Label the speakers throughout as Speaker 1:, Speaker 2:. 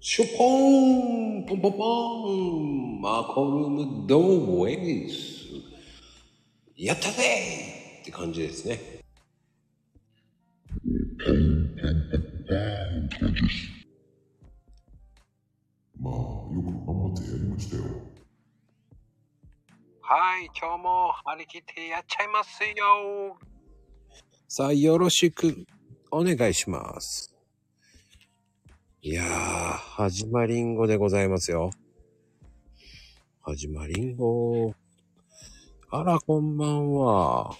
Speaker 1: シュポーン、ポンポンポン、マコルームドウェイス。やったぜって感じですね。
Speaker 2: まあ、よく頑張ってやりましたよ。
Speaker 1: はい、今日も張り切ってやっちゃいますよ。さあ、よろしくお願いします。いやー、はじまりんごでございますよ。はじまりんご。あら、こんばんは。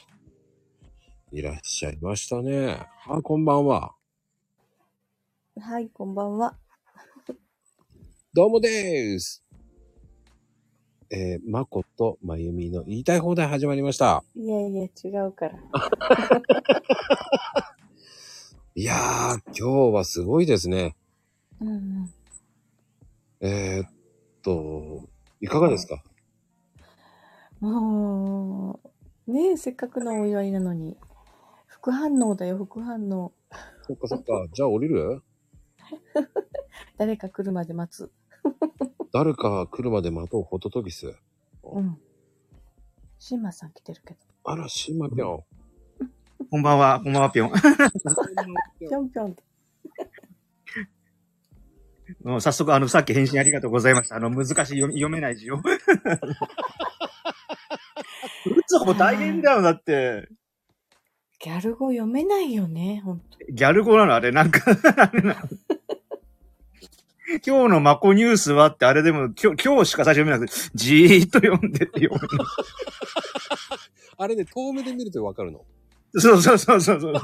Speaker 1: いらっしゃいましたね。あ、こんばんは。
Speaker 3: はい、こんばんは。
Speaker 1: どうもです。えー、まことまゆみの言いたい放題始まりました。
Speaker 3: いやいや、違うから。
Speaker 1: いやー、今日はすごいですね。
Speaker 3: うんうん。
Speaker 1: えーっと、いかがですか
Speaker 3: もう、ねえ、せっかくのお祝いなのに。副反応だよ、副反応。
Speaker 1: そっかそっか。じゃあ降りる
Speaker 3: 誰か来るまで待つ。
Speaker 1: 誰か来るまで待とう、ホトトギス。
Speaker 3: うん。シンマさん来てるけど。
Speaker 1: あら、シンマピョン。
Speaker 4: こんばんは、こんばんは、ぴょん。
Speaker 3: ぴょんぴょんって。
Speaker 4: もう早速、あの、さっき返信ありがとうございました。あの、難しい読み読めない字を。打 つ方大変だよ、だって。
Speaker 3: ギャル語読めないよね、ほん と。
Speaker 4: ギャル語なのあれ、なんか あれな。今日のマコニュースはって、あれでも、今日、今日しか最初読めなくて、じーっと読んでって読む。
Speaker 1: あれね、遠目で見るとわかるの。
Speaker 4: そうそうそうそうそう。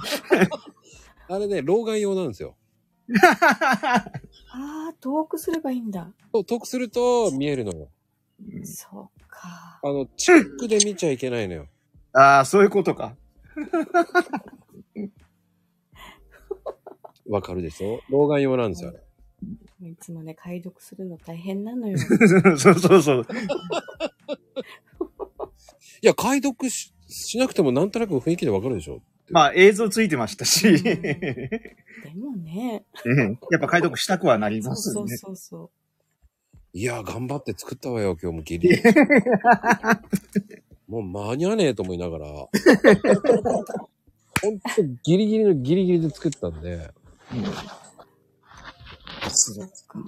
Speaker 1: あれね、老眼用なんですよ。
Speaker 3: ああ、遠くすればいいんだ。
Speaker 1: そう得すると見えるのよ。
Speaker 3: そうか。
Speaker 1: あの、チェックで見ちゃいけないのよ。
Speaker 4: ああ、そういうことか。
Speaker 1: わかるでしょ老眼用なんですよ、あれ。
Speaker 3: いつもね、解読するの大変なのよ。
Speaker 4: そうそうそう。
Speaker 1: いや、解読ししなくてもなんとなく雰囲気でわかるでしょ
Speaker 4: まあ、映像ついてましたし、
Speaker 3: うん
Speaker 4: ね
Speaker 3: でもね、
Speaker 4: やっぱ解読したくはなり
Speaker 3: そ
Speaker 4: ま
Speaker 3: う
Speaker 4: す
Speaker 3: そ
Speaker 4: よ
Speaker 3: う
Speaker 4: ね。
Speaker 3: そうそう。
Speaker 1: いや、頑張って作ったわよ、今日もギリ。もう間に合わねえと思いながら。 ほんとギリギリのギリギリで作ったんで。
Speaker 3: そうか。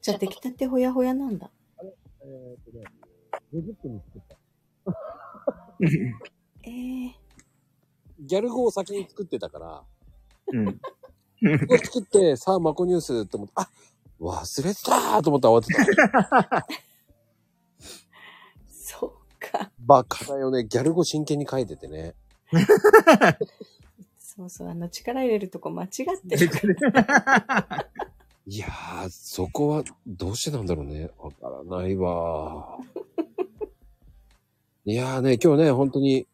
Speaker 3: じゃあ、出来たてほやほやなんだ。
Speaker 1: えーとね、50分に作った。
Speaker 3: ええ
Speaker 1: ギャル語を先に作ってたから、
Speaker 4: うん。
Speaker 1: ここ作って、 さあ、マコニュースって思って、あ忘れてたーと思って慌てた。
Speaker 3: そうか。
Speaker 1: バカだよね。ギャル語真剣に書いててね。
Speaker 3: そうそう、あの、力入れるとこ間違ってるから。
Speaker 1: いやー、そこはどうしてなんだろうね。わからない わー。いやーね、今日ね、本当に、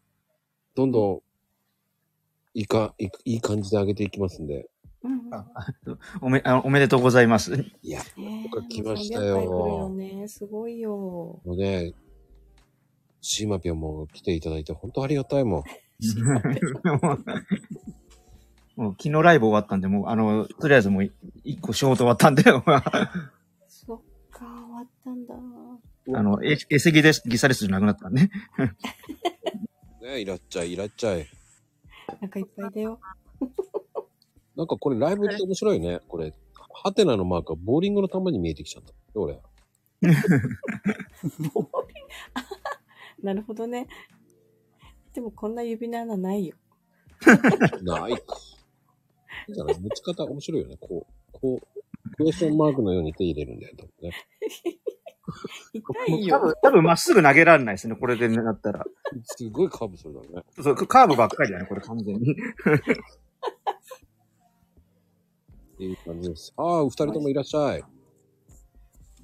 Speaker 1: どんどん、いいか、いいいい感じで上げていきます んで。
Speaker 3: うんうん
Speaker 4: あおめ、あのおめでとうございます。
Speaker 1: いや、
Speaker 3: ねえ
Speaker 1: 僕は来ましたよ
Speaker 3: もう300回来るよね。すごいよ。
Speaker 1: もうね、シーマピョンも来ていただいて、本当ありがたいも
Speaker 4: も
Speaker 1: ん。
Speaker 4: うもう昨日ライブ終わったんで、もう、あの、とりあえずもう、一個仕事終わったんで、 まあ
Speaker 3: そっか、終わったんだ。
Speaker 4: あの、え、えせぎでギサリストじゃなくなったんで、
Speaker 1: ねいらっちゃい、いらっちゃい。
Speaker 3: なんかいっぱいだよ。
Speaker 1: なんかこれライブって面白いね。これ、ハテナのマークがボーリングの球に見えてきちゃった。どれ
Speaker 3: なるほどね。でもこんな指の穴ないよ。
Speaker 1: ないか。いいじゃない持ち方面白いよね。こう、こう、クエスチョンマークのように手入れるんだよ、多分ね。
Speaker 3: 痛
Speaker 4: も
Speaker 3: いう
Speaker 4: 多
Speaker 3: よ。
Speaker 4: 分、多分まっすぐ投げられないですね、これでなったら。
Speaker 1: すごいカーブするだろうね。
Speaker 4: そう、カーブばっかりじゃない、これ完全に。
Speaker 1: っていう感じです。ああ、お二人ともいらっしゃい。
Speaker 5: こ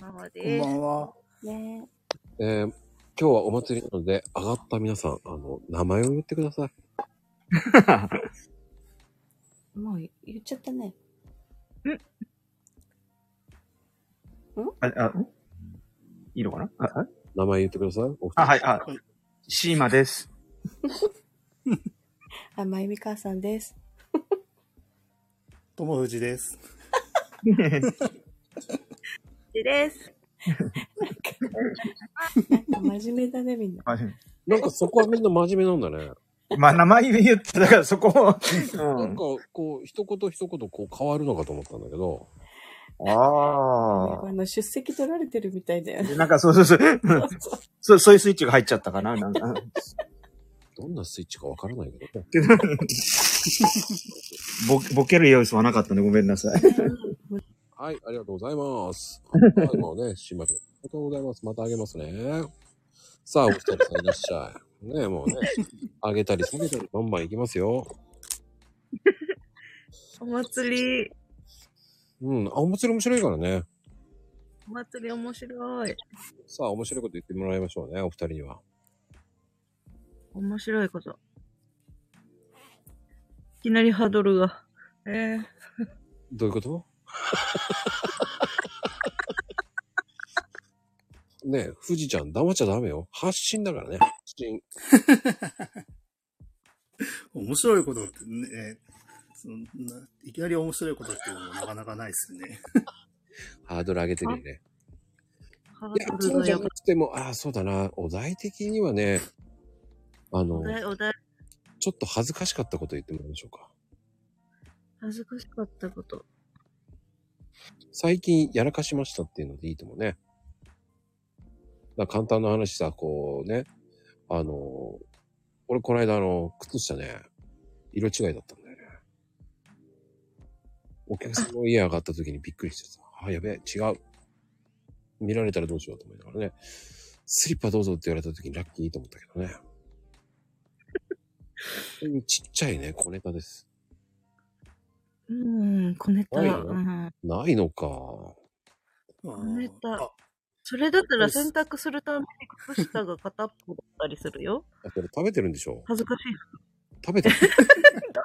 Speaker 5: んばんは。
Speaker 3: ね
Speaker 1: えー、今日はお祭りなので、上がった皆さん、あの、名前を言ってくだ さい。
Speaker 3: えもう言っちゃった ね。
Speaker 4: あ、あ、んいいのかなあ、あ
Speaker 1: 名前言ってください。お二人
Speaker 4: あはい、あ、シーマです。
Speaker 3: あ、まゆみかあさんです。
Speaker 5: ともふじです。ちです。
Speaker 3: なんか真面目だね、みんな。
Speaker 1: なんかそこはみんな真面目なんだね。
Speaker 4: まあ、名前言って、だからそこを、う
Speaker 1: な
Speaker 4: ん
Speaker 1: んか。こう、一言一言こう変わるのかと思ったんだけど、
Speaker 4: あ
Speaker 3: あの、出席取られてるみたいだよね。
Speaker 4: あ。なんかそうそう そう。そう、そういうスイッチが入っちゃったかな。なんか。
Speaker 1: どんなスイッチかわからないけどね。
Speaker 4: ボボケる要素はなかったんでごめんな さい。
Speaker 1: はい、ありがとうござい ます。最後ね、締まり。ありがとうございます。またあげますね。さあ、お二人さんいらっしゃい。ねもうね、あげたり下げたり、バンバンいきますよ。
Speaker 5: お祭り。
Speaker 1: うん、あ、お祭り面白いからね。
Speaker 5: お祭り面白い。
Speaker 1: さあ、面白いこと言ってもらいましょうね、お二人には。
Speaker 5: 面白いこと。いきなりハードルが。えー、
Speaker 1: どういうこと ねえ、富士ちゃん黙っちゃダメよ。発信だからね。発信。
Speaker 6: 面白いことってね、そんな、いきなり面白いことっていうのもなかなかないですよね。
Speaker 1: ハードル上げてるよね。
Speaker 5: ハ
Speaker 1: いや、
Speaker 5: ードル
Speaker 1: そう
Speaker 5: が
Speaker 1: じ
Speaker 5: や
Speaker 1: ゃ
Speaker 5: ば
Speaker 1: なくても、ああ、そうだな。お題的にはね、あの
Speaker 5: お、題、お題、
Speaker 1: ちょっと恥ずかしかったこと言ってもらいましょうか。
Speaker 5: 恥ずかしかったこと。
Speaker 1: 最近やらかしましたっていうのでいいと思うね。だから簡単な話さ、こうね、あの、俺この間あの、靴下ね、色違いだったんだよね。お客さんの家上がった時にびっくりしてさ、あ、やべえ、違う。見られたらどうしようと思いながらね、スリッパどうぞって言われた時にラッキーと思ったけ どね。そういうちっちゃいね、小ネタです。
Speaker 5: うーん、小ネタ。
Speaker 1: な
Speaker 5: う
Speaker 1: いの
Speaker 5: ん。
Speaker 1: ないのか。
Speaker 5: ネタ
Speaker 6: あ
Speaker 5: それだったら洗濯するために靴下が片っぽだったりするよ。
Speaker 1: だって食べてるんでしょ
Speaker 5: 恥ずかしい。
Speaker 1: 食べてる。
Speaker 5: なんか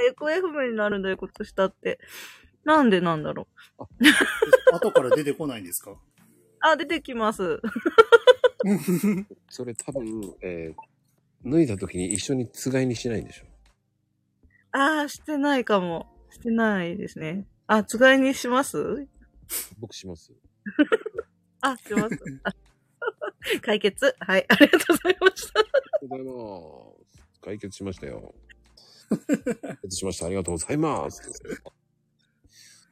Speaker 5: 行方不明になるんだよ、靴下って。なんでなんだろう。
Speaker 6: 後から出てこないんですか
Speaker 5: あ、出てきます。
Speaker 1: それ多分、えー脱いだ時に一緒につがいにしないんでしょ
Speaker 5: あー、してないかも。してないですね。あ、つがいにします
Speaker 1: 僕します。
Speaker 5: あ、します。あ解決。 はい、ありがとうございました。
Speaker 1: ありがとうございます。解決しましたよ。解決しました。ありがとうございます。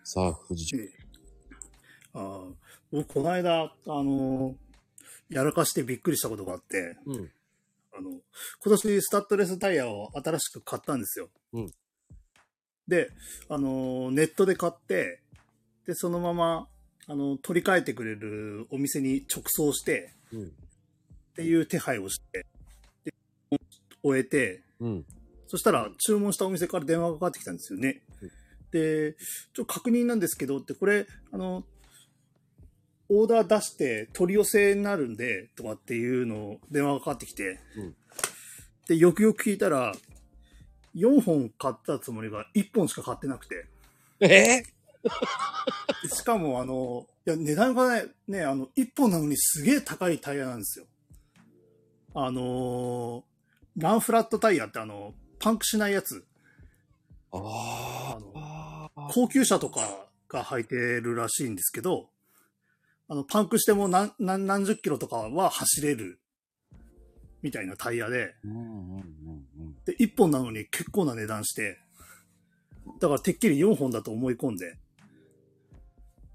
Speaker 1: さあ、藤
Speaker 6: え
Speaker 1: ち
Speaker 6: えあー僕、この間、あのーやらかしてびっくりしたことがあって、
Speaker 1: ゃん。うん。
Speaker 6: あの、今年スタッドレスタイヤを新しく買ったんですよ。
Speaker 1: うん
Speaker 6: で、あの、ネットで買って、で、そのまま、あの、取り替えてくれるお店に直送して、
Speaker 1: うん。
Speaker 6: っていう手配をして、で、終えて、
Speaker 1: うん。
Speaker 6: そしたら注文したお店から電話がかかってきたんですよね
Speaker 1: うん。
Speaker 6: で、ちょっと確認なんですけどって、これ、あの、オーダー出して取り寄せになるんで、とかっていうのを電話がかかってきて、
Speaker 1: うん
Speaker 6: で、よくよく聞いたら、4本買ったつもりが1本しか買ってなくて、
Speaker 1: え
Speaker 6: でしかもあの、いや、値段がね、ね、あの、1本なのにすげえ高いタイヤなんですよ。あのーランフラットタイヤってあの、パンクしないやつ。
Speaker 1: ああ。
Speaker 6: 高級車とかが履いてるらしいんですけど、あの、パンクしても何何何十キロとかは走れる、みたいなタイヤで、
Speaker 1: うんうんうんうん。
Speaker 6: で、1本なのに結構な値段して、だからてっきり4本だと思い込んで、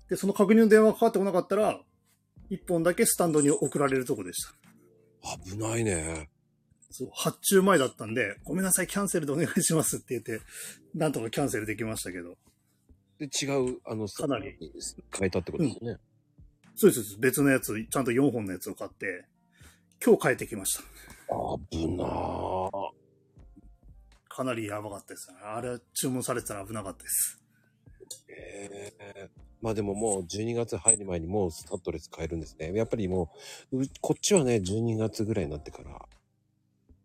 Speaker 6: で、その確認の電話がかかってこなかったら、1本だけスタンドに送られるとこでした。
Speaker 1: 危ないね。
Speaker 6: そう、発注前だったんで、ごめんなさい、キャンセルでお願いしますって言って、なんとかキャンセルできましたけど。
Speaker 1: で、違う、あの、
Speaker 6: かなり
Speaker 1: 変えたってことですね。
Speaker 6: そうですそうです。別のやつ、ちゃんと4本のやつを買って、今日帰ってきました。
Speaker 1: 危なー。
Speaker 6: かなりやばかったですね。あれ、注文されてたら危なかったです。
Speaker 1: ええまあでももう12月入る前にもうスタッドレス買えるんですね。やっぱりもう、うこっちはね、12月ぐらいになってから。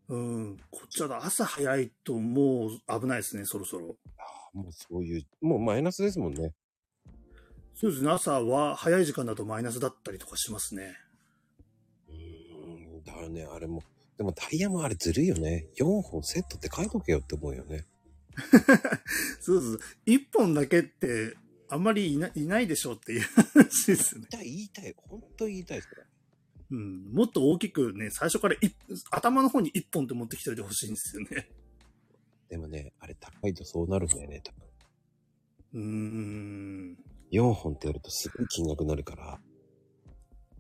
Speaker 6: うん。こっちは朝早いともう危ないですね、そろそろ。
Speaker 1: あもうそういう、もうマイナスですもんね。
Speaker 6: そうですね、朝は早い時間だとマイナスだったりとかしますね。
Speaker 1: うーん、だからね、あれも。でもタイヤもあれずるいよね。4本セットって書いとけよって思うよね。
Speaker 6: そうです。1本だけって、ああんまりいないいないでしょうっていう話ですね。
Speaker 1: 言いたい、言いたい。本当に言いたいですね。
Speaker 6: うん。もっと大きくね、最初から一頭の方に一本って持ってきておいてほしいんですよね。
Speaker 1: でもね、あれ高いとそうなるんだよね、多分。
Speaker 6: うーん。
Speaker 1: 4本ってやるとすごい金額になるから。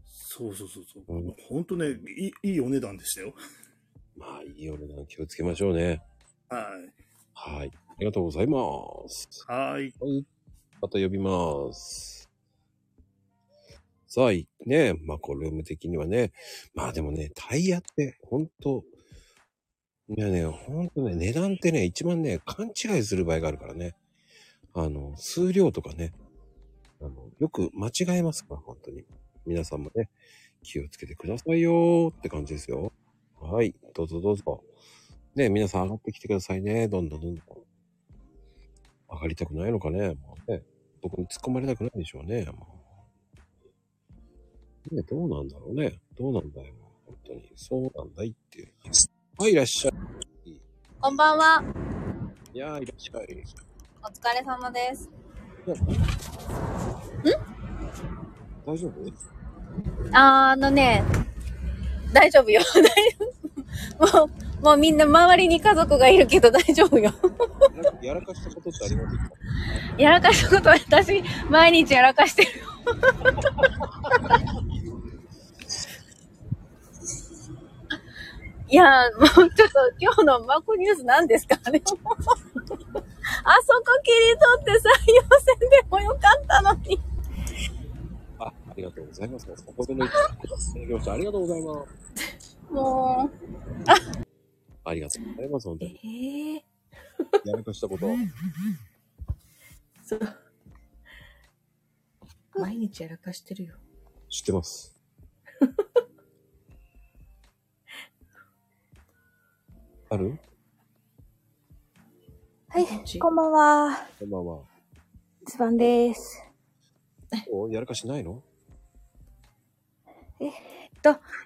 Speaker 6: そうそうそうそう。
Speaker 1: うん
Speaker 6: ほんとね、いい、いいお値段でしたよ。
Speaker 1: まあ、いいお値段気をつけましょうね。
Speaker 6: はい。
Speaker 1: はい。ありがとうございます。
Speaker 6: はい。
Speaker 1: はい。また呼びます。さあ、いねマコルーム的にはね。まあでもね、タイヤって、ほんと、いやね、ほんとね、値段ってね、一番ね、勘違いする場合があるからね。あの、数量とかね、あの、よく間違えますから、本当に。皆さんもね、気をつけてくださいよーって感じですよ。はい、どうぞどうぞ。ね皆さん上がってきてくださいね。どんどんどんどん。上がりたくないのかね。もうね僕に突っ込まれたくないでしょうね。もうねどうなんだろうね。どうなんだよ。本当に。そうなんだいっていう。はい、いらっしゃい。
Speaker 7: こんばんは。
Speaker 1: いやー、いらっしゃい。
Speaker 7: お疲れ様です。
Speaker 1: 大丈夫
Speaker 7: あーあのね、大丈夫よ。 大丈夫。もう、もうみんな周りに家族がいるけど大 丈夫よ。
Speaker 1: なんかやらかしたことってありますか
Speaker 7: やらかしたこと私、毎日やらかしてるよ。いやー、もうちょっと今日のマコニュース何ですかね。 もうあそこ切り取って採用戦でもよかったのに。
Speaker 1: あ、ありがとうございます。お米の一致いただきましたありがとうございます。
Speaker 7: もう、
Speaker 1: ありがとうございます。本当
Speaker 7: え
Speaker 1: に。
Speaker 7: ー、
Speaker 1: やらかしたこと。
Speaker 3: そう。毎日やらかしてるよ。
Speaker 1: 知ってます。ある
Speaker 8: はい、
Speaker 3: ち
Speaker 8: こんばんは。
Speaker 1: こんばんは。
Speaker 8: ズバンです。
Speaker 1: おやらかしないの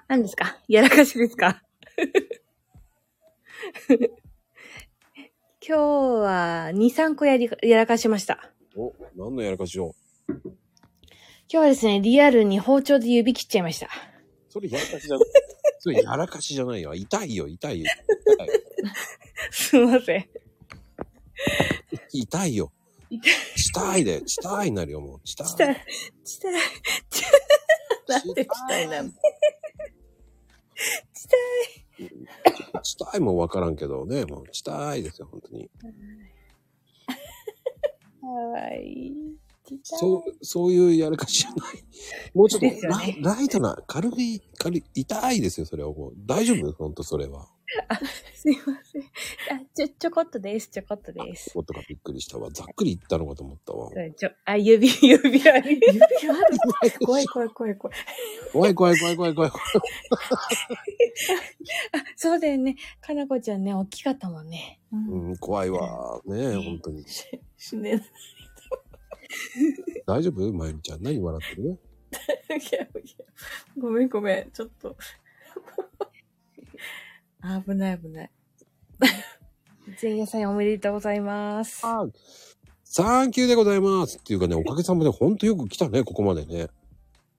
Speaker 8: 何ですかやらかしです か今日は2、3個やり、やらかしました。
Speaker 1: お、何のやらかしを
Speaker 8: 今日はですね、リアルに包丁で指切っちゃいました。
Speaker 1: それやらかしじゃない。それやらかしじゃないよ。痛いよ、痛いよ。痛いよ
Speaker 8: すいません。
Speaker 1: 痛いよ。したいで、したいになるよ、もう。したい。
Speaker 8: したいしたい、 なんでしたいなの
Speaker 1: したいもわからんけどね、もう、したいですよ、本当に。
Speaker 8: かわいい。
Speaker 1: そう、そういうやらかしじゃな い。もうちょっと、
Speaker 8: ですよ
Speaker 1: ライ
Speaker 8: ね
Speaker 1: ライトな、軽い、軽い、痛いですよ、それはもう。大丈夫です、本当それは。
Speaker 8: すいません。あ、ちょ、ちょこっとです、ちょこっとです。
Speaker 1: ことがびっくりしたわ。ざっくり言ったのかと思ったわ。
Speaker 8: そうちょ、あ、指、指あり。
Speaker 3: 指ある怖い怖い怖い 怖い。
Speaker 1: 怖い怖い怖い怖い怖い。
Speaker 8: そうだよね。かなこちゃんね、大きかったもんね。
Speaker 1: うん、怖いわ。ねえ、本 当に。
Speaker 3: 死ねない。
Speaker 1: 大丈夫まゆみちゃん。何笑ってる
Speaker 3: いやいやごめんごめん。ちょっと。危ない危ない。
Speaker 8: 前夜祭おめでとうございます。
Speaker 1: あーサンキューでございますっていうかね、おかげさまでほんとよく来たね、ここまでね。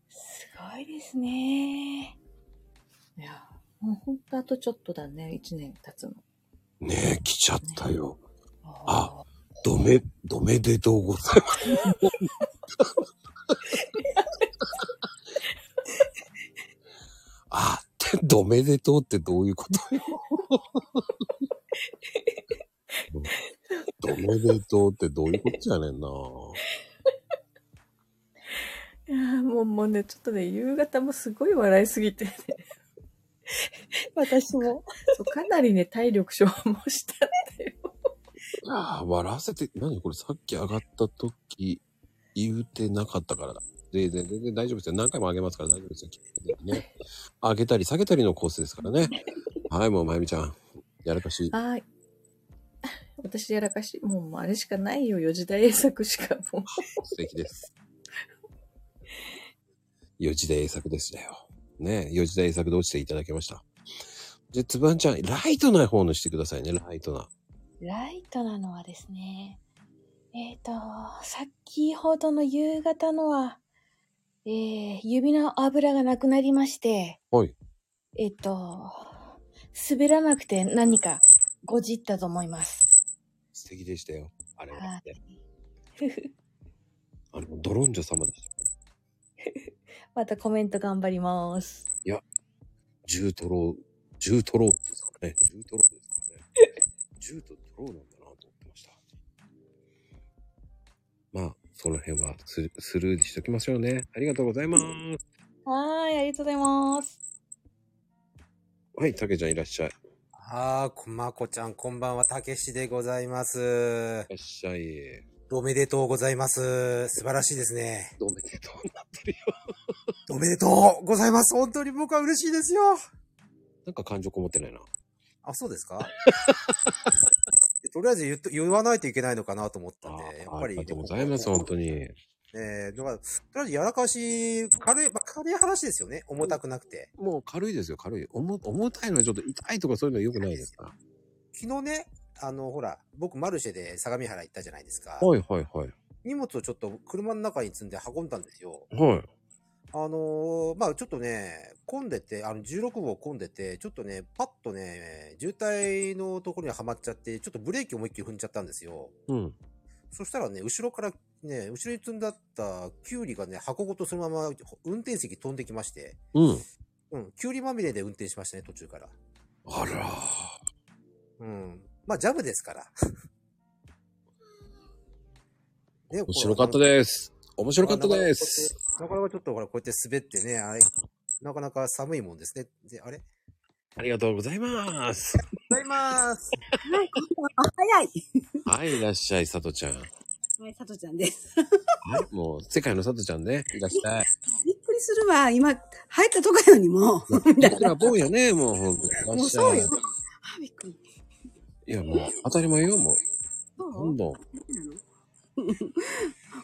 Speaker 8: すごいですね。
Speaker 3: いや、もうほんとあとちょっとだね。一年経 つの。
Speaker 1: ねえ、来ちゃったよ。あどめ、どめでとうございます。 あって、どめでとうってどういう ことよ。どめでとうってどういうことじゃねえんな。
Speaker 3: いやーもうもうね、ちょっとね、夕方もすごい笑いすぎて、ね、
Speaker 8: 私も。
Speaker 3: そうかなりね、体力消耗したんだよ。
Speaker 1: ああ、笑わせて、何これさっき上がった時言うてなかったからだ。で、で、全然大丈夫ですよ。何回も上げますから大丈夫ですよ。ね、上げたり下げたりのコースですからね。はい、もうまゆみちゃん、やらかし。
Speaker 3: はーい。私やらかし、もうもうあれしかないよ。四時代英作しかもう。
Speaker 1: 素敵です。四時で英作でしたよ。ね四時で英作で落ちていただきました。じゃ、つばんちゃん、ライトな方のしてくださいね、ライトな。
Speaker 8: ライトなのはですね、えっ、と、先ほどの夕方のは、えー、指の油がなくなりまして、
Speaker 1: はい。
Speaker 8: えっ、と、滑らなくて何かごじったと思います。
Speaker 1: 素敵でしたよ。あれは
Speaker 8: は
Speaker 1: ね。
Speaker 8: ふふ
Speaker 1: あの、ドロンジョ様でした。
Speaker 8: またコメント頑張ります。
Speaker 1: 重トロ、重トロですかね。重トロですかね。重とトロなんだなと思ってました。まあ、その辺はスルスルーにしときましょうね。ありがとうございます。
Speaker 8: はーい、ありがとうございます。
Speaker 1: はい、たけちゃんいらっしゃい。い
Speaker 9: あー、こまこちゃん、こんばんは、たけしでございます。
Speaker 1: らっしゃい。
Speaker 9: おめでとうございます。素晴らしいですね。
Speaker 1: おめでとうなってるよ。
Speaker 9: おめでとうございます。本当に僕は嬉しいですよ。
Speaker 1: なんか感情こもってないな。
Speaker 9: あ、そうですか とりあえず言っと言わないといけないのかなと思ったんで、やっ
Speaker 1: あ
Speaker 9: ぱ
Speaker 1: あ
Speaker 9: り。
Speaker 1: りがとうございます、本当に。
Speaker 9: えー、だから、とりあえずやらかし、軽い、まあ、軽い話ですよね。重たくなくて。
Speaker 1: もう軽いですよ、軽い。重重たいのはちょっと痛いとかそういうの良くないですか
Speaker 9: 昨日ね、あの、ほら、僕マルシェで相模原行ったじゃないですか。
Speaker 1: はいはいはい。
Speaker 9: 荷物をちょっと車の中に積んで運んだんですよ。
Speaker 1: はい。
Speaker 9: あのーまあちょっとね、混んでて、あの、16号混んでて、ちょっとね、パッとね、渋滞のところにはまっちゃって、ちょっとブレーキ思いっきり踏んじゃったんですよ。
Speaker 1: うん。
Speaker 9: そしたらね、後ろからね、後ろに積んだったキュウリがね、箱ごとそのまま運転席飛んできまして、
Speaker 1: うん。
Speaker 9: うん、キュウリまみれで運転しましたね、途中から。
Speaker 1: あらー。
Speaker 9: うん。まあジャブですから。 ね
Speaker 1: 面白かったです。面白かったです。。
Speaker 9: なかなかちょっとほら、こうやって滑ってね、あれ、なかなか寒いもんですね。で、あれ
Speaker 1: ありがとうございます。
Speaker 9: ございます。
Speaker 7: 早い。
Speaker 1: はい、いらっしゃい、さとちゃん。は
Speaker 7: はい、さとちゃんです。
Speaker 1: い、もう、世界のさとちゃんね。いらっしゃい。
Speaker 7: びっくりするわ。今、入ったとこやのにもう。みたい
Speaker 1: 僕らボンやね、もう、ほんとに。いら
Speaker 7: なも
Speaker 1: っ
Speaker 7: う
Speaker 1: しゃ
Speaker 7: そう
Speaker 1: い。い
Speaker 7: よ。あ、びっくり。
Speaker 1: や、もう、当たり前よ、もう。
Speaker 7: そう
Speaker 1: どんどん。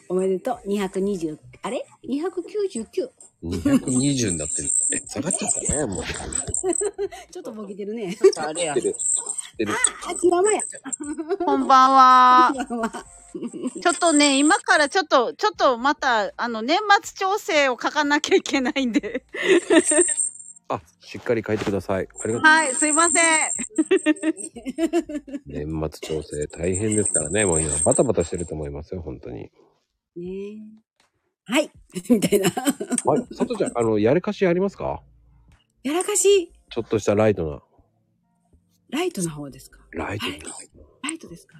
Speaker 7: おめでとう。220、あれ ?299。
Speaker 1: 220になってる。え、下がっちゃったね、もう。
Speaker 7: ちょっとボケてるね。
Speaker 5: あれや
Speaker 1: 出てる。出てる。
Speaker 7: あちらまや。
Speaker 10: こんばんは。
Speaker 7: あ
Speaker 10: ちょっとね、今からちょっと、ちょっとまた、あの、年末調整を書かなきゃいけないん で。
Speaker 1: あ、しっかり書いてください。ありがとう。
Speaker 10: はい、すいません。
Speaker 1: 年末調整大変ですからね、もう今、バタバタしてると思いますよ、本当に。
Speaker 7: ねはい。 みたいな。
Speaker 1: はい、さとちゃん、あの、やれかしありますか
Speaker 7: やらかし、
Speaker 1: ちょっとしたライトな。
Speaker 7: ライトの方ですか
Speaker 1: ライト
Speaker 7: はいライトですか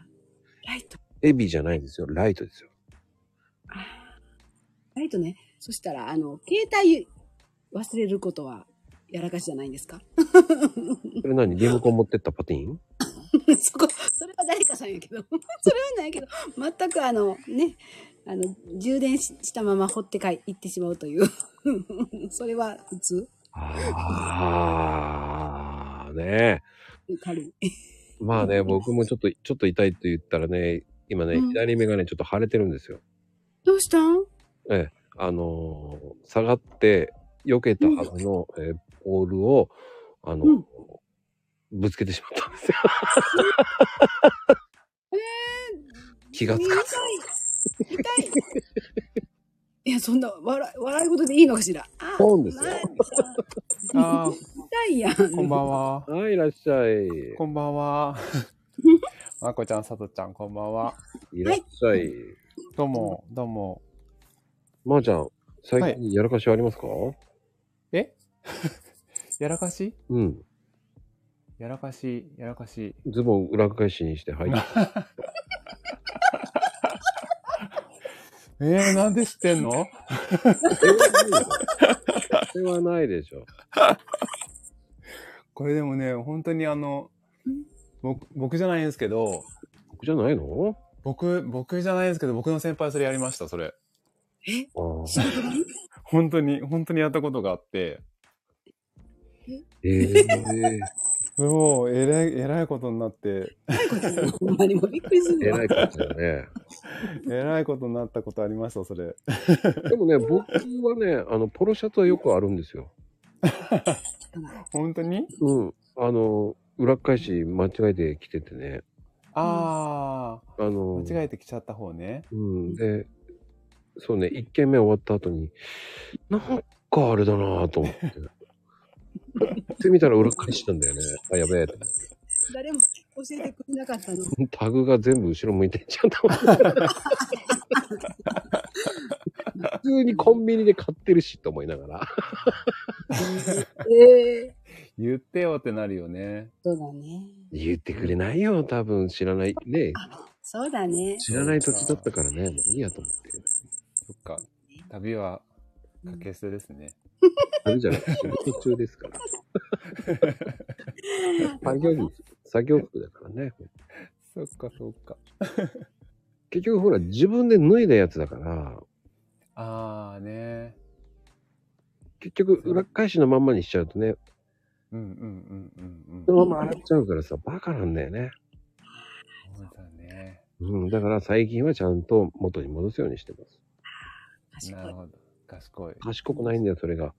Speaker 7: ライト。
Speaker 1: ヘビーじゃないんですよ、ライトですよ。
Speaker 7: ライトね。そしたら、あの、携帯忘れることは、やらかしじゃないんですか
Speaker 1: それ何リモコン持ってったパティン
Speaker 7: そこ、それは誰かさんやけど。そ れはないけど、全くあの、ね、あの、充電ししたまま放ってかい、行ってしまうという。 それは普通
Speaker 1: ああ、ねえ。
Speaker 7: 軽い。
Speaker 1: まあね、僕もちょっと、ちょっと痛いって言ったらね、今ね、
Speaker 7: うん
Speaker 1: 左目がね、ちょっと腫れてるんですよ。
Speaker 7: どうしたん
Speaker 1: ええ、あのー下がって、避けたはずの、えーボールを、あの、
Speaker 7: うん
Speaker 1: ぶつけてしまったんですよ。 気がつ
Speaker 7: 痛い
Speaker 1: か
Speaker 7: 痛いいや、そんな、笑い、笑い事でいいのかしら。あー
Speaker 1: ポンですよ
Speaker 7: なんか
Speaker 11: あ
Speaker 7: 痛いやん。
Speaker 11: ーこんばんは。
Speaker 1: なはい、いらっしゃい。
Speaker 11: こんばん は。まこちゃん、さとちゃん、こんばんは。
Speaker 1: いらっしゃい。
Speaker 11: どうも、どうも。
Speaker 1: まー、ちゃん、最近やらかしはありますか、
Speaker 11: えやらかし
Speaker 1: うん。
Speaker 11: やらかし、やらかし。
Speaker 1: ズボン裏返しにして履いて。
Speaker 11: えー、なんで知ってんの
Speaker 1: それはないでしょそれはないでしょ。
Speaker 11: これでもね、本当にあの、僕、僕じゃないんですけど、
Speaker 1: 僕じゃないの
Speaker 11: 僕、僕じゃないんですけど、僕の先輩それやりました、それ。
Speaker 1: あー
Speaker 11: 本当に、本当にやったことがあって。
Speaker 1: ええ
Speaker 11: そう、えらい、えらいことになって、
Speaker 7: ほんまにもうびっくりする
Speaker 1: え
Speaker 7: わ。
Speaker 1: らいことだ ね。
Speaker 11: えらいことになったことありました、それ。
Speaker 1: でもね、僕はね、あの、ポロシャツはよくあるんですよ。
Speaker 11: 本当に
Speaker 1: うん。あの、裏返し間違えて着ててね。
Speaker 11: あ
Speaker 1: あの
Speaker 11: あ、、間違えてきちゃった方ね。
Speaker 1: うん、で、そうね、1軒目終わった後に、なんかあれだなぁと思 って。ってみたら裏返したんだよね。あ、やべえと思って。
Speaker 7: 誰も教えてくれなかったの。
Speaker 1: タグが全部後ろ向いてっちゃったもん。普通にコンビニで買ってるしと思いながら。
Speaker 7: ええ
Speaker 11: 言ってよってなるよね。
Speaker 7: そうだね。
Speaker 1: 言ってくれないよ、多分知らない。ね
Speaker 7: そうだね。
Speaker 1: 知らない土地だったからね、もういいやと思って。
Speaker 11: そっか。旅は、掛け捨てですね。
Speaker 1: あれじゃない、仕事中ですから。作業着、作業服だからね。
Speaker 11: そっかそっか。
Speaker 1: 結局ほら、自分で脱いだやつだから、
Speaker 11: ああね。
Speaker 1: 結局裏返しのまんまにしちゃうとね、
Speaker 11: うんうんうんうんうん。
Speaker 1: そのまま洗っちゃうからさ、バカなんだよね。うん、だから最近はちゃんと元に戻すようにしてます。
Speaker 11: なるほど。賢い。
Speaker 1: 賢くないんだよ、それが。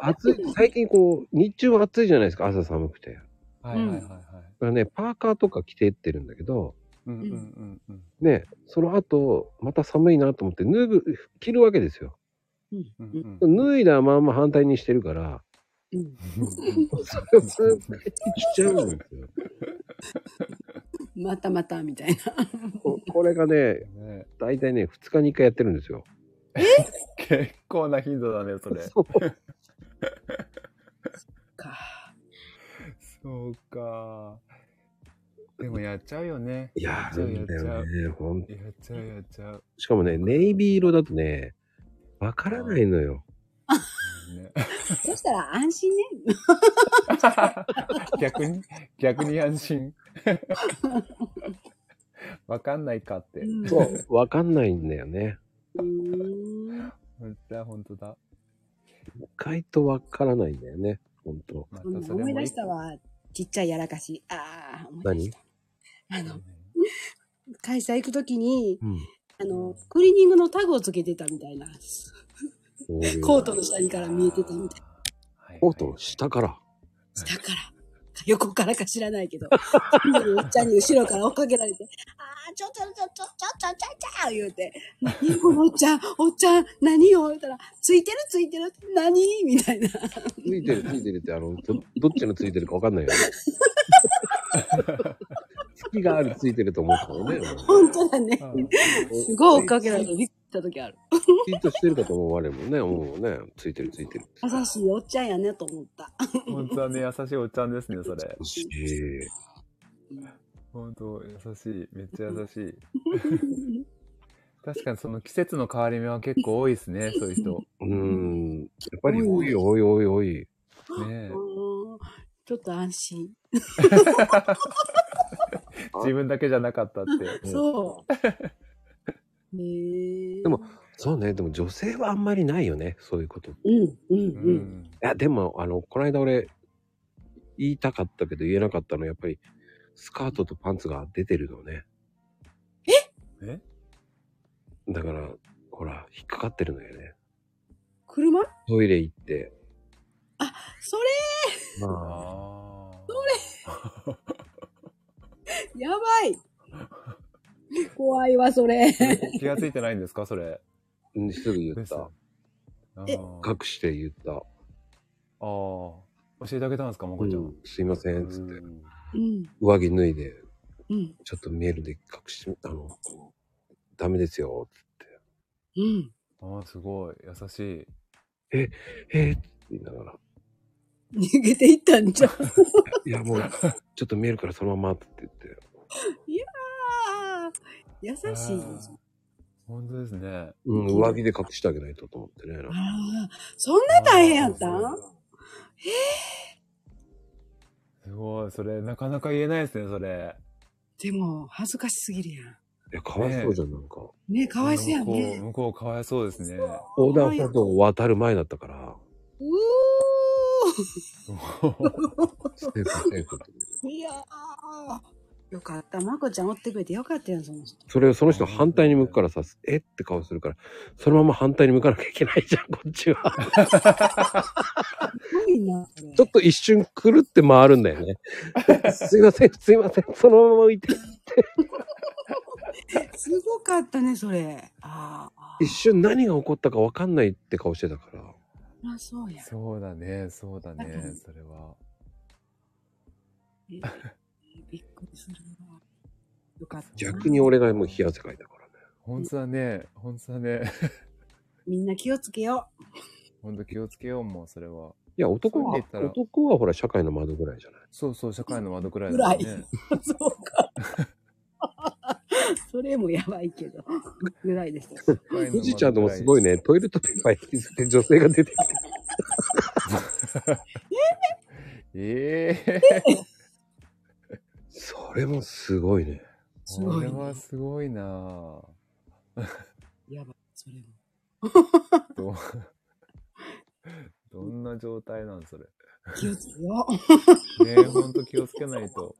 Speaker 1: 暑い、最近こう、日中は暑いじゃないですか、朝寒くて。
Speaker 11: はいはいはいはい。
Speaker 1: だからね、パーカーとか着てってるんだけど、
Speaker 11: うんうんうんうん。
Speaker 1: ね、その後、また寒いなと思って脱ぐ、着るわけですよ。
Speaker 7: うん
Speaker 11: うんうん。
Speaker 1: 脱いだまんま反対にしてるから、それをずっと着ちゃうんですよ。
Speaker 7: またまた、みたいな。
Speaker 1: ここれがね、大体ね、2日に1回やってるんですよ。
Speaker 11: 結構な頻度だね、それ。
Speaker 1: そう
Speaker 11: そうか。でもやっちゃうよね。
Speaker 1: やるんだよね、ほんと
Speaker 11: やっちゃうやっちゃう。
Speaker 1: しかもね、ネイビー色だとね、わからないのよ。
Speaker 7: そしたら安心ね。
Speaker 11: 逆に、逆に安 心。わかんないかって。
Speaker 1: そう、わかんないんだよね。
Speaker 11: 本当だ、本当だ。
Speaker 1: 意外とわからないんだよね、ほんと。
Speaker 7: うん思い出したわ。ちっちゃいやらかし。ああ、思い
Speaker 1: 何
Speaker 7: あの、会社行くときに、
Speaker 1: うん
Speaker 7: あの、クリーニングのタグをつけてたみたいな。コートの下にから見えてたみたいな。
Speaker 1: コートの下から。
Speaker 7: 下から。横からか知らないけど、おっちゃんに後ろから追っかけられて、あー、ちょちょちょちょちょちょちょちょ言うて、何このおっちゃん、おっちゃん、何よ言うたら、ついてるついてる、何みたいな。
Speaker 1: ついて るついてるって、あの、どどっちのついてるかわかんない よね。月があるついてると思ったのね。
Speaker 7: 本当だね。 すごい追っかけられ
Speaker 1: る。
Speaker 7: て、びっくりした時ある。
Speaker 1: ツイートしてるかと思われるもんね、思うね。ついてるついてる。
Speaker 7: 優しいおっちゃんやねと思った。
Speaker 11: 本当だね、優しいおっちゃんですね、それ。
Speaker 1: ええ
Speaker 11: 本当、優しい。めっちゃ優しい。 確かにその季節の変わり目は結構多いですね、そういう人。
Speaker 1: うーん。やっぱり多いよ、多い多い多い。
Speaker 11: ねえ。
Speaker 7: うん ちょっと安心。
Speaker 11: 自分だけじゃなかったって。
Speaker 7: そう。へえ。
Speaker 1: でも、そうね、でも女性はあんまりないよね、そういうこと。
Speaker 7: うん、うん、
Speaker 1: うん。いや、でも、あの、この間俺、言いたかったけど言えなかったのは、やっぱり、スカートとパンツが出てるのね。
Speaker 11: え
Speaker 1: だから、ほら、引っかかってるのよね。
Speaker 7: 車
Speaker 1: トイレ行って。
Speaker 7: そ
Speaker 11: あ。
Speaker 1: ま
Speaker 7: れやばい怖いわ、それ。
Speaker 11: 気がついてないんですか、それ。
Speaker 1: うんすぐ言った。
Speaker 7: え
Speaker 1: 隠して言った。ああ。
Speaker 11: 教えてあげたんですか、もこちゃん。
Speaker 1: すいません、つって。
Speaker 7: うん。
Speaker 1: 上着脱いで、
Speaker 7: うん。
Speaker 1: ちょっとメールで隠して、あの、ダメですよ、つって
Speaker 7: うん。
Speaker 11: ああ、すごい。優しい。
Speaker 1: え、えー、って言いながら、
Speaker 7: 逃げていったんじゃん。
Speaker 1: いや、 もう、ちょっと見えるからそのままって言って。
Speaker 7: いやー、優しいです。
Speaker 11: 本当ですね。
Speaker 1: うん、上着で隠してあげないとと思ってね。なんか
Speaker 7: あーそんな大変やったん
Speaker 11: すごい。それ、なかなか言えないですね、それ。
Speaker 7: でも、恥ずかしすぎるや
Speaker 1: いや、かわいそうじゃん、なんか。
Speaker 7: ん。ねかわいそうやん
Speaker 11: 向こう、
Speaker 7: ね。
Speaker 11: 向こうかわいそうですね。
Speaker 1: 横断歩道を渡る前だったから、
Speaker 7: うー
Speaker 1: セーフ、セーフ。
Speaker 7: いやよかった。まこちゃん追ってくれてよかったやん、その人。
Speaker 1: それをその人反対に向くからさ、えって顔するから、そのまま反対に向かなきゃいけないじゃん、こっちは。
Speaker 7: すごいな。
Speaker 1: ちょっと一瞬くるって回るんだよね。すいません、すいません、そのまま浮 いて。
Speaker 7: すごかったね、それ。ああ。
Speaker 1: 一瞬何が起こったか分かんないって顔してたから。
Speaker 7: あ、そうや。
Speaker 12: そうだね、そうだね、それは。
Speaker 7: えびっくりするわ。よかった。
Speaker 1: 逆に俺がもう冷や汗かいたから。
Speaker 12: 本当だね、本当だね。
Speaker 7: みんな気をつけよ
Speaker 12: 本当気をつけようもう、それは。
Speaker 1: いや、男
Speaker 12: そう
Speaker 1: は
Speaker 12: 言ったら
Speaker 1: 男はほら、社会の窓ぐらいじゃない。
Speaker 12: そうそう、社会の窓くらい
Speaker 7: ぐ
Speaker 12: だ
Speaker 7: ら
Speaker 12: よ
Speaker 7: い。
Speaker 12: ね。
Speaker 7: そうか。それもやばいけど。ぐら いですよ。
Speaker 1: 富士ちゃんともすごいね、トイレットペーパー引きずって女性が出てきて。
Speaker 12: ええ
Speaker 1: それもすごいね。
Speaker 12: これはすごいなぁ。
Speaker 7: やばい、それも。
Speaker 12: ど、どんな状態なんそれ。
Speaker 7: 気をつけよう。
Speaker 12: ねえ、ほんと気をつけないと。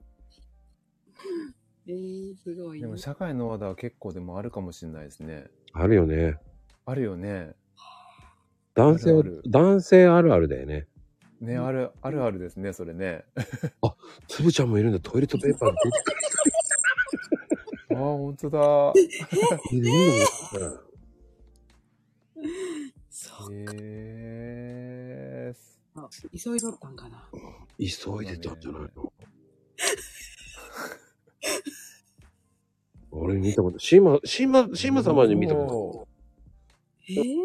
Speaker 7: えー、すごい、
Speaker 12: で
Speaker 7: ね。
Speaker 12: も社会の技は結構でもあるかもしれないですね。
Speaker 1: あるよね。
Speaker 12: あるよね。
Speaker 1: 男性は、男性あるあるだよね。
Speaker 12: ね、ある、あるあるですね、それね。
Speaker 1: つぶちゃんもいるんだ、トイレットペーパーに出て くる。
Speaker 12: ああ、ほんとだ。
Speaker 1: いるの
Speaker 12: え
Speaker 7: あ急いどったんかな。
Speaker 1: 急いでたんじゃないの 俺見たこと、シーマ、シーマ、シーマ様に見たこ
Speaker 7: えー、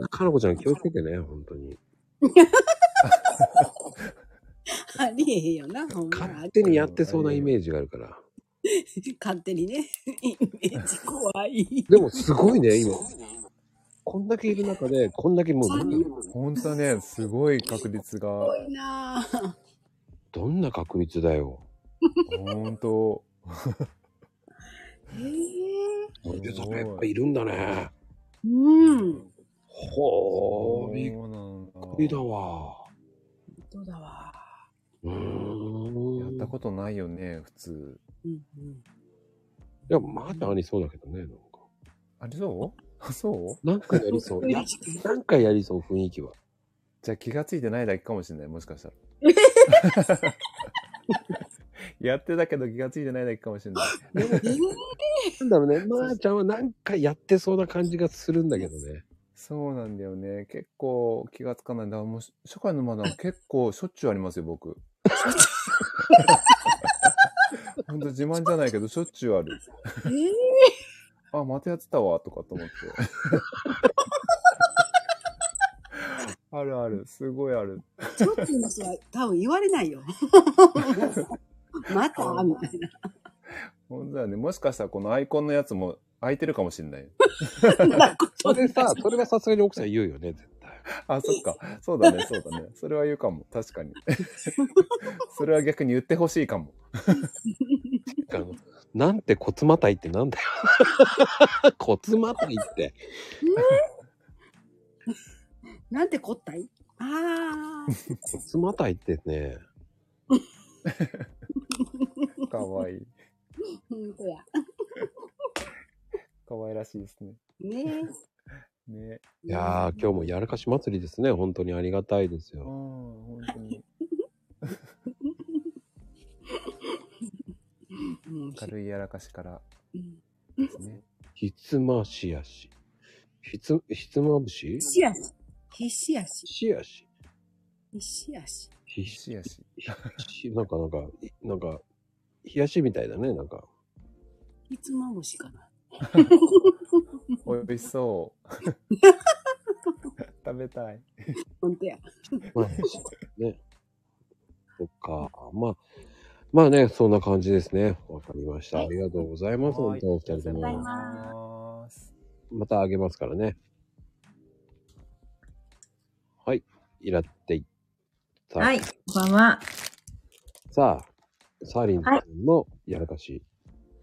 Speaker 1: と。かなこちゃん気をつけてね、本当に。
Speaker 7: ありえへんよな、ほんま。
Speaker 1: 勝手にやってそうなイメージがあるから。
Speaker 7: 勝手にね。イメージ怖い。
Speaker 1: でもすごいね、今。こんだけいる中で、こんだけもう、
Speaker 12: ほんとだね、すごい確率が。
Speaker 7: 怖いなぁ。
Speaker 1: どんな確率だよ。
Speaker 12: ほんと。
Speaker 7: えー、
Speaker 1: トイレットペーパーいるんだね。
Speaker 7: うん。
Speaker 1: ほー、びっくりだわ。
Speaker 7: どうだわ。
Speaker 1: うーん。
Speaker 12: やったことないよね、普通。
Speaker 7: うんうん。
Speaker 1: いや、まだありそうだけどね、なんか。
Speaker 12: ありそうあ、そう
Speaker 1: なんかやりそう。いや、なんかやりそう、雰囲気は。
Speaker 12: じゃあ気がついてないだけかもしれない、もしかしたら。やってたけど気がついてないだけかもしれない。
Speaker 1: なんだろうね、まー、ちゃんはなんかやってそうな感じがするんだけどね。
Speaker 12: そうなんだよね。結構気がつかないんだ。もうし社会のマナー結構しょっちゅうありますよ、 僕。ほんと自慢じゃないけど、しょっちゅうある。
Speaker 7: えー、
Speaker 12: あ、またやってたわ、とかと思って。あるある、すごいある。
Speaker 7: ちょっとの人は多分言われないよ。 またみたいな。
Speaker 12: ほんとだよね。もしかしたらこのアイコンのやつも空いてるかもしれない。
Speaker 1: それさ、それはさすがに奥さん言うよね、絶対。
Speaker 12: あ、そっか。そうだね、そうだね。それは言うかも。確かに。それは逆に言ってほしいかも。
Speaker 1: あのなんてコツまたいってなんだよ。 コツまたいって。
Speaker 7: なんてこったいああ。
Speaker 1: コツまたいってね。
Speaker 12: かわいい。
Speaker 7: ほんとや。
Speaker 12: かわいらしいですね。
Speaker 7: ね
Speaker 12: ね。
Speaker 1: いやー、今日もやらかし祭りですね。本当にありがたいですよ。
Speaker 12: 本当に。 軽いやらかしから。ですね。
Speaker 1: ひつましやし。ひつ、ひつまぶし
Speaker 7: 必死やし。必死やし。必
Speaker 1: 死やし。
Speaker 7: 必死やし。
Speaker 1: ひ
Speaker 12: しやし。
Speaker 1: ひなんかなんか、なんか、冷やしみたいだね、なんか。
Speaker 7: ひつまぶしかな。
Speaker 12: 美味しそう。食べたい。
Speaker 7: ほんとや。
Speaker 1: まあ、ね。そっか。まあ、まあね、そんな感じですね。わかりました。ありがとうございます。本当お二人とも。またあげますからね。はい。いらっていった。
Speaker 13: はい、こんばんは。
Speaker 1: さあ、サーリンさんのやらかし。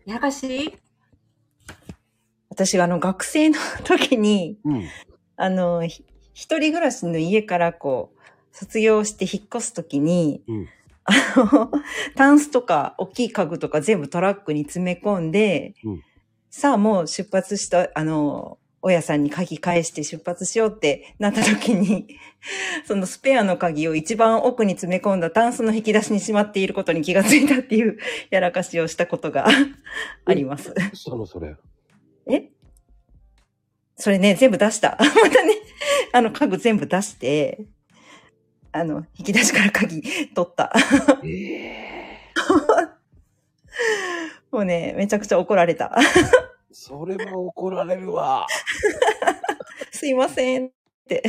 Speaker 13: やらかし私があの学生の時に、
Speaker 1: うん。
Speaker 13: あの、ひ一人暮らしの家からこう、卒業して引っ越す時に、
Speaker 1: うん。
Speaker 13: あの、タンスとか大きい家具とか全部トラックに詰め込んで、
Speaker 1: うん
Speaker 13: さあもう出発した、あの、親さんに鍵返して出発しようってなった時に、 そのスペアの鍵を一番奥に詰め込んだタンスの引き出しにしまっていることに気がついたっていうやらかしをしたことが あります。
Speaker 1: うしたのそれ。
Speaker 13: えそれね、全部出した。 またね、あの家具全部出して、あの、引き出しから鍵取った。 もうね、めちゃくちゃ怒られた。
Speaker 1: それは怒られるわ。
Speaker 13: すいませんって。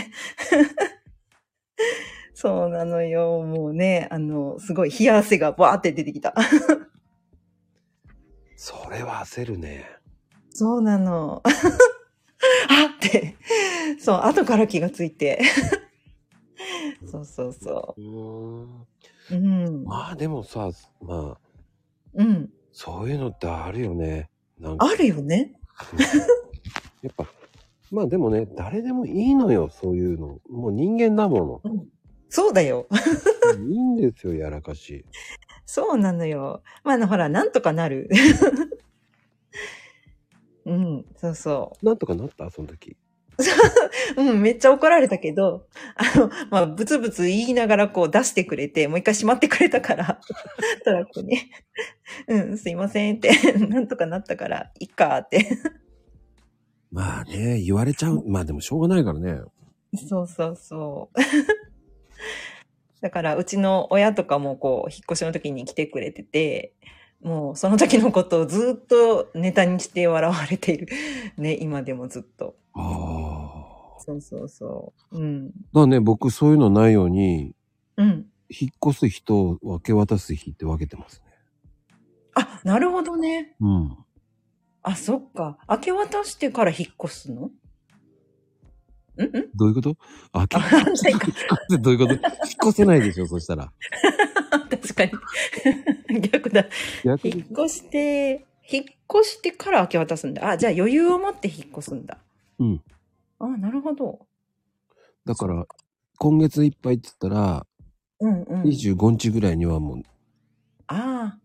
Speaker 13: そうなのよ。もうね、あの、すごい冷や汗がバーって出てきた。
Speaker 1: それは焦るね。。
Speaker 13: そうなの。あ って。そう、後から気がついて。 そうそうそう
Speaker 1: う
Speaker 13: ーん。
Speaker 1: まあでもさ、まあ、
Speaker 13: うん。
Speaker 1: そういうのってあるよね。なんか
Speaker 13: あるよね。
Speaker 1: やっぱ、まあでもね、誰でもいいのよ、そういうの。もう人間だもの。
Speaker 13: そうだよ。
Speaker 1: いいんですよ、やらかし。
Speaker 13: そうなのよ。まあ、あの、ほら、なんとかなる。 うん、そうそ
Speaker 1: なんとかなったその時。
Speaker 13: う。うん、めっちゃ怒られたけど、あの、まあ、ブツブツ言いながらこう出してくれて、もう一回閉まってくれたから、 トラックに。うん、すいませんって、 なんとかなったから、いっかって。
Speaker 1: まあね、言われちゃう。まあでもしょうがないからね。
Speaker 13: そうそうそう。 だから、うちの親とかもこう、引っ越しの時に来てくれてて、もうその時のことをずっとネタにして笑われている。 ね、今でもずっと。そうそうそう。うん。
Speaker 1: だからね、僕そういうのないように、
Speaker 13: うん。
Speaker 1: 引っ越す日と分け渡す日って分けてますね。
Speaker 13: なるほどね。
Speaker 1: うん。
Speaker 13: あ、そっか。明け渡してから引っ越すの
Speaker 1: どういうことあ、結構引っ越すって どういうこと引っ越せないでしょ、そしたら。
Speaker 13: 確かに。 逆だ。
Speaker 1: 逆
Speaker 13: 引
Speaker 1: に
Speaker 13: っ越して、引っ越してから明け渡すんだ。あ、じゃあ余裕を持って引っ越すんだ。
Speaker 1: うん。
Speaker 13: あ、なるほど。
Speaker 1: だから、今月いっぱいって言ったら、
Speaker 13: うんうん。
Speaker 1: 25日ぐらいにはもう
Speaker 13: ああ。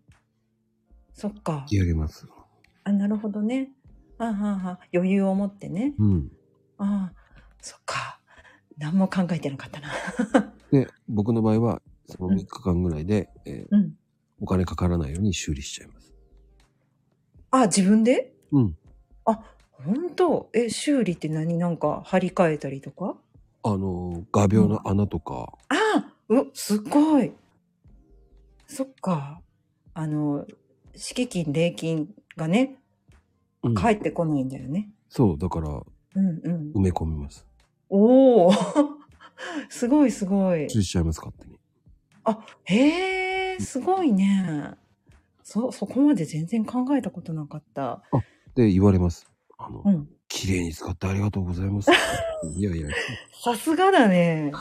Speaker 13: そっか。
Speaker 1: 引き上げます。
Speaker 13: あ、なるほどね。ああ、ああああ、余裕を持ってね。
Speaker 1: うん。
Speaker 13: ああ、そっか。何も考えてなかったな。
Speaker 1: で、僕の場合は、その3日間ぐらいで、えー
Speaker 13: うん
Speaker 1: お金かからないように修理しちゃいます。
Speaker 13: あ、自分で
Speaker 1: うん。
Speaker 13: 本当え、修理って何なんか張り替えたりとか
Speaker 1: あのー、画鋲の穴とか、
Speaker 13: ああうすごいそっか。あの、敷金、礼金がね、
Speaker 1: うん
Speaker 13: 返ってこないんだよね。
Speaker 1: そう、だから、埋
Speaker 13: うんうん。
Speaker 1: め込みます。
Speaker 13: おお すごいすごい。
Speaker 1: 修理しちゃいます、勝手に。
Speaker 13: あ、へえ、すごいね。そ、そこまで全然考えたことなかった。
Speaker 1: で、言われます。あの、
Speaker 13: うん
Speaker 1: 綺麗に使ってありがとうございます。 いやいや、
Speaker 13: さすがだね。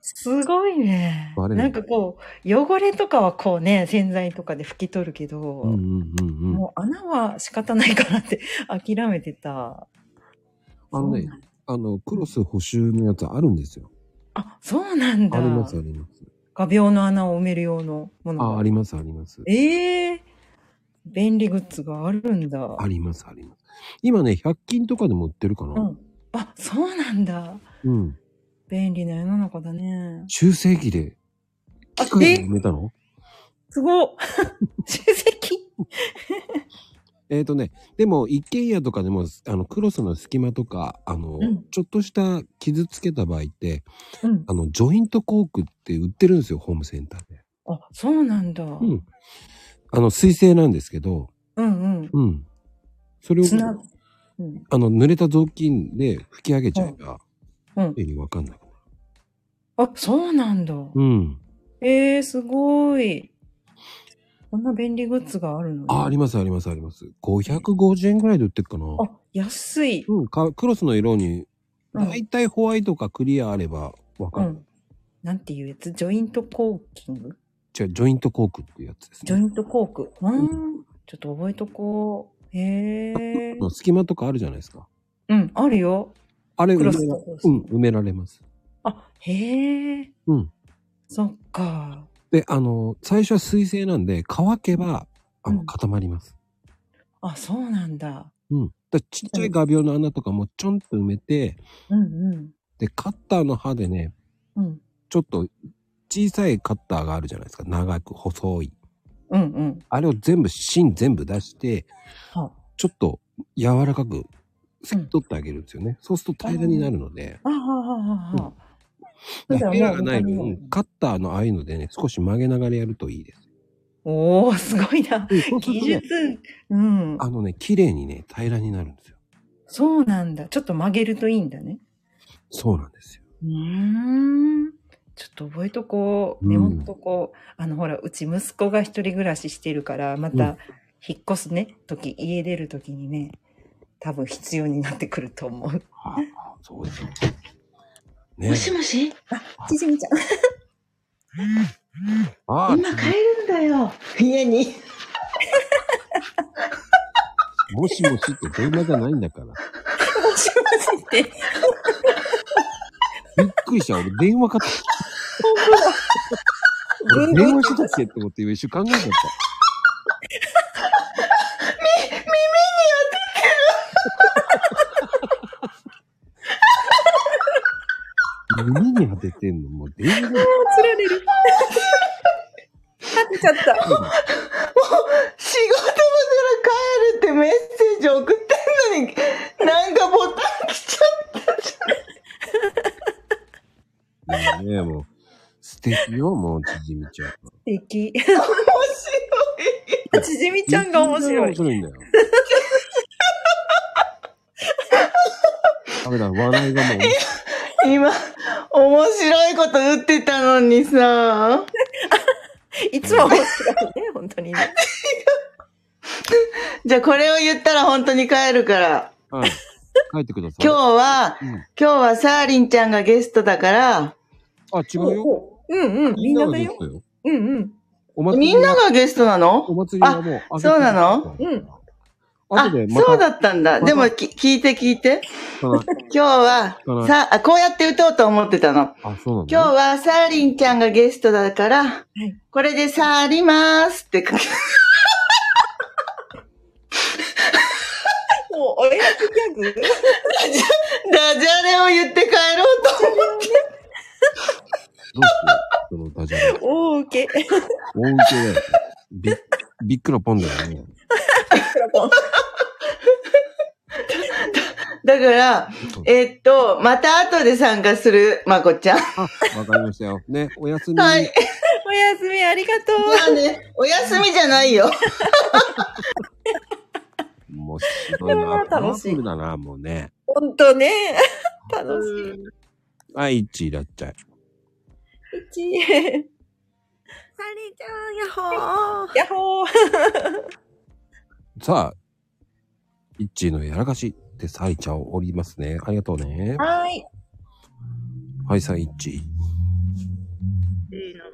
Speaker 13: すごいね。
Speaker 1: バレな
Speaker 13: ないんかこう、汚れとかはこうね、洗剤とかで拭き取るけど、
Speaker 1: うんうんうんうん。
Speaker 13: もう穴は仕方ないからって 諦めてた。
Speaker 1: あのね、あの、クロス補修のやつあるんですよ。
Speaker 13: あ、そうなんだ
Speaker 1: あ。ります、あります。
Speaker 13: 画鋲の穴を埋める用のもの
Speaker 1: あ、
Speaker 13: が。
Speaker 1: あります、あります。
Speaker 13: ええ便利グッズがあるんだ。
Speaker 1: あります、あります。今ね、100均とかでも売ってるか
Speaker 13: う
Speaker 1: な。
Speaker 13: ん。あ、そうなんだ。
Speaker 1: うん。
Speaker 13: 便利な世の中だね。
Speaker 1: 中世紀で、
Speaker 13: あ、
Speaker 1: 機械
Speaker 13: え
Speaker 1: で埋めたの
Speaker 13: すごっ中世紀
Speaker 1: えっ、とね、でも一軒家とかでも、あの、クロスの隙間とか、あの、
Speaker 13: うん
Speaker 1: ちょっとした傷つけた場合って、
Speaker 13: うん
Speaker 1: あの、ジョイントコークって売ってるんですよ、ホームセンターで。
Speaker 13: あ、そうなんだ。うん
Speaker 1: あの、水性なんですけど、
Speaker 13: うん
Speaker 1: うん。それ
Speaker 13: う
Speaker 1: を
Speaker 13: ん。、砂、うん。
Speaker 1: あの、濡れた雑巾で拭き上げちゃえば、
Speaker 13: うん。
Speaker 1: 意味わかんない。
Speaker 13: あ、そうなんだ。
Speaker 1: うん。
Speaker 13: ええすごい。こんな便利グッズがあるのね
Speaker 1: あ、あります、あります、あります。550円ぐらいで売ってるかな。
Speaker 13: 安い。
Speaker 1: うん、かクロスの色に、
Speaker 13: うん
Speaker 1: だいたいホワイトかクリアあればわか
Speaker 13: う
Speaker 1: る。
Speaker 13: ん。なんていうやつジョイントコーキング
Speaker 1: じゃあ、ジョイントコークっていうやつです
Speaker 13: ジョイントコーク。うん。ちょっと覚えとこう。へえ
Speaker 1: の隙間とかあるじゃないですか。
Speaker 13: うん、あるよ。
Speaker 1: あれ埋め
Speaker 13: クロ
Speaker 1: ら
Speaker 13: スとクロス
Speaker 1: うん、埋められます。
Speaker 13: あ、へえ。
Speaker 1: うん。
Speaker 13: そっか。
Speaker 1: で、あの、最初は水性なんで、乾けば、あの、固まります。
Speaker 13: あ、そうなんだ。
Speaker 1: うん。だちっちゃい画鋲の穴とかもちょんと埋めて、
Speaker 13: うんうん。
Speaker 1: で、カッターの刃でね、
Speaker 13: うん
Speaker 1: ちょっと小さいカッターがあるじゃないですか。長く、細い。
Speaker 13: うんうん。
Speaker 1: あれを全部、芯全部出して、
Speaker 13: は
Speaker 1: ちょっと柔らかく、拭き取ってあげるんですよね。そうすると平らになるので、
Speaker 13: あはあはあはあ。
Speaker 1: だからエラ
Speaker 13: も
Speaker 1: ー
Speaker 13: う
Speaker 1: がない
Speaker 13: 他にも
Speaker 1: 分、カッターのああいうのでね、少し曲げながらやるといいです。
Speaker 13: おー、すごいな。技
Speaker 1: ね
Speaker 13: 術。うん。
Speaker 1: あのね、綺麗にね、平らになるんですよ。
Speaker 13: そうなんだ。ちょっと曲げるといいんだね。
Speaker 1: そうなんですよ。
Speaker 13: うーん。ちょっと覚えとこう。メモっとこう。あの、ほら、うち息子が一人暮らししてるから、ま
Speaker 1: うん
Speaker 13: た、引っ越すね、時、家出る時にね、多分必要になってくると思う。
Speaker 1: そうですよ。
Speaker 13: もしもしあ、ちじみちゃん。
Speaker 1: あ
Speaker 13: 今帰るんだよ。家に。
Speaker 1: もしもしって電話じゃないんだから。
Speaker 13: もしもしって。
Speaker 1: びっくりした。俺電話かと。
Speaker 13: 本当だ。
Speaker 1: 俺電話してたっけって思って今一瞬考えちゃった。
Speaker 13: み、耳に
Speaker 1: 耳に当ててんのもう電話
Speaker 13: 当ててる。あー、つられる。当てちゃった。もう、仕事場から帰るってメッセージ送ってんのに、なんかボタン来ちゃったじ
Speaker 1: もうね、もう。素敵よ、もう、ちじみちゃん。
Speaker 13: ゃん。素敵。面白い。ちじみちゃんが面白
Speaker 1: 面
Speaker 13: い。
Speaker 1: 白いんだよ。ダメだ、笑いがもう。
Speaker 5: 今、面白いこと打ってたのに さ。
Speaker 13: いつも面白いね、本当にね。
Speaker 5: じゃあこれを言ったら本当に帰るから。
Speaker 1: はい。帰ってください。
Speaker 5: 今日は、
Speaker 1: うん
Speaker 5: 今日はサーリンちゃんがゲストだから。
Speaker 1: あ、違うよ。
Speaker 5: うんうん、みんなだよ。
Speaker 1: よ。
Speaker 5: うんうん。
Speaker 1: お祭
Speaker 5: み
Speaker 1: り
Speaker 5: んながゲストなの
Speaker 1: お祭りはもう
Speaker 5: あ、
Speaker 1: あげて
Speaker 5: そ
Speaker 1: る
Speaker 5: うなのうん。あ、
Speaker 1: 後でまた
Speaker 5: そうだったんだ。でも、き聞いて聞いて。
Speaker 1: 今
Speaker 5: 日は
Speaker 1: うん、
Speaker 5: さあ、こうやって打とうと思ってたの。
Speaker 1: あ、そうなんだ。
Speaker 5: 今日はサーリンちゃんがゲストだから、これでサーリまーすって書け。
Speaker 13: もう、おやつギャグ
Speaker 5: ダジャレを言って帰ろうと思って。
Speaker 1: そのダジャレ。
Speaker 13: 大受 け。
Speaker 1: 大受けだよ。びっ、びっくらぽんだよね。
Speaker 5: だから、えっと、また後で参加する、まこちゃん。
Speaker 1: わかりましたよ。ね、おやすみ。
Speaker 5: はい。
Speaker 13: おやすみ、ありがとう。
Speaker 5: じゃあね、おやすみじゃないよ。
Speaker 1: もう、すごいな。
Speaker 13: あー楽しい
Speaker 1: パワフルだな、もうね。
Speaker 13: 本当ね。楽しい。
Speaker 1: はい、一位だっちゃい。
Speaker 13: 一位。サリちゃん、ヤッホー。ヤッ ホー。
Speaker 1: さあ、一位のやらかしってサイちゃんをおりますね。ありがとうね。
Speaker 13: はい。
Speaker 1: はい、サイ一位。
Speaker 5: いいの。あ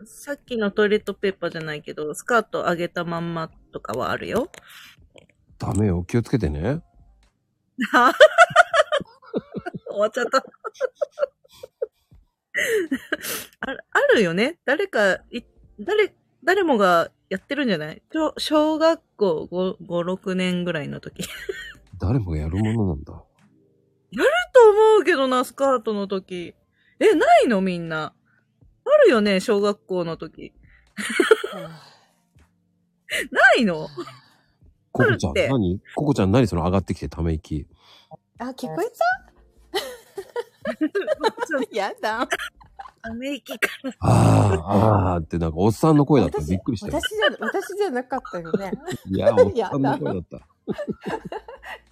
Speaker 5: の、さっきのトイレットペーパーじゃないけど、スカート上げたまんまとかはあるよ。
Speaker 1: ダメよ、気をつけてね。
Speaker 5: 終わっちゃった。あるあるよね。誰か、い誰、誰もがやってるんじゃない小小学校5、5、6年ぐらいの時。
Speaker 1: 誰もがやるものなんだ。
Speaker 5: やると思うけどな、スカートの時。え、ないのみんな。あるよね、小学校の 時。ないの
Speaker 1: ココち
Speaker 5: あ
Speaker 1: ゃん、
Speaker 5: るって
Speaker 1: 何ココちゃん、何その上がってきてため息。
Speaker 14: あ、聞こえたやだ。
Speaker 5: ため息か
Speaker 1: あー、あーってなんかおっさんの声だった。びっくりしたよ
Speaker 14: 私。じゃ、私じゃなかったよね。
Speaker 1: いや、 おっさんの声だった。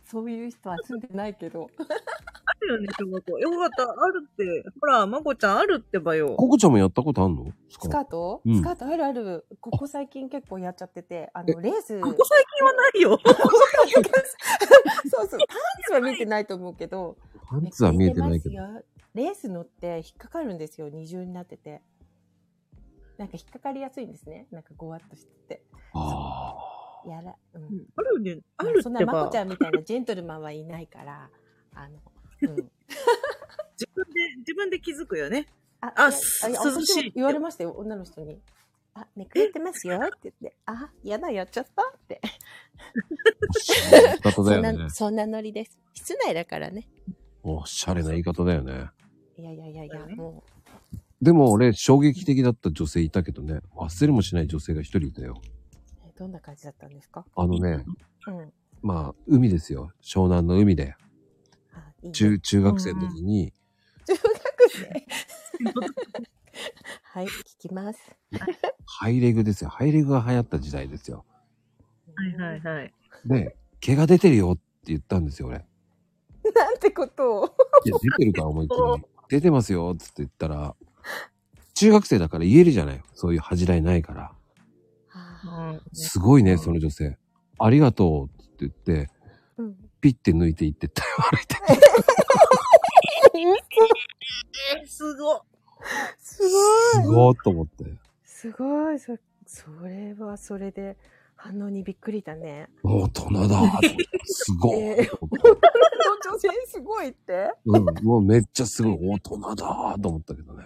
Speaker 14: そういう人は住んでないけど。
Speaker 5: あるよね、小学校。よかった、あるって。ほら、まこちゃんあるってばよ。
Speaker 1: ココちゃんもやったことあんの
Speaker 14: スカート、
Speaker 1: うん
Speaker 14: スカートあるある。ここ最近結構やっちゃってて、あの、レース。
Speaker 5: ここ最近はないよ。
Speaker 14: そうそう。パンツは見てないと思うけど。
Speaker 1: パンツは見えてないけど。
Speaker 14: ど。レース乗って引っかかるんですよ。二重になってて。なんか引っかかりやすいんですね。なんかごわっとしてて。やら、うん。
Speaker 5: あるね、あ
Speaker 14: まあ
Speaker 5: る
Speaker 14: そん
Speaker 5: っ
Speaker 14: な
Speaker 5: て
Speaker 14: まこ
Speaker 5: ば
Speaker 14: ち。ゃんみたいなジェントルマンはいないから、あの、うん。
Speaker 5: 自分で、自分で気づくよね。
Speaker 14: あ
Speaker 5: あ
Speaker 14: いや
Speaker 5: す
Speaker 14: いや
Speaker 5: 涼しい
Speaker 14: 私も言われましたよ、女の人に。あ、めくれてますよって言って、 あ、やだ、やっちゃったって。
Speaker 1: い方だよね
Speaker 14: そんな、そんなノリです。室内だからね。
Speaker 1: おしゃれな言い方だよね。
Speaker 14: いやいやいやいや、も
Speaker 1: でも俺、衝撃的だった女性いたけどね、忘れもしない女性が一人いたよ。
Speaker 14: う、えどんな感じだったんですか
Speaker 1: あのね、
Speaker 14: うん。
Speaker 1: まあ、海ですよ。湘南の海で。中、中学生の時に、
Speaker 14: 中学生はい、聞きます。
Speaker 1: ハイレグですよ。ハイレグが流行った時代ですよ。
Speaker 5: はいはいはい。
Speaker 1: で、毛が出てるよって言ったんですよ、俺。
Speaker 14: なんてことを。
Speaker 1: いや、出てるから思いっきり。出てますよ、つって言ったら、中学生だから言えるじゃない。そういう恥じらいないから。すごいね、その女性。ありがとうって言って、ピッて抜いていって ったよ、歩いて。
Speaker 5: すご
Speaker 14: すごい。
Speaker 1: すごーっと思って。
Speaker 14: すごい。そそれはそれで反応にびっくりだね。
Speaker 1: 大人だ。すごい。
Speaker 14: え ー、大人の女性すごいって
Speaker 1: うん、もうめっちゃすごい大人だーと思ったけどね。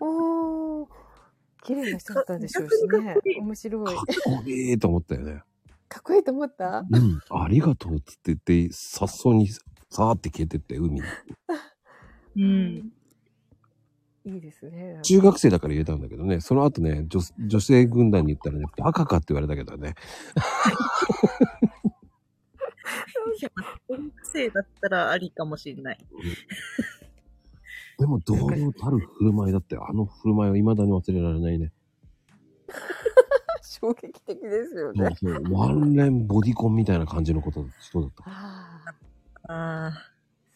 Speaker 14: おー綺麗な人だったんでしょうしね。面白い。
Speaker 1: これーと思ったよね。
Speaker 14: かっこいいと思った
Speaker 1: うん、ありがとうっつって言って、さっそうに、さーって消えてって、海に。
Speaker 14: うん。いいですね。
Speaker 1: 中学生だから言えたんだけどね、その後ね、女女性軍団に言ったらね、バカかって言われたけどね。
Speaker 5: いや、音声だったらありかもしれない。
Speaker 1: でも、堂々たる振る舞いだったよ。あの振る舞いは未だに忘れられないね。
Speaker 14: 衝撃的ですよ
Speaker 1: も
Speaker 14: ね
Speaker 1: う。そう、ワンレンボディコンみたいな感じのこと、人だった。
Speaker 14: あ
Speaker 5: あ。あ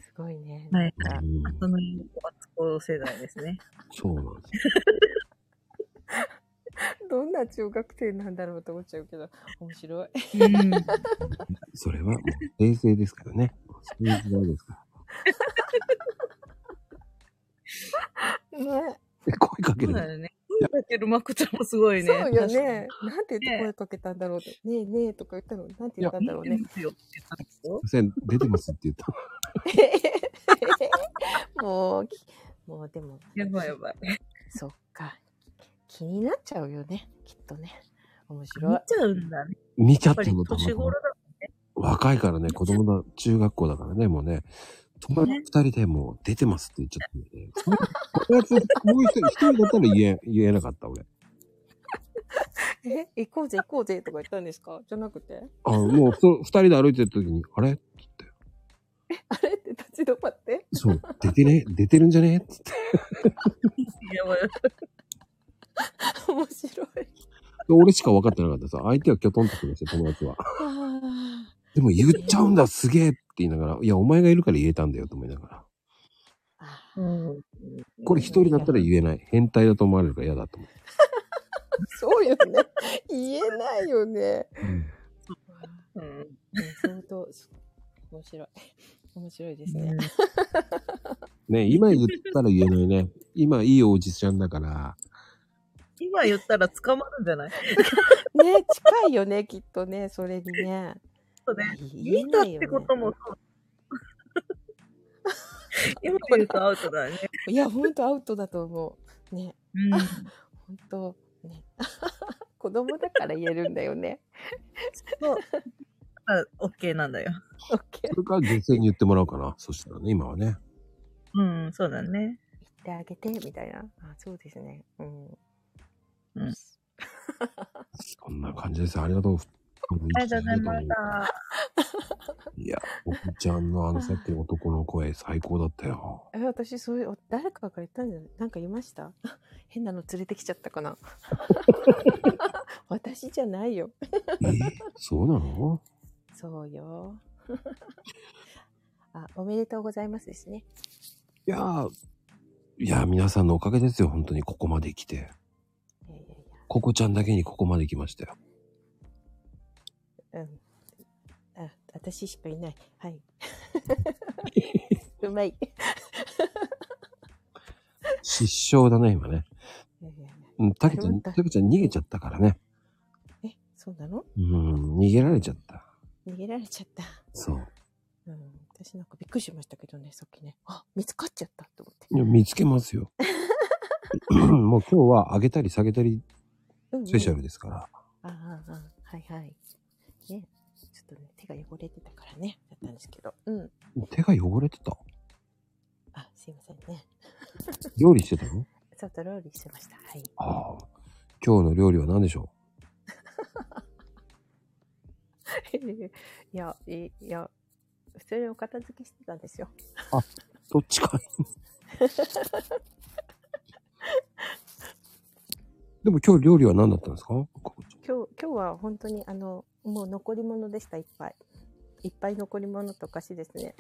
Speaker 14: ーすごいね。
Speaker 5: あ。はい。
Speaker 1: うん
Speaker 5: その、マツコ世代ですね。
Speaker 1: そうなんです。
Speaker 14: どんな中学生なんだろうと思っちゃうけど、面白い。
Speaker 1: それはもう平成ですからね。そういう時代ですから。
Speaker 14: ね。
Speaker 1: 声かける
Speaker 5: そう だよね。声かけるまこちゃんもすごいね。
Speaker 14: そうよね。なんて言って声かけたんだろうって。ねえねえとか言ったの。なんて言ったんだろうね。
Speaker 1: すいません出てますって言った。
Speaker 14: もう、きもうでも。
Speaker 5: やばいやばい。
Speaker 14: そっか。気になっちゃうよね。きっと ね。面
Speaker 5: 確かに。
Speaker 14: 白い
Speaker 5: 見。ちゃうんだね。
Speaker 1: 見ちゃったの
Speaker 5: やっぱり年頃だもんね。
Speaker 1: 若いからね、子供だ、中学校だからね、もうね、友達二人でもう出てますって言っちゃったんでね。それそれもう一人、一人だったら言え、言えなかった俺。
Speaker 14: え、行こうぜ行こうぜとか言ったんですかじゃなくて。
Speaker 1: あもうそ、二人で歩いてる時に、あれ
Speaker 14: あれって立ち止まって。
Speaker 1: そう、出てね、出てるんじゃねっつって。
Speaker 5: やばい。
Speaker 14: 面白い。
Speaker 1: で俺しか分かってなかったさ。相手はキョトンとしてました、友達は。
Speaker 14: あ
Speaker 1: でも言っちゃうんだ、すげえって言いながら、いや、お前がいるから言えたんだよと思いながら。
Speaker 14: あ。うん。
Speaker 1: これ一人だったら言えない。変態だと思われるから嫌だと思って。
Speaker 14: そうよね。言えないよね。うん。相当、面白い。面白いですね。
Speaker 1: ね今言ったら言えないね。今いいおじちゃんだから、
Speaker 5: 今言ったら捕まるんじゃ ない
Speaker 14: ね近いよね、きっとね、それにね。
Speaker 5: そうね。
Speaker 14: 言え
Speaker 5: 見た
Speaker 14: な
Speaker 5: っ
Speaker 14: いよ
Speaker 5: て
Speaker 14: ね
Speaker 5: ことも そう。今言うとアウトだね。
Speaker 14: いや、ほんとアウトだと思う。ね。
Speaker 5: うん。
Speaker 14: ほんと、ね。 子供だから言えるんだよね。
Speaker 5: そう。あ、オッケーなんだよ。
Speaker 1: それから女性に言ってもらおうかな。そしたらね、今はね。
Speaker 5: うん、そうだね。
Speaker 14: 言ってあげて、みたいな。あそうですね。うん。
Speaker 5: うん。
Speaker 1: こんな感じです。ありがとう。
Speaker 5: ありがとうございました。
Speaker 1: いや、おじちゃんのあのさっきの男の声最高だったよ。
Speaker 14: え、私、そういう、誰かが言ったんじゃないなんかいました変なの連れてきちゃったかな 私じゃないよ。
Speaker 1: そうなの
Speaker 14: そうよ。あ、おめでとうございますですね。
Speaker 1: いやー、いやー皆さんのおかげですよ。本当にここまで来て。ココちゃんだけにここまで来ましたよ。
Speaker 14: うん。あ、私しかいない。 はい。うまい。
Speaker 1: 失笑だね、今ね。うん、たけちゃ
Speaker 14: あ
Speaker 1: ん、
Speaker 14: れは
Speaker 1: たけちゃん逃げちゃったからね。
Speaker 14: え、そうなの
Speaker 1: うん、逃げられちゃった。
Speaker 14: 逃げられちゃった。
Speaker 1: そう。
Speaker 14: うん、私なんかびっくりしましたけどね、さっきね。あ、見つかっちゃったと思って。
Speaker 1: いや見つけますよ。もう今日は上げたり下げたり
Speaker 14: うんうん
Speaker 1: スペシャルですから。
Speaker 14: ああ、ああはいはい。ね、ちょっとね、手が汚れてたからね、だったんですけど。うん。
Speaker 1: 手が汚れてた。
Speaker 14: あ、すいませんね。
Speaker 1: 料理してたの
Speaker 14: ちょっとローリーしてました。 はい。
Speaker 1: ああ。今日の料理は何でしょ
Speaker 14: いや、いいや、普通にお片付けしてたんですよ。
Speaker 1: うあ、どっちか。 でも今日料理は何だったんですか
Speaker 14: 今日、今日は本当にあの、もう残り物でした、いっぱい。いっぱい残り物とお菓子ですね。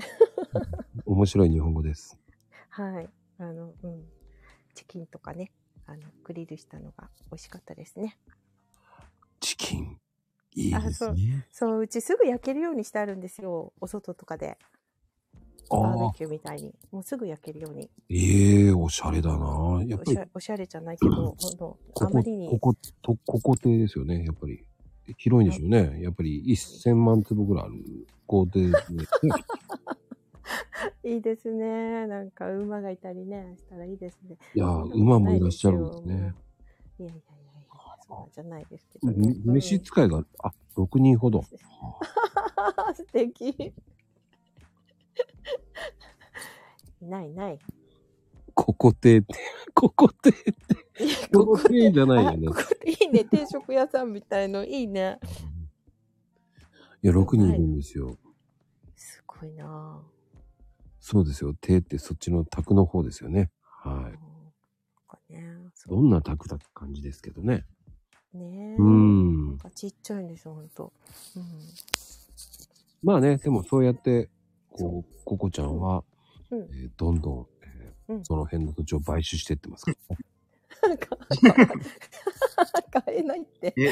Speaker 1: 面白い日本語です。
Speaker 14: はい。あの、うん。チキンとかね、あの、グリルしたのが美味しかったですね。
Speaker 1: チキン。いい
Speaker 14: あ
Speaker 1: です
Speaker 14: そう
Speaker 1: ね。
Speaker 14: そう、うちすぐ焼けるようにしてあるんですよ。お外とかで。
Speaker 1: あ
Speaker 14: バー
Speaker 1: あ
Speaker 14: ベ、キューみたいに。もうすぐ焼けるように。
Speaker 1: ええおしゃれだな。やっ
Speaker 14: お
Speaker 1: ぱり
Speaker 14: しゃおしゃれじゃないけど、ほんと、
Speaker 1: こ
Speaker 14: あ
Speaker 1: こ、
Speaker 14: まりに
Speaker 1: こ。こと、ここ邸ですよね、やっぱり。広いんでしょうね。やっぱり1000万坪ぐらいある豪邸で すね。
Speaker 14: いいですね。なんか、馬がいたりね、したらいいですね。
Speaker 1: いや
Speaker 14: そんなこ
Speaker 1: ー、
Speaker 14: と
Speaker 1: 馬も
Speaker 14: ない
Speaker 1: らっ
Speaker 14: で
Speaker 1: し
Speaker 14: す
Speaker 1: ゃ
Speaker 14: よ
Speaker 1: るんですね。
Speaker 14: いやいやいやいや、そうじゃないですけどね。
Speaker 1: め召使いが、あ、6人ほど。
Speaker 14: 素敵。いないいない。
Speaker 1: ここ邸って、ここ邸って、ここ邸じゃないよね。
Speaker 14: いいね、定食屋さんみたいの、いいね。
Speaker 1: いや、6人いるんですよ。
Speaker 14: すごいなぁ。
Speaker 1: そうですよ。邸ってそっちの宅の方ですよね。はい。
Speaker 14: ね
Speaker 1: どんな宅だって感じですけどね。
Speaker 14: ねえ。
Speaker 1: うん
Speaker 14: なんかちっちゃいんですよ、ほんと。うん。
Speaker 1: まあね、でもそうやって、こう、ココちゃんは、
Speaker 14: うん
Speaker 1: えーどんどん、えー
Speaker 14: うん
Speaker 1: その辺の土地を買収してってますからね。
Speaker 14: 買えないって。
Speaker 4: え、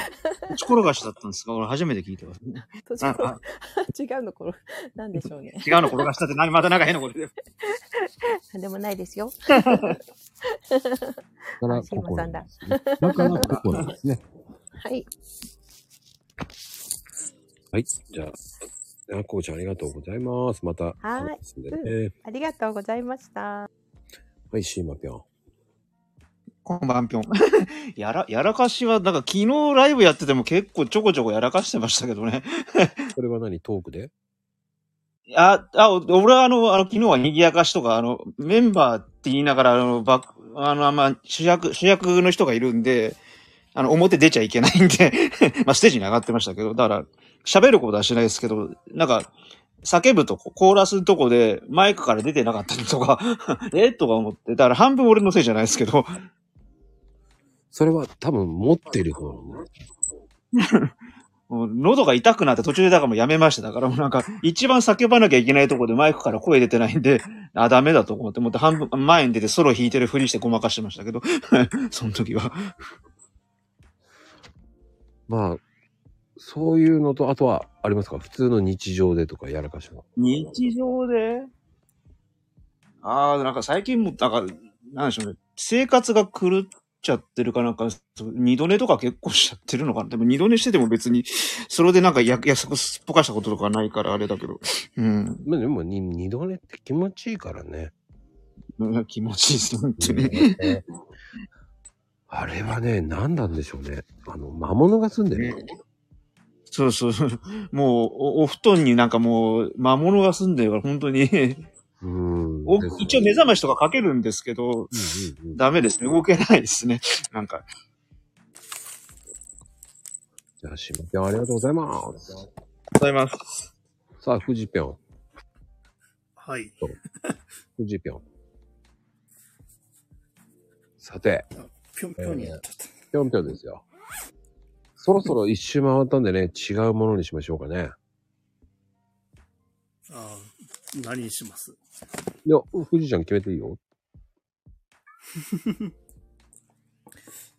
Speaker 4: 打ち転がしだったんですか俺初めて聞いてます。
Speaker 14: 途中
Speaker 4: ああ
Speaker 14: 違うのころ、なんでしょうね。
Speaker 4: 違うの転がしたって何またなんか変なこと言ってる
Speaker 14: なんでもないですよ。
Speaker 1: だから、
Speaker 14: あシーマさんだ
Speaker 1: だからココなんですね。
Speaker 14: はい。
Speaker 1: はい。じゃあ、あ、ココちゃんありがとうございます。また、
Speaker 14: はい、
Speaker 1: すんで
Speaker 14: う
Speaker 1: ね
Speaker 14: ん。ありがとうございました。
Speaker 1: はい、シーマぴょん。
Speaker 4: こんばんぴょん。 やら、やらかしは、なんか昨日ライブやってても結構ちょこちょこやらかしてましたけどね。
Speaker 1: それは何トークで
Speaker 4: あ、あ、お俺はあの、あの、昨日は賑やかしとか、あの、メンバーって言いながら、あの、バックあの、あんま主役、主役の人がいるんで、あの、表出ちゃいけないんで、 まあ、ステージに上がってましたけど、だから、喋ることはしないですけど、なんか、叫ぶとこ、コーラスのとこで、マイクから出てなかったりとか、 えとか思って、だから半分俺のせいじゃないですけど、
Speaker 1: それは多分持ってる方のね。
Speaker 4: もう喉が痛くなって途中でだからもうやめました。だからもうなんか、一番叫ばなきゃいけないところでマイクから声出てないんで、あ、ダメだと思って、もっと半分、前に出てソロ弾いてるふりしてごまかしてましたけど、 その時は。
Speaker 1: まあ、そういうのと、あとは、ありますか普通の日常でとかやらかしの。
Speaker 4: 日常でああ、なんか最近も、なんか、なんでしょうね。生活が狂っちゃってるかなんか、そう二度寝とか結構しちゃってるのかな。でも二度寝してても別に、それでなんかや約束すっぽかしたこととかないからあれだけど。うん。
Speaker 1: まあでも、に二度寝って気持ちいいからね。
Speaker 4: 気持ちいいです、本当
Speaker 1: に。あれはね、何なんでしょうね。あの、魔物が住んでる。
Speaker 4: そうそうそう。もうお、お布団になんかもう、魔物が住んでるから、本当に。お一応目覚ましとかかけるんですけど、ダメですね。動けないですね。なんか。
Speaker 1: じゃあ、しまぴょんありがとうございます。
Speaker 4: ございます。
Speaker 1: さあ、富士ぴょん。
Speaker 6: はい。
Speaker 1: 富士ぴょん。さて。
Speaker 6: ぴょんぴょんになっちゃった。
Speaker 1: ぴょんぴょんですよ。そろそろ一周回ったんでね、違うものにしましょうかね。
Speaker 6: あー何にします
Speaker 1: いや、富士ちゃん決めていいよ。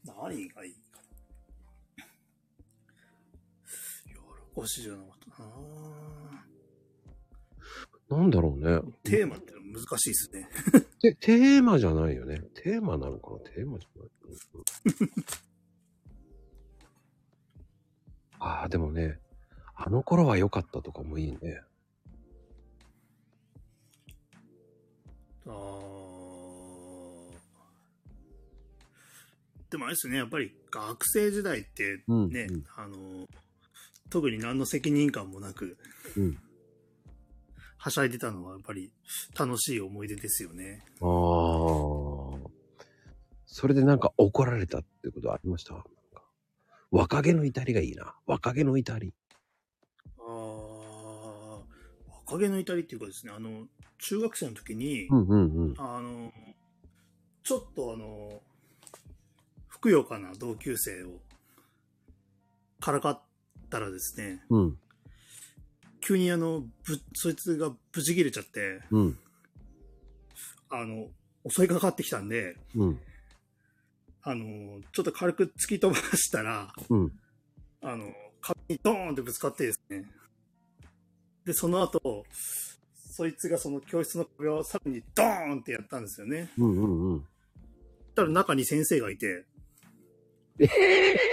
Speaker 6: 何がいいかな。やらかしじゃなかったな
Speaker 1: なんだろうね。
Speaker 6: テーマってのは難しいですね。
Speaker 1: てテーマじゃないよね。テーマなのかなテーマじゃない。ああ、でもね、あの頃は良かったとかもいいね。
Speaker 6: でもあれですね、やっぱり学生時代ってね、
Speaker 1: うん
Speaker 6: あの、特に何の責任感もなく、
Speaker 1: うん
Speaker 6: はしゃいでたのはやっぱり楽しい思い出ですよね。
Speaker 1: ああ。それでなんか怒られたってことありましたなんか若気の至りがいいな。若気の至り。
Speaker 6: 若気の至りっていうかですね、あの、中学生の時に、
Speaker 1: うんうんうん
Speaker 6: あの、ちょっとあの、ふくよかな同級生をからかったらですね、
Speaker 1: うん。
Speaker 6: 急にあの、ぶ、そいつがブチ切れちゃって、
Speaker 1: うん。
Speaker 6: あの、襲いかかってきたんで、
Speaker 1: うん。
Speaker 6: あの、ちょっと軽く突き飛ばしたら、
Speaker 1: うん。
Speaker 6: あの、壁にドーンってぶつかってですね。で、その後、そいつがその教室の壁をさらにドーンってやったんですよね。
Speaker 1: うんうんうん。
Speaker 6: そしたら中に先生がいて、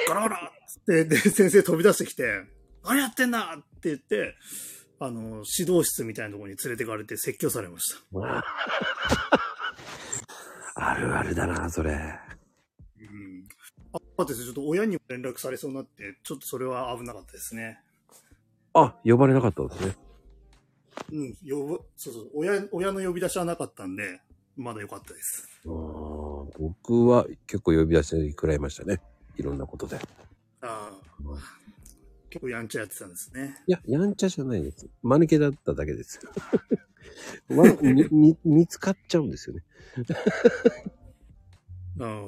Speaker 6: ガラガラっつって、で、先生飛び出してきて、何やってんだって言って、あの、指導室みたいなところに連れてかれて説教されました。
Speaker 1: あるあるだな、それ。
Speaker 6: あ、待ってちょっと親にも連絡されそうになって、ちょっとそれは危なかったですね。
Speaker 1: あ、呼ばれなかったんですね。
Speaker 6: うん、呼ぶ、そうそう、親、親の呼び出しはなかったんで、まだ良かったです。
Speaker 1: 僕は結構呼び出してくらいましたね。いろんなことで。
Speaker 6: ああ、結構やんちゃやってたんですね。
Speaker 1: いや、やんちゃじゃないです。間抜けだっただけです。 わみみ見つかっちゃうんですよね。
Speaker 6: ああ。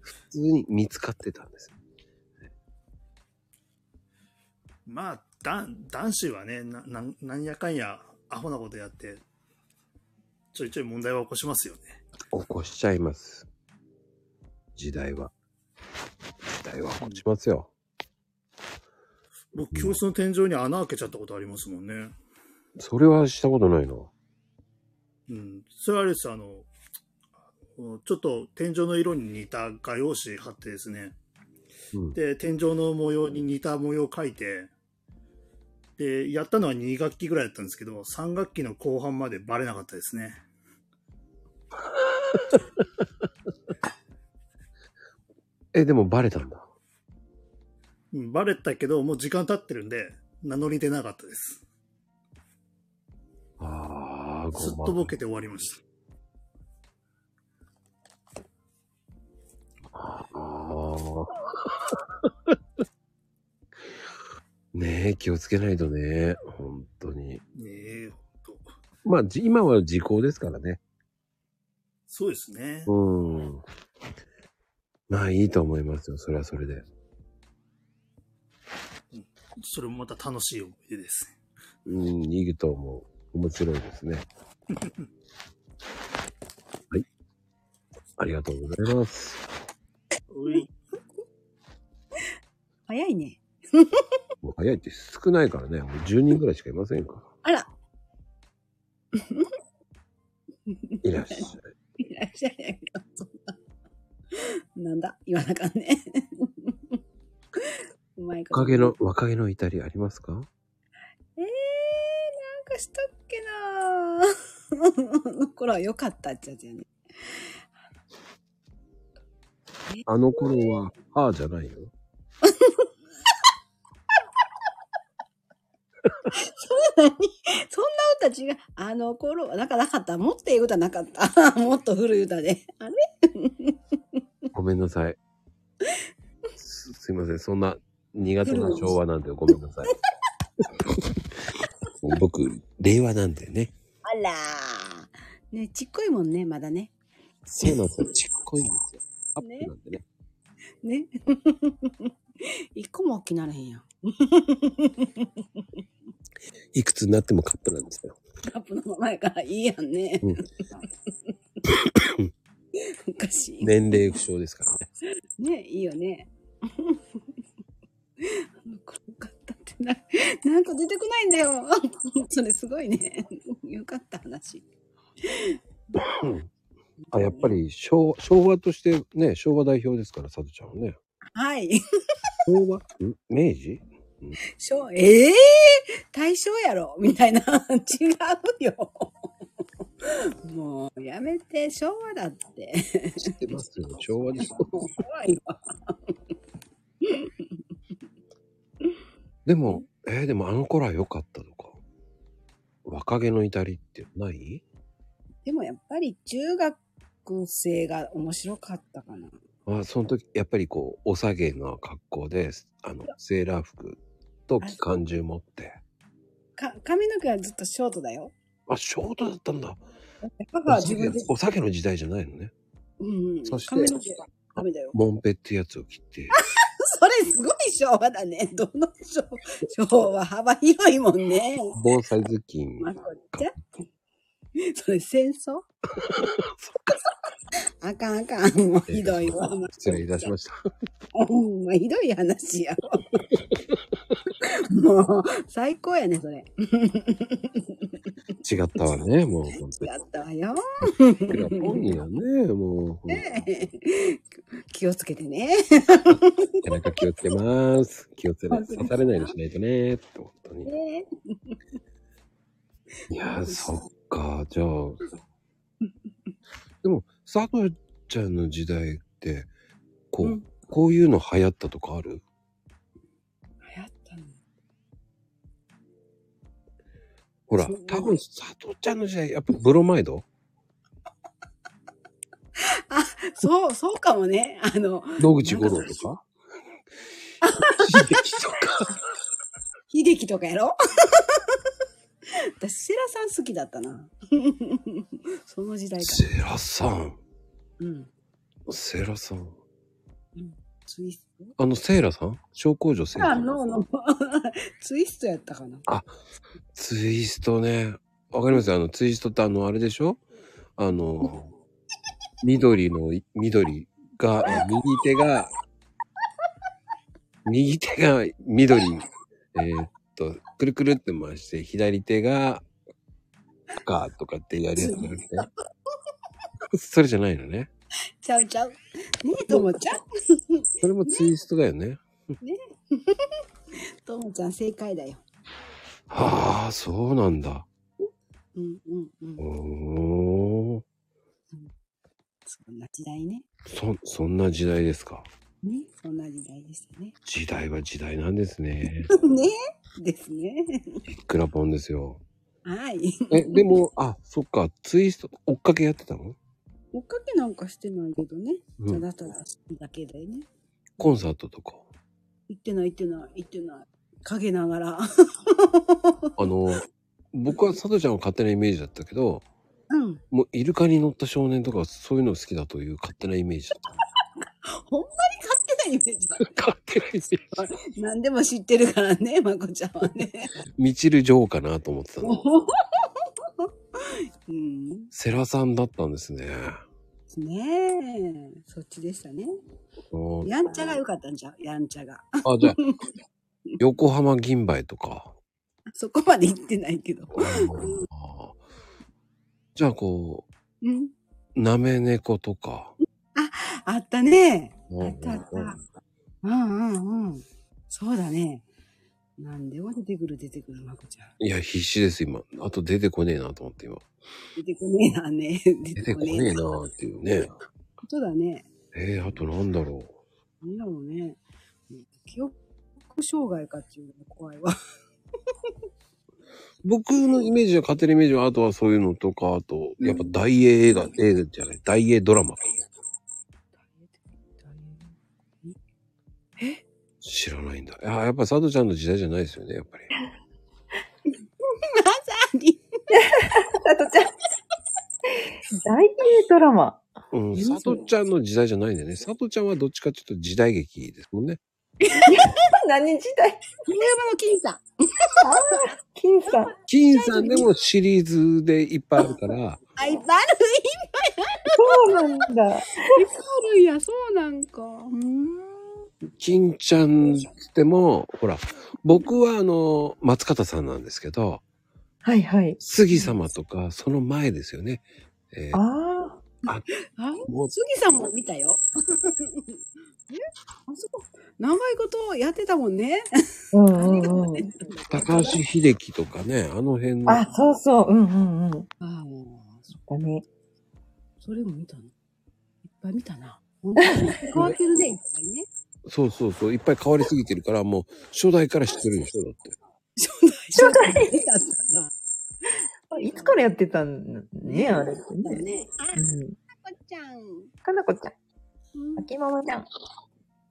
Speaker 1: 普通に見つかってたんです。
Speaker 6: まあ、だ男子はね、な、なん、なんやかんや、アホなことやって、ちょいちょい問題は起こしますよね。
Speaker 1: 起こしちゃいます。時代は。時代は起こしますよ。
Speaker 6: 僕、教室の天井に穴開けちゃったことありますもんね。
Speaker 1: それはしたことないな。
Speaker 6: うん。それはあれです、あの、あのちょっと天井の色に似た画用紙貼ってですね、
Speaker 1: うん
Speaker 6: で、天井の模様に似た模様を描いて、で、やったのは2学期ぐらいだったんですけど、3学期の後半までバレなかったですね。
Speaker 1: え、でもバレたんだ。
Speaker 6: うんバレたけど、もう時間経ってるんで、名乗り出なかったです。
Speaker 1: ああ、
Speaker 6: すっとぼけて終わりました。
Speaker 1: ねえ、気をつけないとね。本当に。
Speaker 6: ねえ、
Speaker 1: まあ、じ今は時効ですからね。
Speaker 6: そうですね。
Speaker 1: うん。まあ、いいと思いますよ。それはそれで。
Speaker 6: それもまた楽しい思い出ですね。
Speaker 1: うん、いいと思う。面白いですね。はい。ありがとうございます。
Speaker 7: 早いね。
Speaker 1: もう早いって少ないからね。もう10人ぐらいしかいませんか
Speaker 7: あら。
Speaker 1: ら。いらっしゃい。
Speaker 7: いらっしゃいやけど、そんな。なんだ、言わなかんね。うまいこと。
Speaker 1: 若気の、若気の至りありますか
Speaker 7: えー、なんかしたっけなぁ。あ の頃は良かったっちゃじゃね。
Speaker 1: あの頃は、ああじゃないよ。
Speaker 7: そんなに、そんな歌違う。あの頃は、なんかなかった。もっとええ歌なかった。 もっと古い歌で。あれ
Speaker 1: ごめんなさい。すすいません。そんな苦手な昭和なんでごめんなさい。僕、令和なんでね。
Speaker 7: あらー。ね、ちっこいもんね、まだね。
Speaker 1: そうなんですよ。ちっこいんですよ。アップ
Speaker 7: ね
Speaker 1: なんでね。
Speaker 7: ね。 一個も大きなれへんやん。
Speaker 1: いくつになってもカップなんですよ。
Speaker 7: カップのままやからいいやんね。
Speaker 1: うん
Speaker 7: おかしい。
Speaker 1: 年齢不詳ですからね。
Speaker 7: ねいいよね。あの頃よかったってな、なんか出てこないんだよ。それすごいね。よかった話。
Speaker 1: あ、やっぱり昭和、昭和としてね、昭和代表ですから、佐藤ちゃんはね。
Speaker 7: はい。
Speaker 1: 昭和ん明治
Speaker 7: 昭ええー、大正やろみたいな。違うよ。もうやめて、昭和だって。
Speaker 1: 知ってますよ。昭和です。
Speaker 7: 怖いわ。
Speaker 1: でも、えーでもあの頃は良かったとか。若気の至りってない
Speaker 7: でもやっぱり中学生が面白かったかな。
Speaker 1: あその時、やっぱりこう、お下げの格好で、あの、セーラー服と機関銃持って。
Speaker 7: か髪の毛はずっとショートだよ。
Speaker 1: あ、ショートだったんだ。
Speaker 7: 母は自分で、
Speaker 1: お酒の時代じゃないのね。
Speaker 7: うんうん、
Speaker 1: そして
Speaker 7: 髪の毛はダメだよ。
Speaker 1: モンペってやつを着て。
Speaker 7: それすごい昭和だね。どの昭昭和幅広いもんね。
Speaker 1: 防災頭巾。
Speaker 7: まこちゃん。それ戦争あかんあかん。もうひどいわ。
Speaker 1: 失礼いたしました。
Speaker 7: ほんまひどい話やわ。もう最高やね、それ。
Speaker 1: 違ったわ ね、もう本当に。
Speaker 7: やったわよ。
Speaker 1: いや本人はね、もう。
Speaker 7: ねえ 気をつけてね。
Speaker 1: 背中気をつけます。気をつけて、
Speaker 7: 本当ですか
Speaker 1: 刺されないようにしないとね、って本当に。
Speaker 7: ね
Speaker 1: いやー、そっか、じゃあ。でも、佐藤ちゃんの時代って、こう、こういうの流行ったとかある
Speaker 7: 流行ったの
Speaker 1: ほら、多分佐藤ちゃんの時代、やっぱブロマイド
Speaker 7: あ、そう、そうかもね。あの、
Speaker 1: 野口五郎とか秀樹とか。
Speaker 7: 秀樹とかやろ 私、セラさん好きだったな。 その時代か
Speaker 1: セラさん。
Speaker 7: ら。うん。
Speaker 1: セラさん。
Speaker 7: ツイス
Speaker 1: あの、セイラさん小工場セ
Speaker 7: ト。
Speaker 1: イラ。
Speaker 7: あ、ノーノー。 ツイストやったかな。
Speaker 1: ツイストね。わかりますあの、ツイストってあの、あれでしょあの、緑の、い緑が、あ右手が、右手が緑、えーっと、くるくるって回して、左手が赤とかってやるやつなんですね。 それじゃないのね。
Speaker 7: ちゃうちゃう。ねえ、ともちゃん。
Speaker 1: それもツイストだよね。
Speaker 7: ねえ。ともちゃん正解だよ。
Speaker 1: はあ、そうなんだ。
Speaker 7: うんうんうん。
Speaker 1: おー
Speaker 7: そんな時代ね。
Speaker 1: そ、そんな時代ですか。
Speaker 7: ねそんな時代でしたね。
Speaker 1: 時代は時代なんです ね。
Speaker 7: ねえ。ですね。
Speaker 1: いくらポンですよ。
Speaker 7: はい。
Speaker 1: え、でも、あ、そっか、ツイスト、追っかけやってたの
Speaker 7: 追っかけなんかしてないけどね。
Speaker 1: うん
Speaker 7: ただただ好きだけでね。
Speaker 1: コンサートとか。
Speaker 7: 行ってない行ってない行ってない。陰ながら。
Speaker 1: あの、僕は佐藤ちゃんは勝手なイメージだったけど、
Speaker 7: うん。
Speaker 1: もうイルカに乗った少年とかそういうの好きだという勝手なイメージだった。
Speaker 7: ほんまに勝手なイメージだ。
Speaker 1: 勝手なイメージ。
Speaker 7: 何でも知ってるからね、まこちゃんはね。
Speaker 1: みちる女王かなと思ってたの。
Speaker 7: うん。
Speaker 1: セラさんだったんですね。
Speaker 7: ねえ。そっちでしたね。
Speaker 1: お
Speaker 7: やんちゃが良かったんじゃん。やんちゃが。
Speaker 1: あ、じゃあ、横浜銀杯とか。
Speaker 7: そこまで行ってないけど。
Speaker 1: じゃあ、こ
Speaker 7: うん。
Speaker 1: う、なめ猫とか。
Speaker 7: あったね。
Speaker 1: うん
Speaker 7: あったあった。うんうんうん。そうだね。なんでも出てくる出てくる、まこちゃん。
Speaker 1: いや、必死です、今。あと出てこねえなと思って、今。
Speaker 7: 出てこねえなね。
Speaker 1: 出
Speaker 7: 出
Speaker 1: てこねえなーっていうね。
Speaker 7: そうだね。
Speaker 1: えー、あとなんだろ
Speaker 7: なんだろうね。記憶障害かっていうのが怖いわ。
Speaker 1: う。僕のイメージは、勝手なイメージは、あとはそういうのとか、あと、やっぱ大英映画、映画じゃない、大英ドラマ。
Speaker 5: え
Speaker 1: 知らないんだ。あやっぱ佐藤ちゃんの時代じゃないですよね、やっぱり。
Speaker 7: まさに。
Speaker 13: 佐藤ちゃん。大英ドラマ。
Speaker 1: うん、佐藤ちゃんの時代じゃないんだよね。佐藤ちゃんはどっちかちょっと時代劇ですもんね。
Speaker 13: 何時代
Speaker 7: 犬山の金さん。
Speaker 13: 金さん。
Speaker 1: 金さんでもシリーズでいっぱいあるから、
Speaker 7: あ、いっぱいある
Speaker 13: そうなん だ。いっぱい
Speaker 7: あるんや、そうなんか。うーん。
Speaker 1: 金ちゃんでも、ほら、僕はあの、松方さんなんですけど、
Speaker 13: はいはい。
Speaker 1: 杉様とか、その前ですよね。えー
Speaker 13: あ
Speaker 1: あ。
Speaker 7: あ
Speaker 1: もう、
Speaker 7: 杉さんも見た よ。えあそこ、長いことやってたもんね。
Speaker 13: うんうんうん。
Speaker 1: 高橋秀樹とかね、あの辺の。
Speaker 13: あ、そうそう。うんうんうん。
Speaker 7: ああ、もう、そ
Speaker 13: に。
Speaker 15: それも見たのいっぱい見たな。本当に変わってるね、いっぱいね。
Speaker 1: そうそうそう。いっぱい変わりすぎてるから、もう、初代から知ってるでしょ、だって。
Speaker 15: 初代だったな。
Speaker 13: あ いつからやってたんね、あれって
Speaker 15: だよね
Speaker 13: ね。
Speaker 15: あ、か
Speaker 13: うん。
Speaker 15: こちゃん。
Speaker 13: かなこちゃん。あきままちゃん。
Speaker 7: こ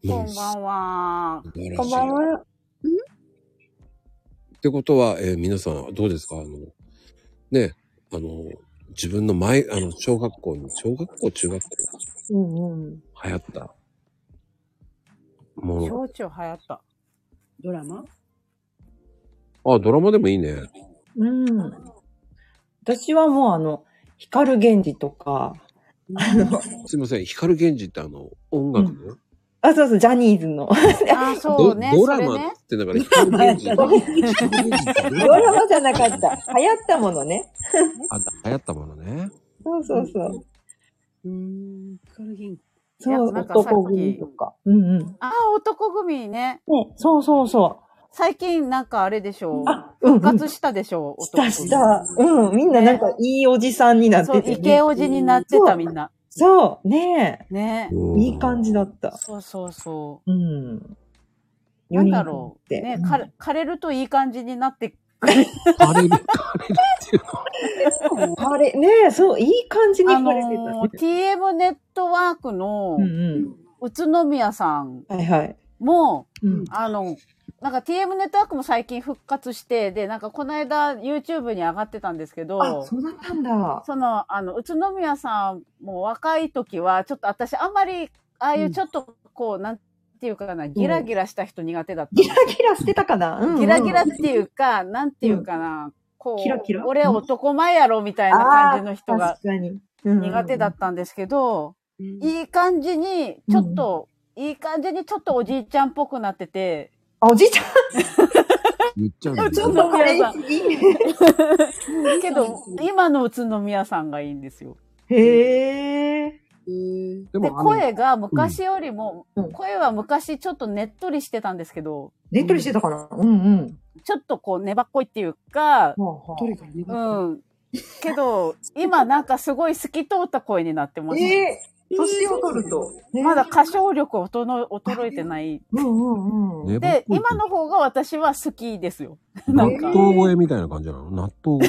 Speaker 7: んばんは。
Speaker 13: こんばんは。
Speaker 1: ってことは、えー皆さんどうですかあの、ね、あの、自分の前、あの、小学校に、小学校、中学校、
Speaker 13: うんうん。
Speaker 1: 流行った。も
Speaker 16: 小腸流行った。
Speaker 15: ドラマ
Speaker 1: う、あ、ドラマでもいいね。
Speaker 13: うん。私はもうあの、光源氏とか、あの、
Speaker 1: すいません、光源氏ってあの、音楽の、
Speaker 13: あ、そうそう、ジャニーズの。
Speaker 7: あ、
Speaker 1: ドドラマってだから、光源氏、
Speaker 13: ドラマじゃなかった。流行ったものね。
Speaker 1: あ、流行ったものね。
Speaker 13: そうそうそう。
Speaker 15: うん、光源
Speaker 13: そう、
Speaker 7: いやなんかさっき
Speaker 13: 男組とか。うんうん。
Speaker 7: ああ、男組ね。
Speaker 13: そうそうそ
Speaker 7: 最近なんかあれでしょ
Speaker 13: うんう
Speaker 7: う。
Speaker 13: ん
Speaker 7: 復活したでしょ
Speaker 13: う。
Speaker 7: う。
Speaker 13: したした。うん、みんななんかいいおじさんになって
Speaker 7: そう、
Speaker 13: て、ね。
Speaker 7: イケおじになってたみんな。
Speaker 13: そう、ね
Speaker 7: ね
Speaker 13: え。いい感じだった。
Speaker 7: そうそうそ
Speaker 13: うん。
Speaker 7: う。なんだろう。
Speaker 13: 4人
Speaker 7: ね
Speaker 13: 組、
Speaker 7: 枯れ枯れるといい感じになって
Speaker 13: あれ、ねえ、そう、いい感じに
Speaker 7: あ
Speaker 13: 枯
Speaker 7: の
Speaker 13: れてたね。
Speaker 7: ー TM ネットワークの
Speaker 13: うんうん。
Speaker 7: 宇都宮さん
Speaker 13: はいはい。
Speaker 7: も、
Speaker 13: うん
Speaker 7: あの、なんか TM ネットワークも最近復活して、で、なんかこの間 YouTube に上がってたんですけど、
Speaker 13: そうだったんだ。
Speaker 7: その、あの、宇都宮さんも若い時は、ちょっと私あんまり、ああいうちょっとこう、なんていうかな、ギラギラした人苦手だったんですよ。
Speaker 13: キラしてたかな、うんうん
Speaker 7: ギラギラっていうか、なんていうかな、こう
Speaker 13: キラキラ
Speaker 7: 俺男前やろみたいな感じの人
Speaker 13: あー
Speaker 7: が
Speaker 13: 確かにうん
Speaker 7: 苦手だったんですけど、いい感じに、ちょっと、いい感じにちょっとおじいちゃんっぽくなってて、
Speaker 13: あ、おじい ちゃん
Speaker 1: 言っちゃう
Speaker 7: 宇都宮さん。 けど、今の宇都宮さんがいいんですよ。
Speaker 13: へえ。
Speaker 7: で、
Speaker 13: もあの
Speaker 7: 声が昔よりも、声は昔ちょっとねっとりしてたんですけど、
Speaker 13: ねっとりしてたかなうんうん。
Speaker 7: ちょっとこう粘っこいっていうか、
Speaker 13: と
Speaker 15: にかく
Speaker 7: うん。けど、今なんかすごい透き通った声になってます。
Speaker 13: ええ年を取ると。
Speaker 7: まだ歌唱力を衰え衰えてない。
Speaker 13: うん
Speaker 1: うん
Speaker 7: で、今の方が私は好きですよ。
Speaker 1: 納豆声みたいな感じなの納豆声。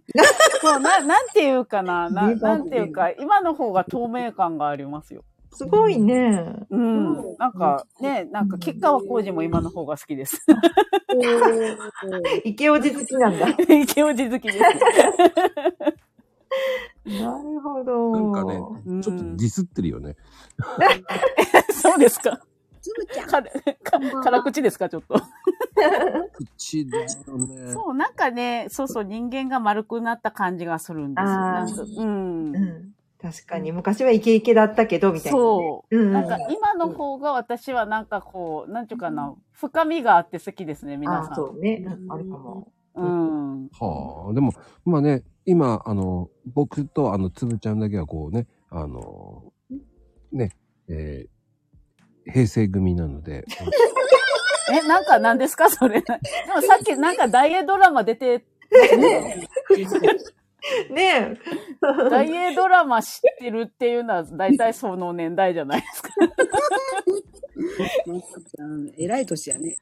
Speaker 7: そう、な、なんていうか な、な、
Speaker 1: ネバー
Speaker 7: なんていうか、今の方が透明感がありますよ。
Speaker 13: すごいね。
Speaker 7: うん。なんか、ね、なんか、吉川浩司も今の方が好 きです。
Speaker 13: 池おじ好きなん だ。
Speaker 7: 池おじ好きです。
Speaker 13: なるほど。
Speaker 1: なんかね、ちょっとディスってるよね。
Speaker 7: そうですか。かか辛口ですか、ちょっと。
Speaker 1: 口だよね。
Speaker 7: そう、なんかね、そうそう、人間が丸くなった感じがするんですよ。
Speaker 13: あ
Speaker 7: なんか
Speaker 13: ー
Speaker 7: うん。
Speaker 13: 確かに、昔はイケイケだったけど、みたいなね。
Speaker 7: そう。
Speaker 13: うん。
Speaker 7: なんか今の方が私はなんかこう、なんていうかな、深みがあって好きですね、皆さん。
Speaker 13: あそうね。うんあるかも。
Speaker 7: うん。
Speaker 1: はあ、でも、まあね、今、あの、僕とあの、つぶちゃんだけはこうね、あの、ね、えー平成組なので、
Speaker 7: え、なんか何ですかそれ。でもさっきなんか大英ドラマ出て、
Speaker 13: ね
Speaker 7: え。大英ドラマ知ってるっていうのは大体その年代じゃないですか。
Speaker 15: マスクちゃん、 偉い年や ね。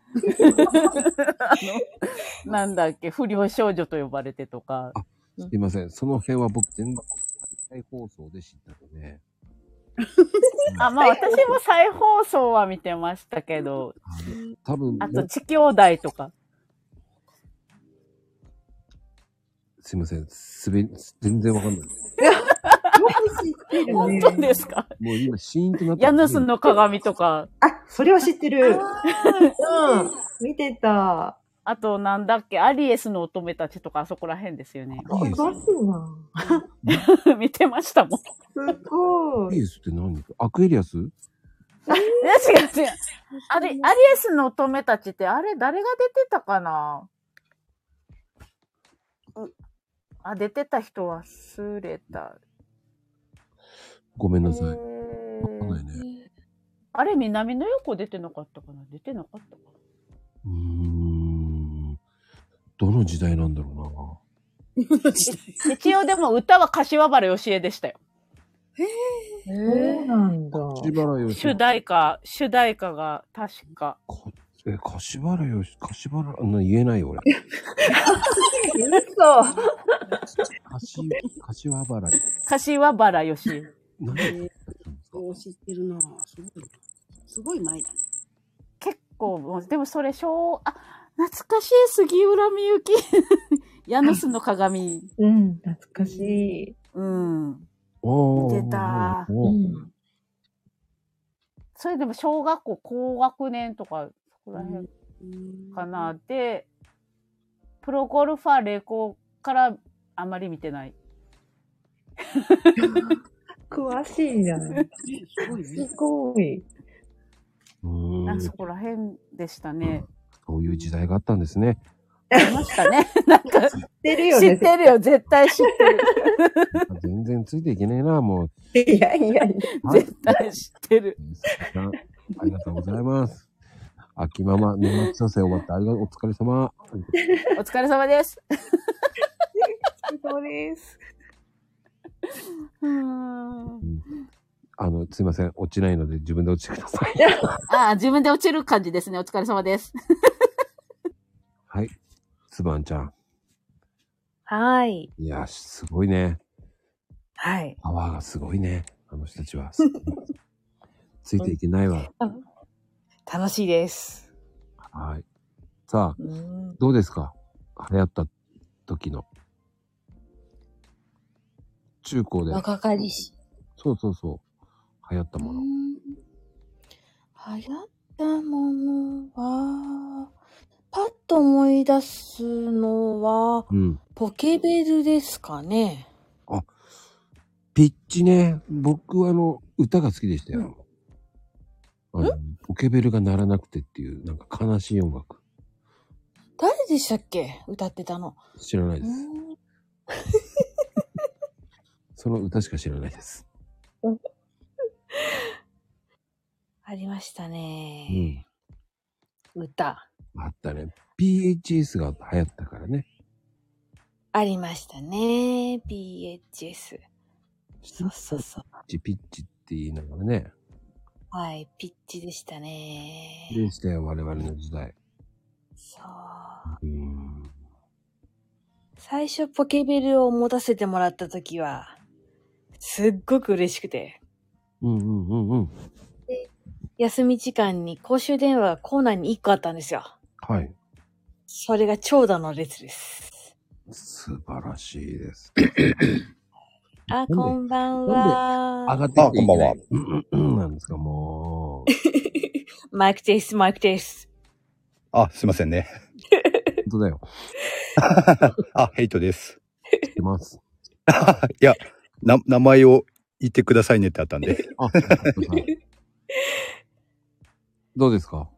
Speaker 7: なんだっけ、不良少女と呼ばれてとか。
Speaker 1: すいません、その辺は僕全部、再放送で知ったので、
Speaker 7: あ、まあ私も再放送は見てましたけど、
Speaker 1: 多分、
Speaker 7: あと、地兄弟とか。
Speaker 1: すいません、すべ、全然わかんない。
Speaker 7: 本当ですか
Speaker 1: もう今、シーンとなって
Speaker 7: ヤヌスの鏡とか。
Speaker 13: あ、それは知ってる。うん。見てた。
Speaker 7: あと、なんだっけ、アリエスの乙女たちとか、あそこら辺ですよね。
Speaker 13: 詳しいな。
Speaker 7: 見てましたもん。
Speaker 13: すご
Speaker 1: アリエスって何アクエリアス
Speaker 7: あいや違う違う。あれ、アリエスの乙女たちって、あれ、誰が出てたかなうあ、出てた人忘れた。
Speaker 1: ごめんなさい。
Speaker 7: あれ、南の横出てなかったかな出てなかったか
Speaker 1: どの時代なんだろ
Speaker 7: 一応でも歌は柏原芳恵でしたよ。
Speaker 3: そうなんだ。
Speaker 1: 柏原よし。
Speaker 7: 主題歌、主題歌が確か。
Speaker 1: え、柏原よし、柏原、あな言えないよ、俺。柏 柏 原よ
Speaker 7: 柏原芳恵。
Speaker 17: そう知ってるなすごいな。すごい前だね。
Speaker 7: 結構もう、でもそれ、小、あ、懐かしい杉浦みゆき。 ヤヌスの鏡。
Speaker 3: うん、懐かしい。
Speaker 7: うん。
Speaker 1: お
Speaker 7: ー。出た。
Speaker 1: うん。
Speaker 7: それでも小学校高学年とか、そこら辺かな。で、プロゴルファーレコからあまり見てない。
Speaker 3: 詳しいじゃないすごい。
Speaker 1: う
Speaker 7: なん
Speaker 1: ん
Speaker 7: かそこら辺でしたね。
Speaker 1: そういう時代があったんですね。
Speaker 7: いましたね。 なんか、知って
Speaker 1: るよね
Speaker 7: 知ってるよ、絶対知ってる。
Speaker 1: 全然ついていけねえな、もう。
Speaker 3: いやいやい
Speaker 7: や。絶対知ってる。
Speaker 1: なありがとうございます。秋ママ、年末調整終わって、ありがとう、お疲れ様。
Speaker 7: お疲れ様です。
Speaker 3: そうです。
Speaker 7: うーん。
Speaker 1: あの、すいません、落ちないので自分で落ちてください。
Speaker 7: ああ、自分で落ちる感じですね。お疲れ様です。
Speaker 1: はい。つばんちゃん。
Speaker 18: はい。
Speaker 1: いや、すごいね。
Speaker 18: はい。
Speaker 1: パワーがすごいね。あの人たち は。ついていけないわ。
Speaker 18: 楽しいです。
Speaker 1: はい。さあ、どうですか流行った時の。中高で。
Speaker 18: 若かりし。
Speaker 1: そうそうそう。流行ったもの。
Speaker 8: 流行ったものは、パッと思い出すのは、
Speaker 1: うん。
Speaker 8: ポケベルですかね。
Speaker 1: ピッチね、僕はあの、歌が好きでしたよ。あのポケベルが鳴らなくてっていう、なんか悲しい音楽。
Speaker 8: 誰でしたっけ歌ってたの。
Speaker 1: 知らないです。その歌しか知らないです。
Speaker 8: ありましたね。
Speaker 1: うん。
Speaker 8: 歌。
Speaker 1: あったね。PHS が流行ったからね。
Speaker 8: ありましたね。PHS。
Speaker 1: そうそうそう。ピッチピッチって言いながらね。
Speaker 8: はい、ピッチでしたね。
Speaker 1: でしたよ、我々の時代。
Speaker 8: 最初ポケベルを持たせてもらった時は、すっごく嬉しくて。
Speaker 1: うんうんうんうん。
Speaker 8: 休み時間に公衆電話がコーナーに1個あったんですよ。
Speaker 1: はい。
Speaker 8: それが長蛇の列です。
Speaker 1: 素晴らしいです。
Speaker 8: あ、こんばん
Speaker 1: 上
Speaker 8: は。
Speaker 1: がってきていけない。うんうんうんなんですか、もう。
Speaker 8: マイクです、マイクです。
Speaker 19: あ、すいませんね。
Speaker 1: 本当だよ。
Speaker 19: あ、ヘイトです。
Speaker 1: います。
Speaker 19: いや、な、名前を言ってくださいねってあったんで。
Speaker 1: あ、どうですか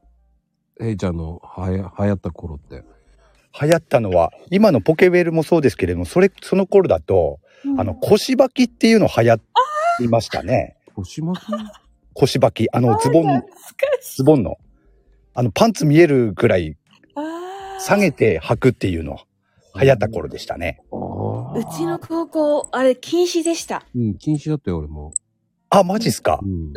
Speaker 1: ヘイちゃんのはや流行った頃って。
Speaker 19: 流行ったのは、今のポケベルもそうですけれども、それ、その頃だと、あの、腰履きっていうの流行りましたね。
Speaker 1: 腰巻き
Speaker 19: 腰履き。あの、ズボン、ズボンの。あの、パンツ見えるぐらい、下げて履くっていうの、流行った頃でしたね。
Speaker 8: うちの高校、あれ禁止でした。
Speaker 1: うん、禁止だったよ、俺も。
Speaker 19: あ、マジっすか。
Speaker 8: うん。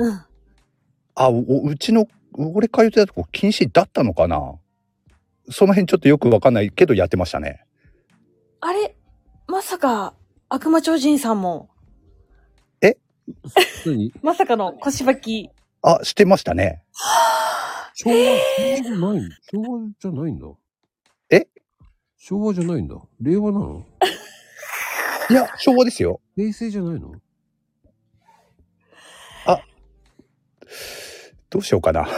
Speaker 19: あ、おうちの、俺通ってたとこ禁止だったのかなその辺ちょっとよくわかんないけどやってましたね。
Speaker 8: あれ、まさか、悪魔超人さんも、
Speaker 1: 何
Speaker 8: まさかの腰ばき。
Speaker 19: あ、してましたね。
Speaker 1: 昭和、昭和じゃない昭和じゃないんだ。
Speaker 19: え
Speaker 1: 昭和じゃないんだ。令和なの
Speaker 19: いや、昭和ですよ。
Speaker 1: 平成じゃないの
Speaker 19: どうしようかな。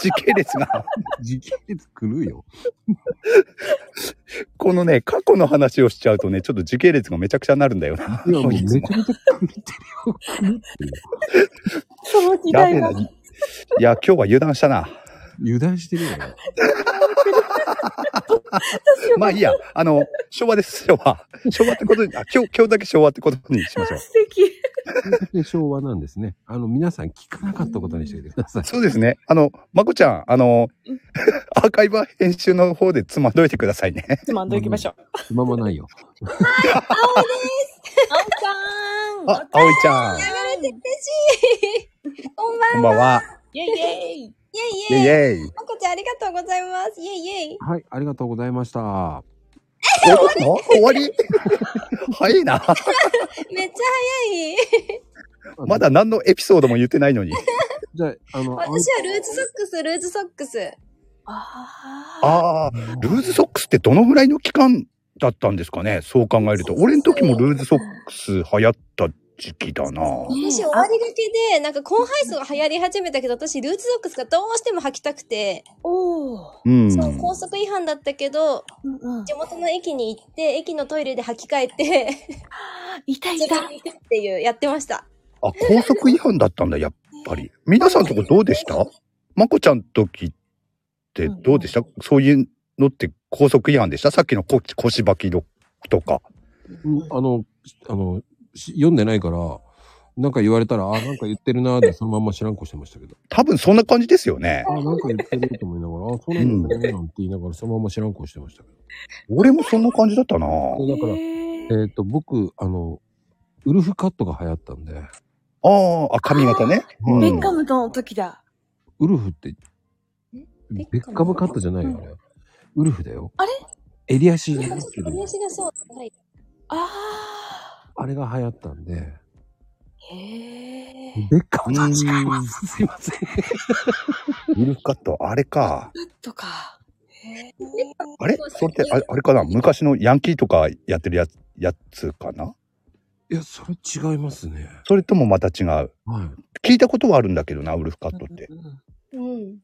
Speaker 19: 時系列が。
Speaker 1: 時系列狂うよ。
Speaker 19: このね、過去の話をしちゃうとね、ちょっと時系列がめちゃくちゃになるんだよな。
Speaker 1: いや、もうめちゃめちゃ
Speaker 8: その時
Speaker 19: やべ
Speaker 8: 代
Speaker 19: えな。
Speaker 8: も
Speaker 19: い。や、今日は油断したな。
Speaker 1: 油断してるよ。
Speaker 19: まあいいや、あの、昭和です、昭和。昭和ってことに、あ、今日、今日だけ昭和ってことにしましょう。
Speaker 8: 素敵。
Speaker 1: 比較的昭和なんですね。あの、皆さん聞かなかったことにしておいてくださ い。
Speaker 19: そうですね。あの、まこちゃん、あの、アーカイブは編集の方でつまんどいてくださいね。
Speaker 5: つまんどいきましょう。
Speaker 1: つままないよ。
Speaker 5: 青
Speaker 19: あ、葵ちゃん、
Speaker 20: 流れて嬉しい。こんば
Speaker 19: こ
Speaker 20: んは。
Speaker 19: んばんは。
Speaker 20: イェイイェイ。イェイイェイ。
Speaker 1: イェイイェイ
Speaker 20: まこちゃんありがとうございます。イェイイェイ。
Speaker 1: はい、ありがとうございました。
Speaker 19: 終わり早い な。
Speaker 20: めっちゃ早い。
Speaker 19: まだ何のエピソードも言ってないのに。
Speaker 1: じゃあ、あの
Speaker 20: 私はルーズソックス、ルーズソックス。
Speaker 19: ああ、ルーズソックスってどのぐらいの期間だったんですかねそう考えると。俺の時もルーズソックス流行った時期だな。
Speaker 20: 私終わりがけで、なんかコンハイスが流行り始めたけど、私ルーズソックスがどうしても履きたくて。おお。
Speaker 19: うん
Speaker 20: そう、高速違反だったけど、地元の駅に行って、駅のトイレで履き替えて、いたい た。っていう、やってました。
Speaker 19: あ、高速違反だったんだ、やっぱり。皆さんとこどうでしたまこちゃん時ってどうでした、そういうのって高速違反でしたさっきのこ腰ばきロックとか。
Speaker 1: うんあの、あの、し読んでないから、なんか言われたら、あ、なんか言ってるなーって、そのまんま知らんこしてましたけど。
Speaker 19: 多分そんな感じですよね。
Speaker 1: あ、なんか言ってると思いながら、あ、そうなんですね、なんて言いながら、そのまま知らんこしてましたけど。
Speaker 19: 俺もそんな感じだったなぁ。
Speaker 1: だから、えっ、と、僕、あの、ウルフカットが流行ったんで。
Speaker 19: あーあ、髪型ね。
Speaker 1: うん
Speaker 21: ベッカムの時だ。
Speaker 1: ウルフって、ベッカムカットじゃないよ、あれ。ウルフだよ。
Speaker 21: あれ
Speaker 1: 襟足
Speaker 20: なん
Speaker 1: で
Speaker 20: か
Speaker 1: す
Speaker 20: ち
Speaker 1: け
Speaker 20: ょっと
Speaker 1: ど、
Speaker 20: 私がそう。はい。あ
Speaker 1: あれが流行ったん
Speaker 20: あ。
Speaker 1: で。
Speaker 20: へえ。
Speaker 1: ベッカムとは違います。すいません。
Speaker 19: ウルフカット、あれか。
Speaker 20: とか。へえ。
Speaker 19: あれそれってあ、あれかな昔のヤンキーとかやってるやつ、やつかない
Speaker 1: や、それ違いますね。
Speaker 19: それともまた違う、聞いたことはあるんだけどな、ウルフカットって。
Speaker 20: うん。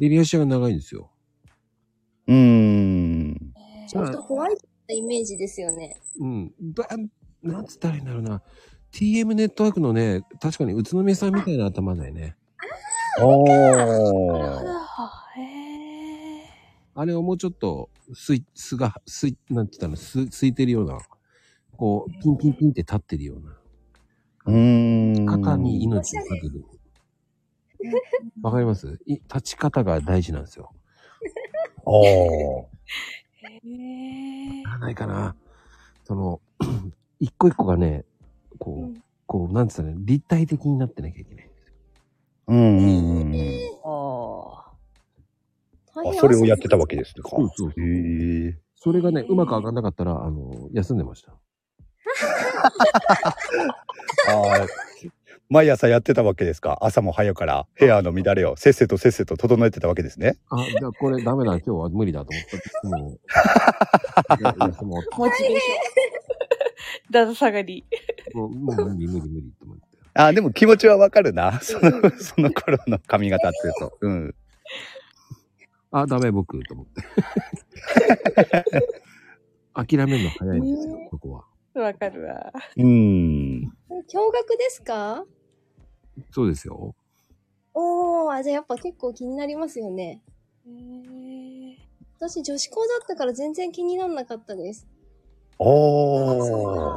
Speaker 1: 襟足が長いんですよ。
Speaker 19: うーん。
Speaker 20: ちょっとホワイトなイメージですよね。
Speaker 1: うん。だなんつったらいいんだろうな。TM ネットワークのね、確かに宇都宮さんみたいな頭だよね。
Speaker 19: お
Speaker 1: ー。
Speaker 20: へ
Speaker 1: あれをもうちょっと、すい、すが、すい、なんて言ったの、す、すいてるような、こう、ピンピンピンって立ってるような。
Speaker 19: うーん。
Speaker 1: 肩に命をかける。わかりますい立ち方が大事なんですよ。
Speaker 19: おー。
Speaker 1: ないかな。その、 一個一個がね、こう、こう、なんつったらいいの、立体的になってなきゃいけない。
Speaker 19: うんうんうんうん。あ、それをやってたわけですか。
Speaker 1: そうそう
Speaker 19: へえ。
Speaker 1: それがね、うまく上がんなかったら、あの、休んで ました。
Speaker 19: あー毎朝やってたわけですか。朝も早からヘアの乱れをせっせとせっせと整えてたわけですね。
Speaker 1: あ、じゃあこれダメだ、今日は無理だと 思った。もう、休もう
Speaker 21: モチベーション。だだ下がり。
Speaker 1: もう、もう無理無理無理と思って。
Speaker 19: あー、でも気持ちはわかるな。その、 その頃の髪型っていうと。うん。
Speaker 1: あ、ダメ僕、と思って。諦めるの早いんですよ、ここは。
Speaker 20: わかるわ。
Speaker 19: うん。
Speaker 20: 驚愕ですか
Speaker 1: そうですよ。
Speaker 20: おー、あ、じゃあやっぱ結構気になりますよね。私、女子校だったから全然気になんなかったです。
Speaker 19: おー。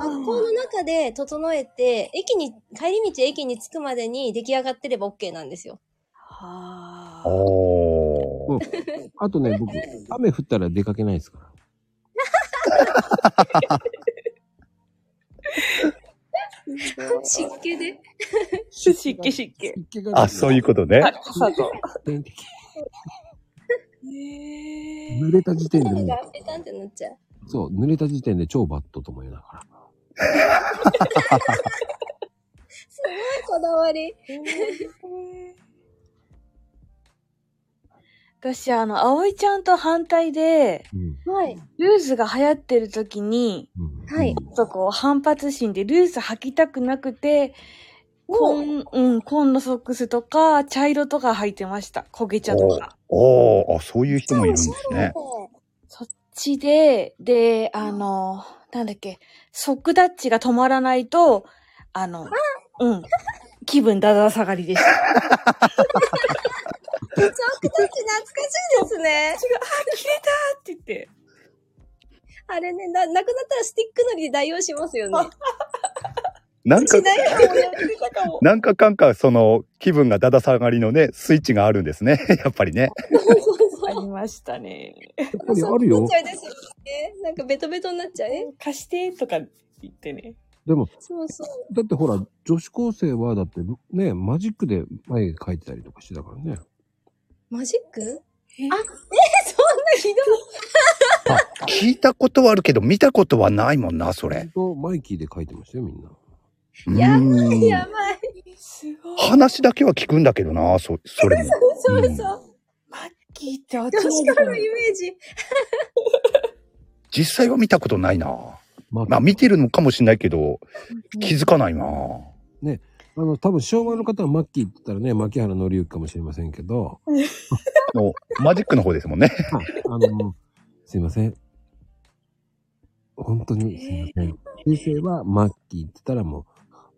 Speaker 20: 学校の中で整えて、駅に、帰り道駅に着くまでに出来上がってれば OK なんですよ。
Speaker 19: お
Speaker 1: ー。あとね、僕、雨降ったら出かけないですから。
Speaker 20: 湿気で。
Speaker 21: 湿気湿気。
Speaker 19: あ、そういうことね。
Speaker 21: 傘と。
Speaker 1: 濡れた時点で
Speaker 20: なん
Speaker 1: も
Speaker 20: かペタンってなっちゃう。
Speaker 1: う、そう、濡れた時点で超バッドと思いながら。
Speaker 20: すごいこだわり。
Speaker 21: 私、あの、葵ちゃんと反対で、
Speaker 20: はい。
Speaker 21: ルーズが流行ってる時に、
Speaker 20: はい。
Speaker 21: ちょっとこう反発心でルース履きたくなくて、紺、うん、紺のソックスとか、茶色とか履いてました。焦げ茶とか。
Speaker 19: おー。あ、そういう人もいるんですね。
Speaker 21: そっちで、で、あの、なんだっけ、ソックダッチが止まらないと、あの、うん、気分だだ下がりでした。
Speaker 20: ちょっと懐かしいですね。
Speaker 21: 違う、あ、切れたって言って。
Speaker 20: あれね、な、なくなったらスティックのりで代用しますよね。
Speaker 19: なんか
Speaker 20: し、ないかもやってたかも。
Speaker 19: なんかかんか、その、気分がだだ下がりのね、スイッチがあるんですね。 やっぱりね。
Speaker 20: ありましたね。やっ
Speaker 19: ぱりあるよ
Speaker 20: なっちゃうですよね。なんかベトベトになっちゃう。え貸してとか言ってね。
Speaker 1: でも、
Speaker 20: そうそう。
Speaker 1: だってほら、女子高生はだってね、マジックで眉毛描いてたりとかしてたからね。
Speaker 20: マジックあ、え、そんなひど
Speaker 19: あ、聞いたことはあるけど、見たことはないもんな、それ。
Speaker 1: とマイキーで描いてましたよ、みんな。
Speaker 19: う
Speaker 20: やば
Speaker 19: ーん
Speaker 20: いやばい。すごい。
Speaker 19: 話だけは聞くんだけどな、そ、それも。
Speaker 20: そうそうそう。マッキーって女子からのイメージ。
Speaker 19: 実際は見たことないな。まあ見てるのかもしれないけど、気づかないな。
Speaker 1: ね。あの、多分昭和の方はマッキーって言ったらね、牧原紀之かもしれません けど、
Speaker 19: のマジックの方ですもんね。
Speaker 1: あの、すいません。本当にすいません。先生はマッキーって言ったらもう、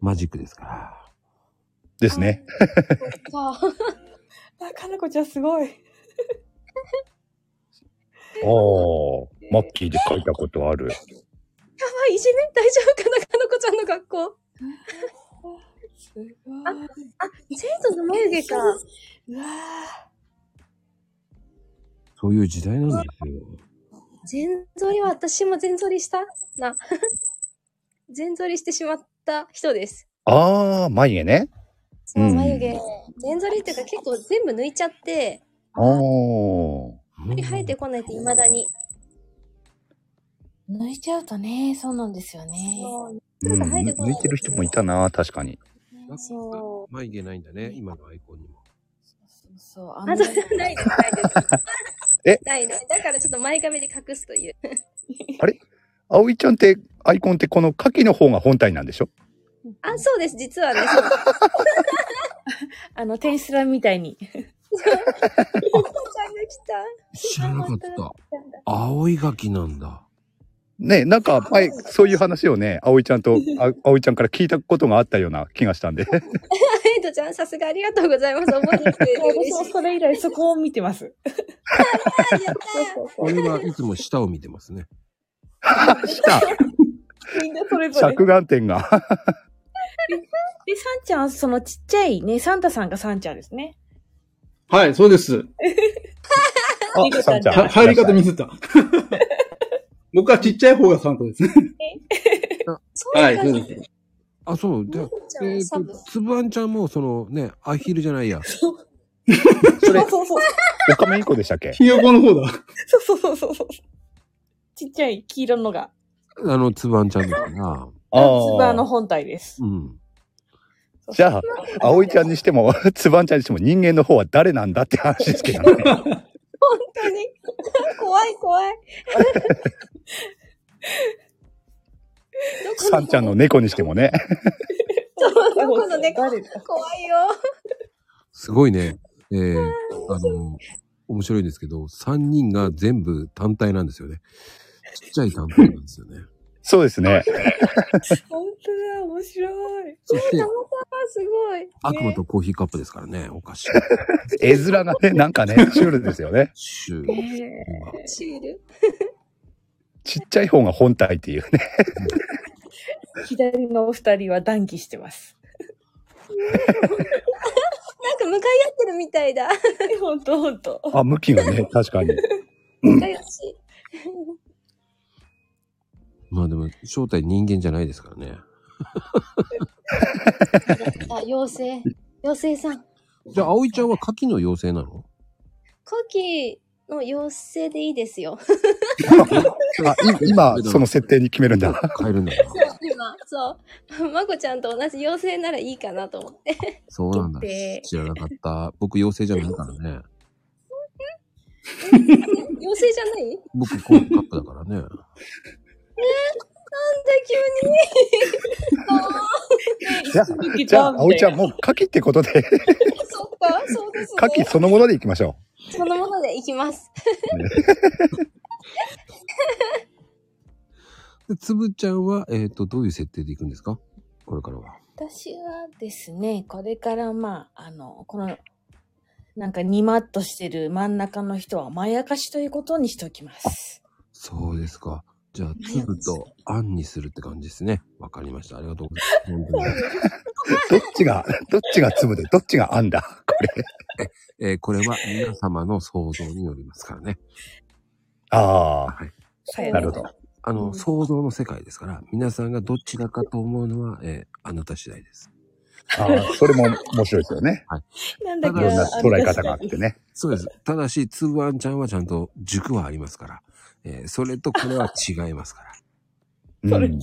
Speaker 1: マジックですから。
Speaker 19: ですね。
Speaker 5: あ、かなこちゃんすごい。
Speaker 19: ああ、マッキーで書いたことある。
Speaker 20: やばい、いじめ大丈夫かな、かのこちゃんの学校。すごい。あ、あ、生徒の眉毛か。うわ
Speaker 1: そういう時代なんですよ。
Speaker 20: 全剃りは、私も全剃りしたな。 全剃りしてしまった人です。
Speaker 19: ああ、眉毛ね。
Speaker 20: そうう、
Speaker 19: ん
Speaker 20: 眉毛。全剃りっていうか結構全部抜いちゃって、
Speaker 19: ああ。
Speaker 20: あんまり生えてこないって未だに。
Speaker 8: 抜いちゃうとね、そうなんですよね。
Speaker 19: うん、抜いてる人もいたな、確かに。
Speaker 1: そう。眉毛ないんだね、今のアイコンにも。
Speaker 8: そう、
Speaker 20: あ、そうないです、ないです。
Speaker 19: え
Speaker 20: ないの。だからちょっと前髪で隠すという。
Speaker 19: あれ葵ちゃんって、アイコンってこの牡蠣の方が本体なんでしょ
Speaker 20: あ、そうです、実はね。
Speaker 8: あの、テニスラみたいに。
Speaker 20: お子ちゃんが来た。
Speaker 1: 知らなかった。葵がきなんだ。
Speaker 19: ねなんか前、そういう話をね、葵ちゃんと、あ葵ちゃんから聞いたことがあったような気がしたんで。
Speaker 20: エイトちゃん、さすがありがとうございます。覚えてくれて嬉しい。
Speaker 5: 私もそれ以来そこを見てます。
Speaker 1: 俺はいつも舌を見てますね。
Speaker 19: 舌
Speaker 8: みんなそれぞれ。
Speaker 19: 着眼点が。
Speaker 8: で、サンちゃん、そのちっちゃいね、サンタさんがサンちゃんですね。
Speaker 22: はい、そうです。
Speaker 19: あ、サンちゃん
Speaker 22: は入り方ミスった。 僕はちっちゃい方がサンタですね。はい、そうです。
Speaker 1: あ、そう。で、えっ、と、つぶあんちゃんも、そのね、アヒルじゃないや。
Speaker 8: そうそうそう。
Speaker 19: オカメインコでしたっけ
Speaker 22: ひよこの方だ。
Speaker 8: そうそうそうそうそう。ちっちゃい黄色のが、
Speaker 1: あの、つぶあんちゃんだからな。
Speaker 19: あ
Speaker 8: ツバ
Speaker 19: あ。
Speaker 8: の本体です。
Speaker 1: うん。
Speaker 19: じゃあ、葵ちゃんにしても、 つばんちゃんにしても人間の方は誰なんだって話ですけど ね。
Speaker 20: 本当に。 怖い怖い。
Speaker 19: サンちゃんの猫にしてもね。
Speaker 20: どこの猫怖いよ。
Speaker 1: すごいね。えー、あの、面白いんですけど、三人が全部単体なんですよね。ちっちゃい単体なんですよね。
Speaker 19: そうですね。
Speaker 5: 本当だ、面白い。
Speaker 1: そして
Speaker 5: たまたます
Speaker 20: ごい。
Speaker 1: 悪魔とコーヒーカップですからね、お菓子。
Speaker 19: 絵面が ね、なんかね、シュールですよね。
Speaker 1: シュ
Speaker 20: シール
Speaker 19: ちっちゃい方が本体っていうね。
Speaker 8: 左のお二人は談義してます。
Speaker 20: なんか向かい合ってるみたいだ。
Speaker 8: ほんとほんと。
Speaker 19: あ、向きが ね、確かに。
Speaker 20: 向かい合ってしい。
Speaker 1: まあでも、正体人間じゃないですからね。
Speaker 20: あ、妖精。妖精さん。
Speaker 1: じゃあ、葵ちゃんは牡蠣の妖精なの
Speaker 20: コキの妖精でいいですよ。
Speaker 19: あ、い今、その設定に決めるんだ。
Speaker 1: 変えるんだ。
Speaker 20: そう、今、そう。まこちゃんと同じ妖精ならいいかなと思って。
Speaker 1: そうなんだ
Speaker 20: 決定。
Speaker 1: 知らなかった。僕妖精じゃないからね。
Speaker 20: 妖精じゃないえー、
Speaker 1: 僕コーヒーカップだからね。
Speaker 20: なんだ
Speaker 19: じゃあ、じゃあ、葵ちゃん、もう牡蠣ってこ とで、
Speaker 20: 急に。そっか、そうですね。
Speaker 19: 牡蠣そのものでいきましょ
Speaker 20: そのものでいきます。
Speaker 1: でつぶちゃんは、えっ、と、どういう設定でいくんですかこれからは。
Speaker 8: 私はですね、これからまあ、あの、この、なんかニマッとしてる真ん中の人はまやかしということにしておきます。
Speaker 1: そうですか。じゃあ、粒とあんにするって感じですね。わかりました。ありがとうございます本当に。
Speaker 19: どっちが、どっちが粒で、どっちがあんだこれ。
Speaker 1: えーこれは皆様の想像によりますからね。
Speaker 19: ああ、
Speaker 1: はい
Speaker 19: なるほど。
Speaker 1: あの、想像の世界ですから、皆さんがどっちだかと思うのは、えーあなた次第です。
Speaker 19: ああ、それも面白いですよね。
Speaker 1: はい。
Speaker 5: なん
Speaker 19: いろんな捉え方があってね。
Speaker 1: そうです。ただし、つぶあんちゃんはちゃんと軸はありますから、えーそれとこれは違いますから。
Speaker 19: それ
Speaker 1: じ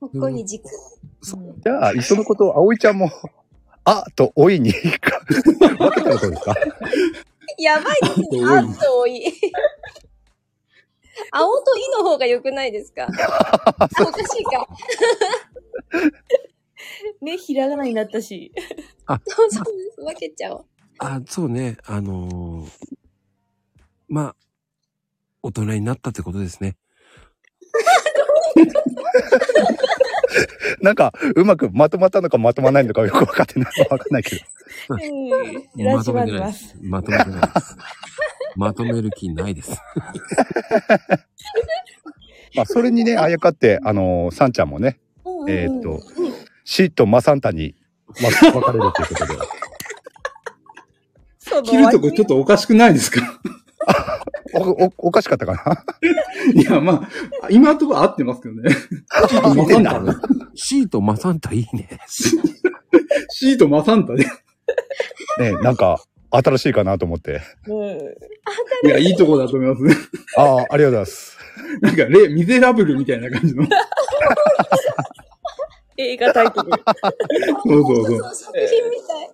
Speaker 20: ここに軸。
Speaker 19: じゃあ、いっそのこと、葵ちゃんも、 あとおいに分けたらどうですか
Speaker 20: やばいですね。
Speaker 19: あ
Speaker 20: あと多 い。青といの方が良くないですかあお かしいか。
Speaker 5: ね、ひらがなになったし。
Speaker 20: そうそう、分けちゃおう。
Speaker 1: あ、そうね。あのーまあ、大人になったってことです ね。
Speaker 19: なんか、うまくまとまったのかまとまらないのかよく分かってない。わかんないけど。
Speaker 1: まとめてないです。まとめてないです。まとめる気ないです。
Speaker 19: まあ、それにね、あやかって、あのー、さんちゃんもね、えーっと、シとマサンタに、ま、分かれるということで。
Speaker 22: 切るとこちょっとおかしくないですか
Speaker 19: お、お、おかしかったか
Speaker 22: ないや、まあ、今のところ合ってますけど ね。
Speaker 1: マサンタ。シートマサンタいいね。
Speaker 22: シートマサンタで。
Speaker 19: ね、なんか、新しいかなと思って。
Speaker 22: いや、いいとこだと思いますね。
Speaker 19: ああ、ありがとうございます。
Speaker 22: なんか、レ・ミゼラブルみたいな感じの。
Speaker 5: 映画タイトル。
Speaker 22: そうそうそう。
Speaker 20: 作品みたい。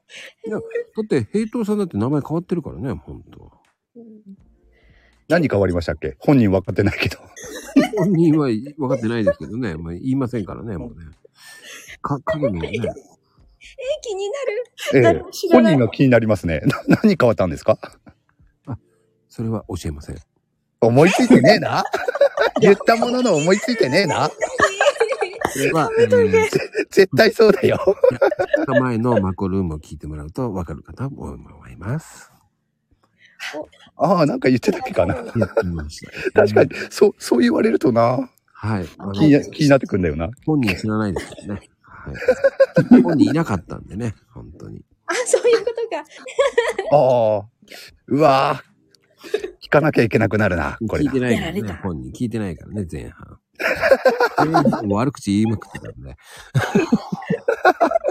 Speaker 1: いや、だって、平等さんだって名前変わってるからね、本当
Speaker 19: 何変わりましたっけ本人分かってないけど。
Speaker 1: 本人は分かってないですけどね。まあ、言いませんからね、もうね。か、影のね。
Speaker 20: え、気に
Speaker 19: ええ
Speaker 20: なる。誰も知ら
Speaker 19: 本
Speaker 20: ない
Speaker 19: 人が気になりますね。 な何変わったんですか
Speaker 1: それは教えません。
Speaker 19: 思いついてねえ な。言ったものの思いついてねえな。
Speaker 1: それは、
Speaker 19: 絶対そうだよ。
Speaker 1: 前のマコルームを聞いてもらうと分かるかと思います。
Speaker 19: ああ、なんか言ってたっけかな。
Speaker 1: 言ってました。
Speaker 19: 確かに、そう、そう言われるとな。
Speaker 1: はい。あの
Speaker 19: 気にな気になってくんだよな。
Speaker 1: 本人知らないですよね。はい。本人いなかったんでね。
Speaker 20: あ、そういうことか。
Speaker 19: ああ。うわー聞かなきゃいけなくなるな、これ
Speaker 1: 聞い
Speaker 19: な。
Speaker 1: てないからね。本人聞いてないからね、前半。前半悪口言いまくってたんで。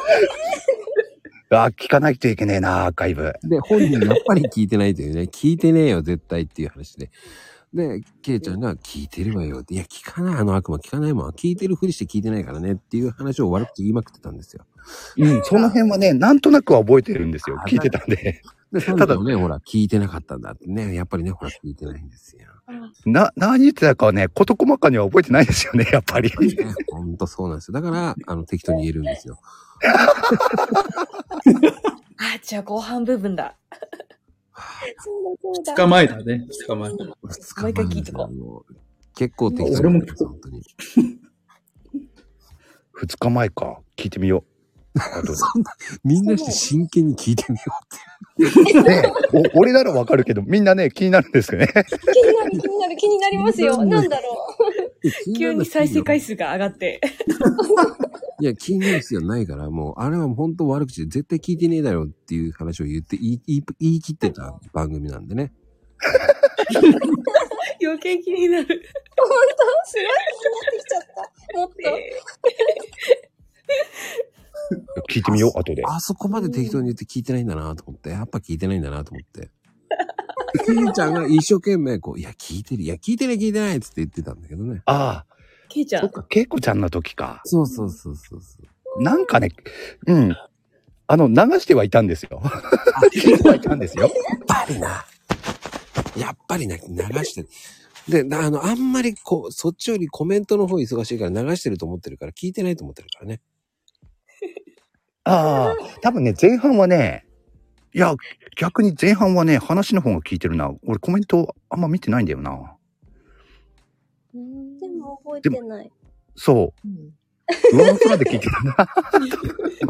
Speaker 19: あー聞かないといけねえな、アーカイブ。
Speaker 1: で、本人やっぱり聞いてないというね、聞いてねえよ、絶対っていう話で。で、ケイちゃんが聞いてるわよって、いや、聞かない、あの悪魔聞かないもん。聞いてるふりして聞いてないからねっていう話を悪く言いまくってたんですよ。
Speaker 19: うん、その辺はね、なんとなくは覚えてるんですよ。聞いてたんで。
Speaker 1: で、ただね、ほら、聞いてなかったんだってね、やっぱりね、ほら、聞いてないんですよ。
Speaker 19: な、何言ってたかはね、事細かには覚えてないですよ ね、やっぱり。
Speaker 1: ほんとそうなんですよ。だから、あの、適当に言えるんですよ。
Speaker 5: あ、じゃあ後半部分だ。
Speaker 20: そうだそうだ。
Speaker 22: 捕まえたね。捕まえた。
Speaker 5: もう一回聞いとこ う。
Speaker 1: 結構適当
Speaker 19: 俺も
Speaker 1: に。本当に。
Speaker 19: 2日前か。聞いてみよ う。あと
Speaker 1: みんなして真剣に聞いてみ
Speaker 19: う
Speaker 1: よ
Speaker 19: って。ねえお俺ならわかるけど、みんなね、気になるんですよね。
Speaker 20: 気になる、気になる、気になりますよ。なんだろ
Speaker 5: 急に再生回数が上がって。
Speaker 1: いや、気になる必要ないから、もう、あれは本当悪口で絶対聞いてねえだろっていう話を言って、言い、言い言い切ってた番組なんでね。
Speaker 5: 余計気になる。
Speaker 20: う。本当すごい気になってきちゃった。もっ
Speaker 19: 聞いてみよう、後で。
Speaker 1: あそこまで適当に言って聞いてないんだなと思って、やっぱ聞いてないんだなと思って。キーちゃんが一生懸命こう、いや、聞いてる、いや、聞いてない、聞いてないっつって言ってたんだけどね。
Speaker 19: ああ。
Speaker 5: ケイちゃん。
Speaker 19: けいこちゃんの時か。
Speaker 1: そうそうそうそう
Speaker 19: そう。なんかね、うん。あの、流してはいたんですよ。聞いてはいたんですよ。
Speaker 1: やっぱりな。やっぱりな、流してる。で、なあの、あんまりこう、そっちよりコメントの方忙しいから流してると思ってるから、聞いてないと思ってるからね。
Speaker 19: ああ、多分ね、前半はね、いや、逆に前半はね、話の方が聞いてるな。俺コメントあんま見てないんだよな。
Speaker 20: と。でも覚えてない。
Speaker 19: そう。上の空で聞いてる な。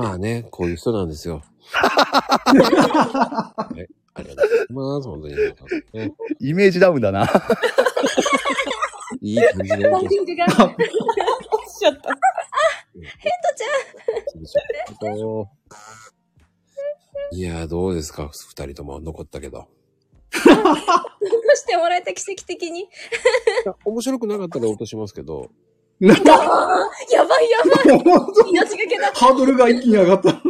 Speaker 1: まあね、こういう人なんですよ。はいありがとうございます。本当に。ね
Speaker 23: イメージダウンだな。
Speaker 1: いい感じで
Speaker 20: ラン キングが。落ちちゃった。あ、ヘッドちゃん。
Speaker 1: いやー、どうですか二人とも残ったけど。
Speaker 20: 残してもらえた奇跡的に。
Speaker 1: 面白くなかったら落としますけ ど。
Speaker 20: やばいやばい。命がけだ。
Speaker 1: ハードルが一気に上がった。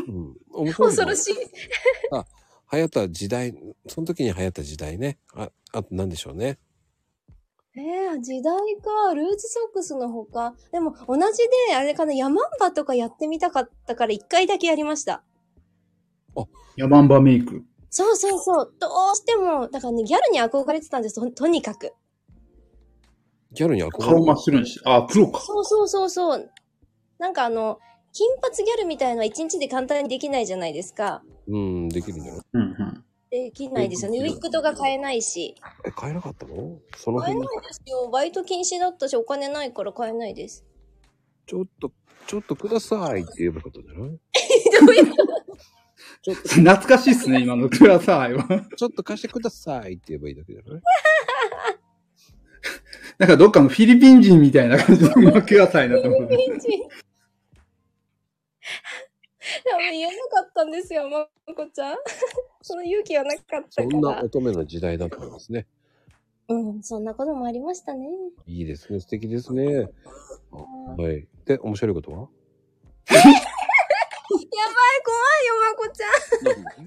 Speaker 1: うん、面白い
Speaker 20: 恐ろしい。
Speaker 1: あ、流行った時代、その時に流行った時代ね。あ、あと何でしょうね。
Speaker 20: えー、時代か、ルーズソックスのほか。でも、同じで、あれかな、ヤマンバとかやってみたかったから、一回だけやりました。
Speaker 19: ヤマンバメイク。
Speaker 20: そうそうそう。どうしても、だからね、ギャルに憧れてたんです、ととにかく。
Speaker 1: ギャルに憧れ
Speaker 19: 顔真っ白にして。あ、黒か。
Speaker 20: そうそうそうそう。なんかあの、金髪ギャルみたいのは一日で簡単にできないじゃないですか。
Speaker 1: うん、できるんだよ。
Speaker 19: うんうん。
Speaker 20: できないですよね。ウ
Speaker 1: うん
Speaker 20: ィッグとか買えないし。
Speaker 1: え、買えなかったのその
Speaker 20: 買え
Speaker 1: 辺
Speaker 20: ないですよ。バイト禁止だったし、お金ないから買えない です。
Speaker 1: ちょっと、ちょっとくださいって言えばよかったんじゃ ない
Speaker 19: 懐かしいっすね、今のくださいは。
Speaker 1: ちょっと貸してくださいって言えばいいだ けじゃない
Speaker 19: なんかどっかのフィリピン人みたいな感じの今くださいなと思って。
Speaker 20: ピンチ。多分言えなかったんですよ、まこちゃん。 その勇気はなかった
Speaker 1: そ
Speaker 20: か
Speaker 1: んな
Speaker 20: ら。
Speaker 1: 乙女の時代だったんですね。
Speaker 20: うん、そんなこともありましたね。
Speaker 1: いいですね。素敵ですね。はい。で、面白いことは
Speaker 20: やばい、怖いよ、まこちゃん。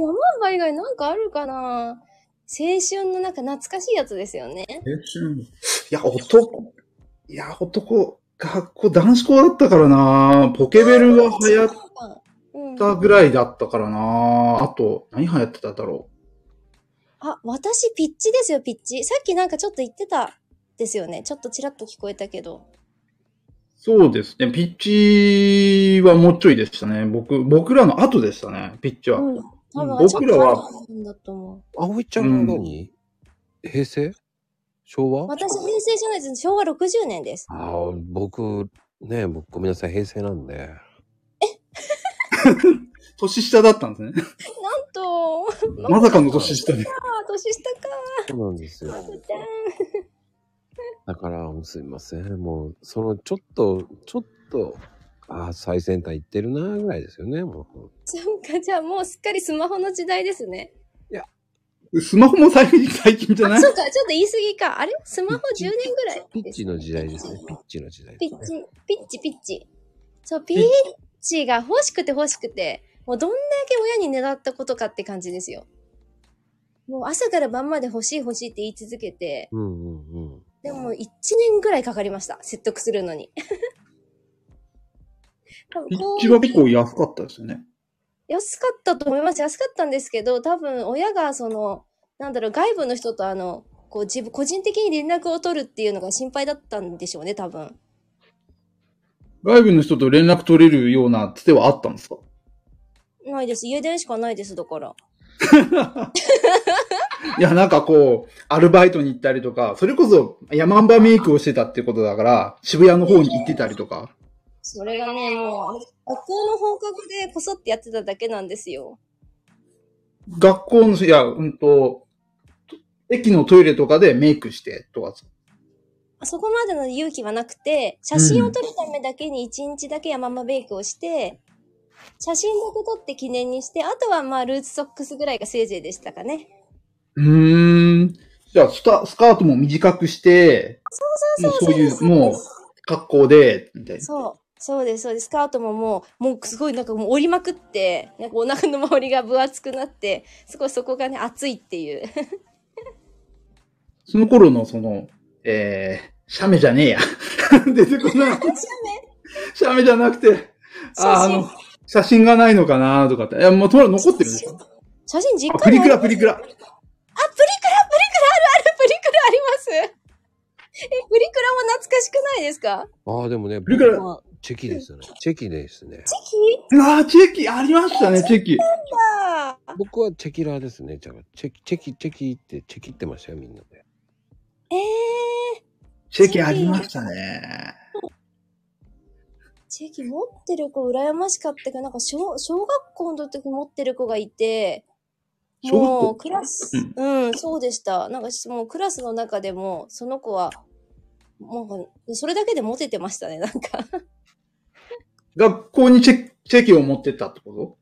Speaker 20: ヤマンバ以外なんかあるかな青春のなんか懐かしいやつですよね。
Speaker 19: いや、男、いや、男、学校、男子校だったからなポケベルが流行っ
Speaker 20: うん。
Speaker 19: たぐらいだったからなあと、何流行ってただろ
Speaker 20: あ、私、ピッチですよ、ピッチ。さっきなんかちょっと言ってたですよね。ちょっとちらっと聞こえたけど。
Speaker 19: う。そうですね。ピッチはもうちょいでしたね。僕、僕らの後でしたね、ピッチは。
Speaker 20: うん。多分、
Speaker 19: 僕らは
Speaker 20: ちょっと後なんだと思う。
Speaker 1: 葵ちゃんが何、平成昭和
Speaker 20: 私、平成じゃないです。昭和60年です。
Speaker 1: ああ、僕、ね僕ごめんなさい、平成なんで。
Speaker 19: 年下だったんですね。
Speaker 20: なんと、
Speaker 19: まさかの年下で
Speaker 20: ああ、年下か。
Speaker 1: そうなんですよ。
Speaker 20: じゃん。
Speaker 1: だから、すいません。もう、その、ちょっと、ちょっと、ああ、最先端行ってるな、ぐらいですよね、もう。
Speaker 20: そうか、じゃあもうすっかりスマホの時代ですね。
Speaker 19: スマホも最近、最近じゃ
Speaker 20: あ、
Speaker 19: ない
Speaker 20: そうか、ちょっと言い過ぎか。あれスマホ10年ぐらい
Speaker 1: ピッチの時代ですね。ピッチの時代。
Speaker 20: ピッチ、ピッチ、ピッチ。そう、ピッチが欲しくて欲しくて、もうどんだけ親にねだったことかって感じですよ。もう朝から晩まで欲しい欲しいって言い続けて、
Speaker 1: うんうんうん。
Speaker 20: でも1年ぐらいかかりました。説得するのに。 多分
Speaker 19: ピ
Speaker 20: こ
Speaker 19: ッ
Speaker 20: う
Speaker 19: チは結構安かったですよね。
Speaker 20: 安かったと思います。安かったんですけど、多分親がその、なんだろう、外部の人とあの、こう自分、個人的に連絡を取るっていうのが心配だったんでしょうね、多分。
Speaker 19: 外部の人と連絡取れるようなつてはあったんですか
Speaker 20: ないです。家電しかないです、だから。
Speaker 19: いや、なんかこう、アルバイトに行ったりとか、それこそヤマンバメイクをしてたってことだから、渋谷の方に行ってたりとか。
Speaker 20: それがね、もう、学校の放課後でこそってやってただけなんですよ。
Speaker 19: 学校の、いや、うんと、駅のトイレとかでメイクしてとか。
Speaker 20: そこまでの勇気はなくて、写真を撮るためだけに1日だけ山マベイクをして、写真だけ撮って記念にして、あとはまあ、ルーツソックスぐらいがせいぜいでしたかね。
Speaker 19: うーん。じゃあスタ、スカートも短くして、
Speaker 20: そうそうそうそう
Speaker 19: もうそういう、もう、格好で、みたいな。
Speaker 20: そう。そうです、そうです。スカートももう、もうすごいなんかもう折りまくって、なんかお腹の周りが分厚くなって、すごいそこがね、熱いっていう。
Speaker 19: その頃のその、えー、シャメじゃねえや。 出てこない。シャメじゃなくて、あ、あの、写真がないのかなとかって。いや、もう、とりあえず残ってるんですよ。
Speaker 20: 写真実
Speaker 19: あ、
Speaker 20: 家
Speaker 19: プ
Speaker 20: に
Speaker 19: リクラ、
Speaker 20: あるあ、
Speaker 19: プ
Speaker 20: プリクラ、プリ
Speaker 19: リクラ。
Speaker 20: ラあるある、プリクラあります。え、プリクラも懐かしくないですか
Speaker 1: ああ、でもね、僕はチェキですよね。チェキですね。
Speaker 20: チェ
Speaker 19: キああ、チェキありましたね、チェキ。
Speaker 20: なんだ
Speaker 1: 僕はチェキラーですね。じゃあチェキ、チェキ、チェキって、チェキってましたよ、みんなで。
Speaker 20: えー、
Speaker 19: チェキありましたね。
Speaker 20: チェキ持ってる子羨ましかったけど、なんか小小学校の時持ってる子がいて、
Speaker 19: 小学校
Speaker 20: もうクラス、うん、そうでした。なんかもうクラスの中でも、その子は、もう、それだけでモテてましたね、なんか。
Speaker 19: 学校にチェチェキを持ってったってこ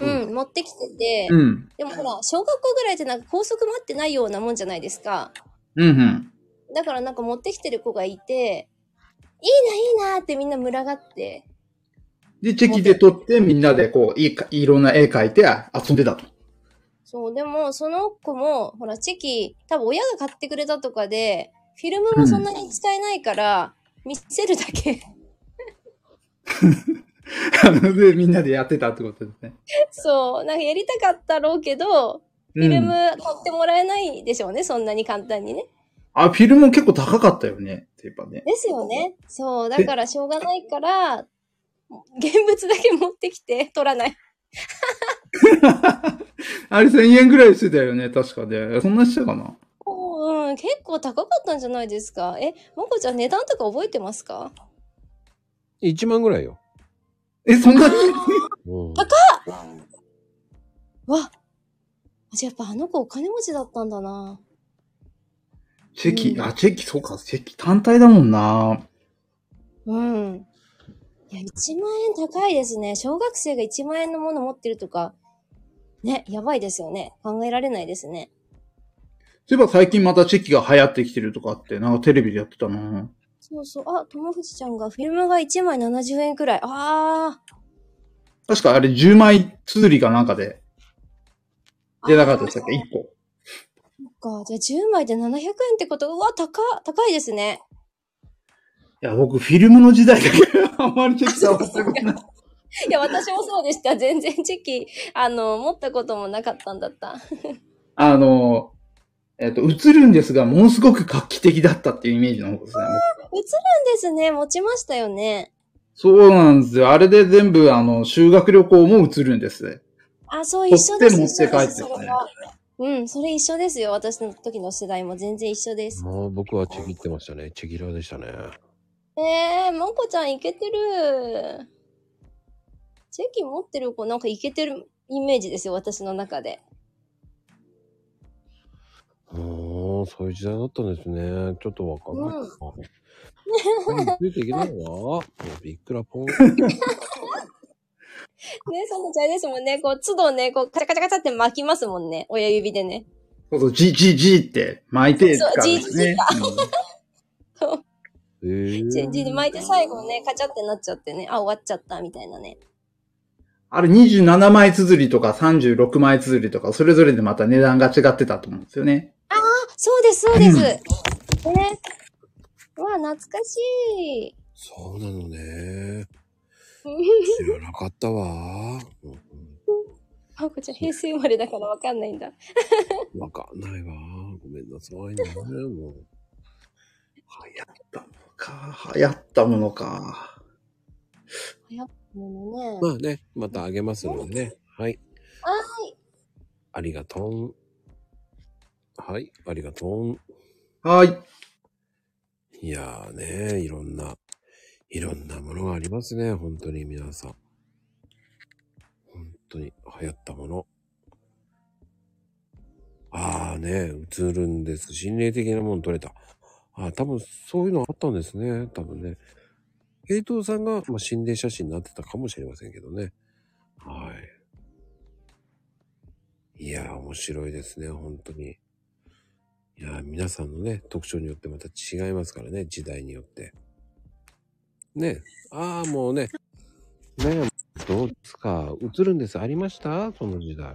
Speaker 20: うん、持ってきてて、
Speaker 19: うん
Speaker 20: でもほら、小学校ぐらいってなんか校則待ってないようなもんじゃないですか。
Speaker 19: とうんうん。
Speaker 20: だからなんか持ってきてる子がいて、いいな、いいなってみんな群がって、
Speaker 19: で、チェキで撮って、みんなでこう、いいか、いろんな絵描いて遊んでたと。
Speaker 20: そう、でも、その子も、ほら、チェキ、多分親が買ってくれたとかで、フィルムもそんなに使えないから、見せるだけ。
Speaker 19: あので、みんなでやってたってことですね。
Speaker 20: そう、なんかやりたかったろうけど、フィルム買ってもらえないでしょうね、そんなに簡単にね。
Speaker 19: あ、フィルム結構高かったよね。っていうかね。
Speaker 20: ですよね。そう、だからしょうがないから、現物だけ持ってきて、撮らない。
Speaker 19: あれ1000円ぐらいしてたよね、確かで。そんなしたかな
Speaker 20: おーうん、結構高かったんじゃないですか。え、もこちゃん値段とか覚えてますか
Speaker 1: 1万ぐらいよ。
Speaker 19: え、そんなに
Speaker 20: 高っわじゃあやっぱあの子お金持ちだったんだな。
Speaker 19: チェキ、あ、チェキ、そうか、チェキ単体だもんな。
Speaker 20: うん。いや、1万円高いですね。小学生が1万円のもの持ってるとか、ね、やばいですよね。考えられないですね。
Speaker 19: そういえば最近またチェキが流行ってきてるとかって、なんかテレビでやってたな。
Speaker 20: そうそう。あ、友藤ちゃんがフィルムが1枚70円くらい。あー。
Speaker 19: 確かあれ10枚綴りかなんかで。で、なかったでしたっけ ?1 個。
Speaker 20: そっか。じゃあ10枚で700円ってことうわ、高っ高いですね。
Speaker 19: いや、僕、フィルムの時代だけ あんまりチェキ触ってこない。
Speaker 20: いや、私もそうでした。全然チェキ、あの、持ったこともなかったんだった。
Speaker 19: あの、えっ、と、映るんですが、ものすごく画期的だったっていうイメージの方ですね。
Speaker 20: 映るんですね。持ちましたよね。
Speaker 19: そうなんですよ。あれで全部、あの、修学旅行も映るんですね。
Speaker 20: あ、そう、一緒です。
Speaker 19: 持って
Speaker 20: 一緒です
Speaker 19: 持って帰ってきてね
Speaker 20: それはうん、それ一緒ですよ。私の時の世代も全然一緒です。
Speaker 1: もう僕はチェギってましたね。チェギラーでしたね。
Speaker 20: えー、もこちゃんいけてる。チェキ持ってる子なんかいけてるイメージですよ。私の中で。
Speaker 1: もう、そういう時代だったんですね。ちょっとわかんないな。ついていけないな。もうびっくらぽん。
Speaker 20: ね、その時代ですもんね。こう、都度ね、こう、カチャカチャカチャって巻きますもんね。親指でね。
Speaker 19: そうそう、じ、じ、じって巻いて使うん
Speaker 20: そう、じ
Speaker 19: で
Speaker 20: いじ
Speaker 19: す
Speaker 20: じ
Speaker 19: ね。
Speaker 20: か。
Speaker 1: えー
Speaker 20: じいじで巻いて最後ね、カチャってなっちゃってね。あ、終わっちゃった、みたいなね。
Speaker 19: あれ27枚綴りとか36枚綴りとか、それぞれでまた値段が違ってたと思うんですよね。
Speaker 20: ああ、そうです、そうです。ね。うわ、懐かしい。
Speaker 1: そうな のね。
Speaker 20: うん
Speaker 1: 知らなかったわ。
Speaker 20: あこちゃん、平成生まれだからわかんないんだ。
Speaker 1: わかんないわ。ごめんなさいね。もう。
Speaker 19: 流行ったものか。
Speaker 20: 流行ったものね。
Speaker 1: まあね、またあげますのでね。はい。
Speaker 20: はい。
Speaker 1: ありがとう。はい、ありがと
Speaker 19: う。はい。
Speaker 1: いやーね、いろんな、いろんなものがありますね、本当に皆さん。本当に流行ったもの。ああね、映るんです。心霊的なもの撮れた。ああ、多分そういうのあったんですね、多分ね。平等さんが、まあ、心霊写真になってたかもしれませんけどね。はい。いやー、面白いですね、本当に。いやー、皆さんのね、特徴によってまた違いますからね、時代によって。ね、ああ、もうね、ねえ、どうですか、映るんです、ありましたその時代。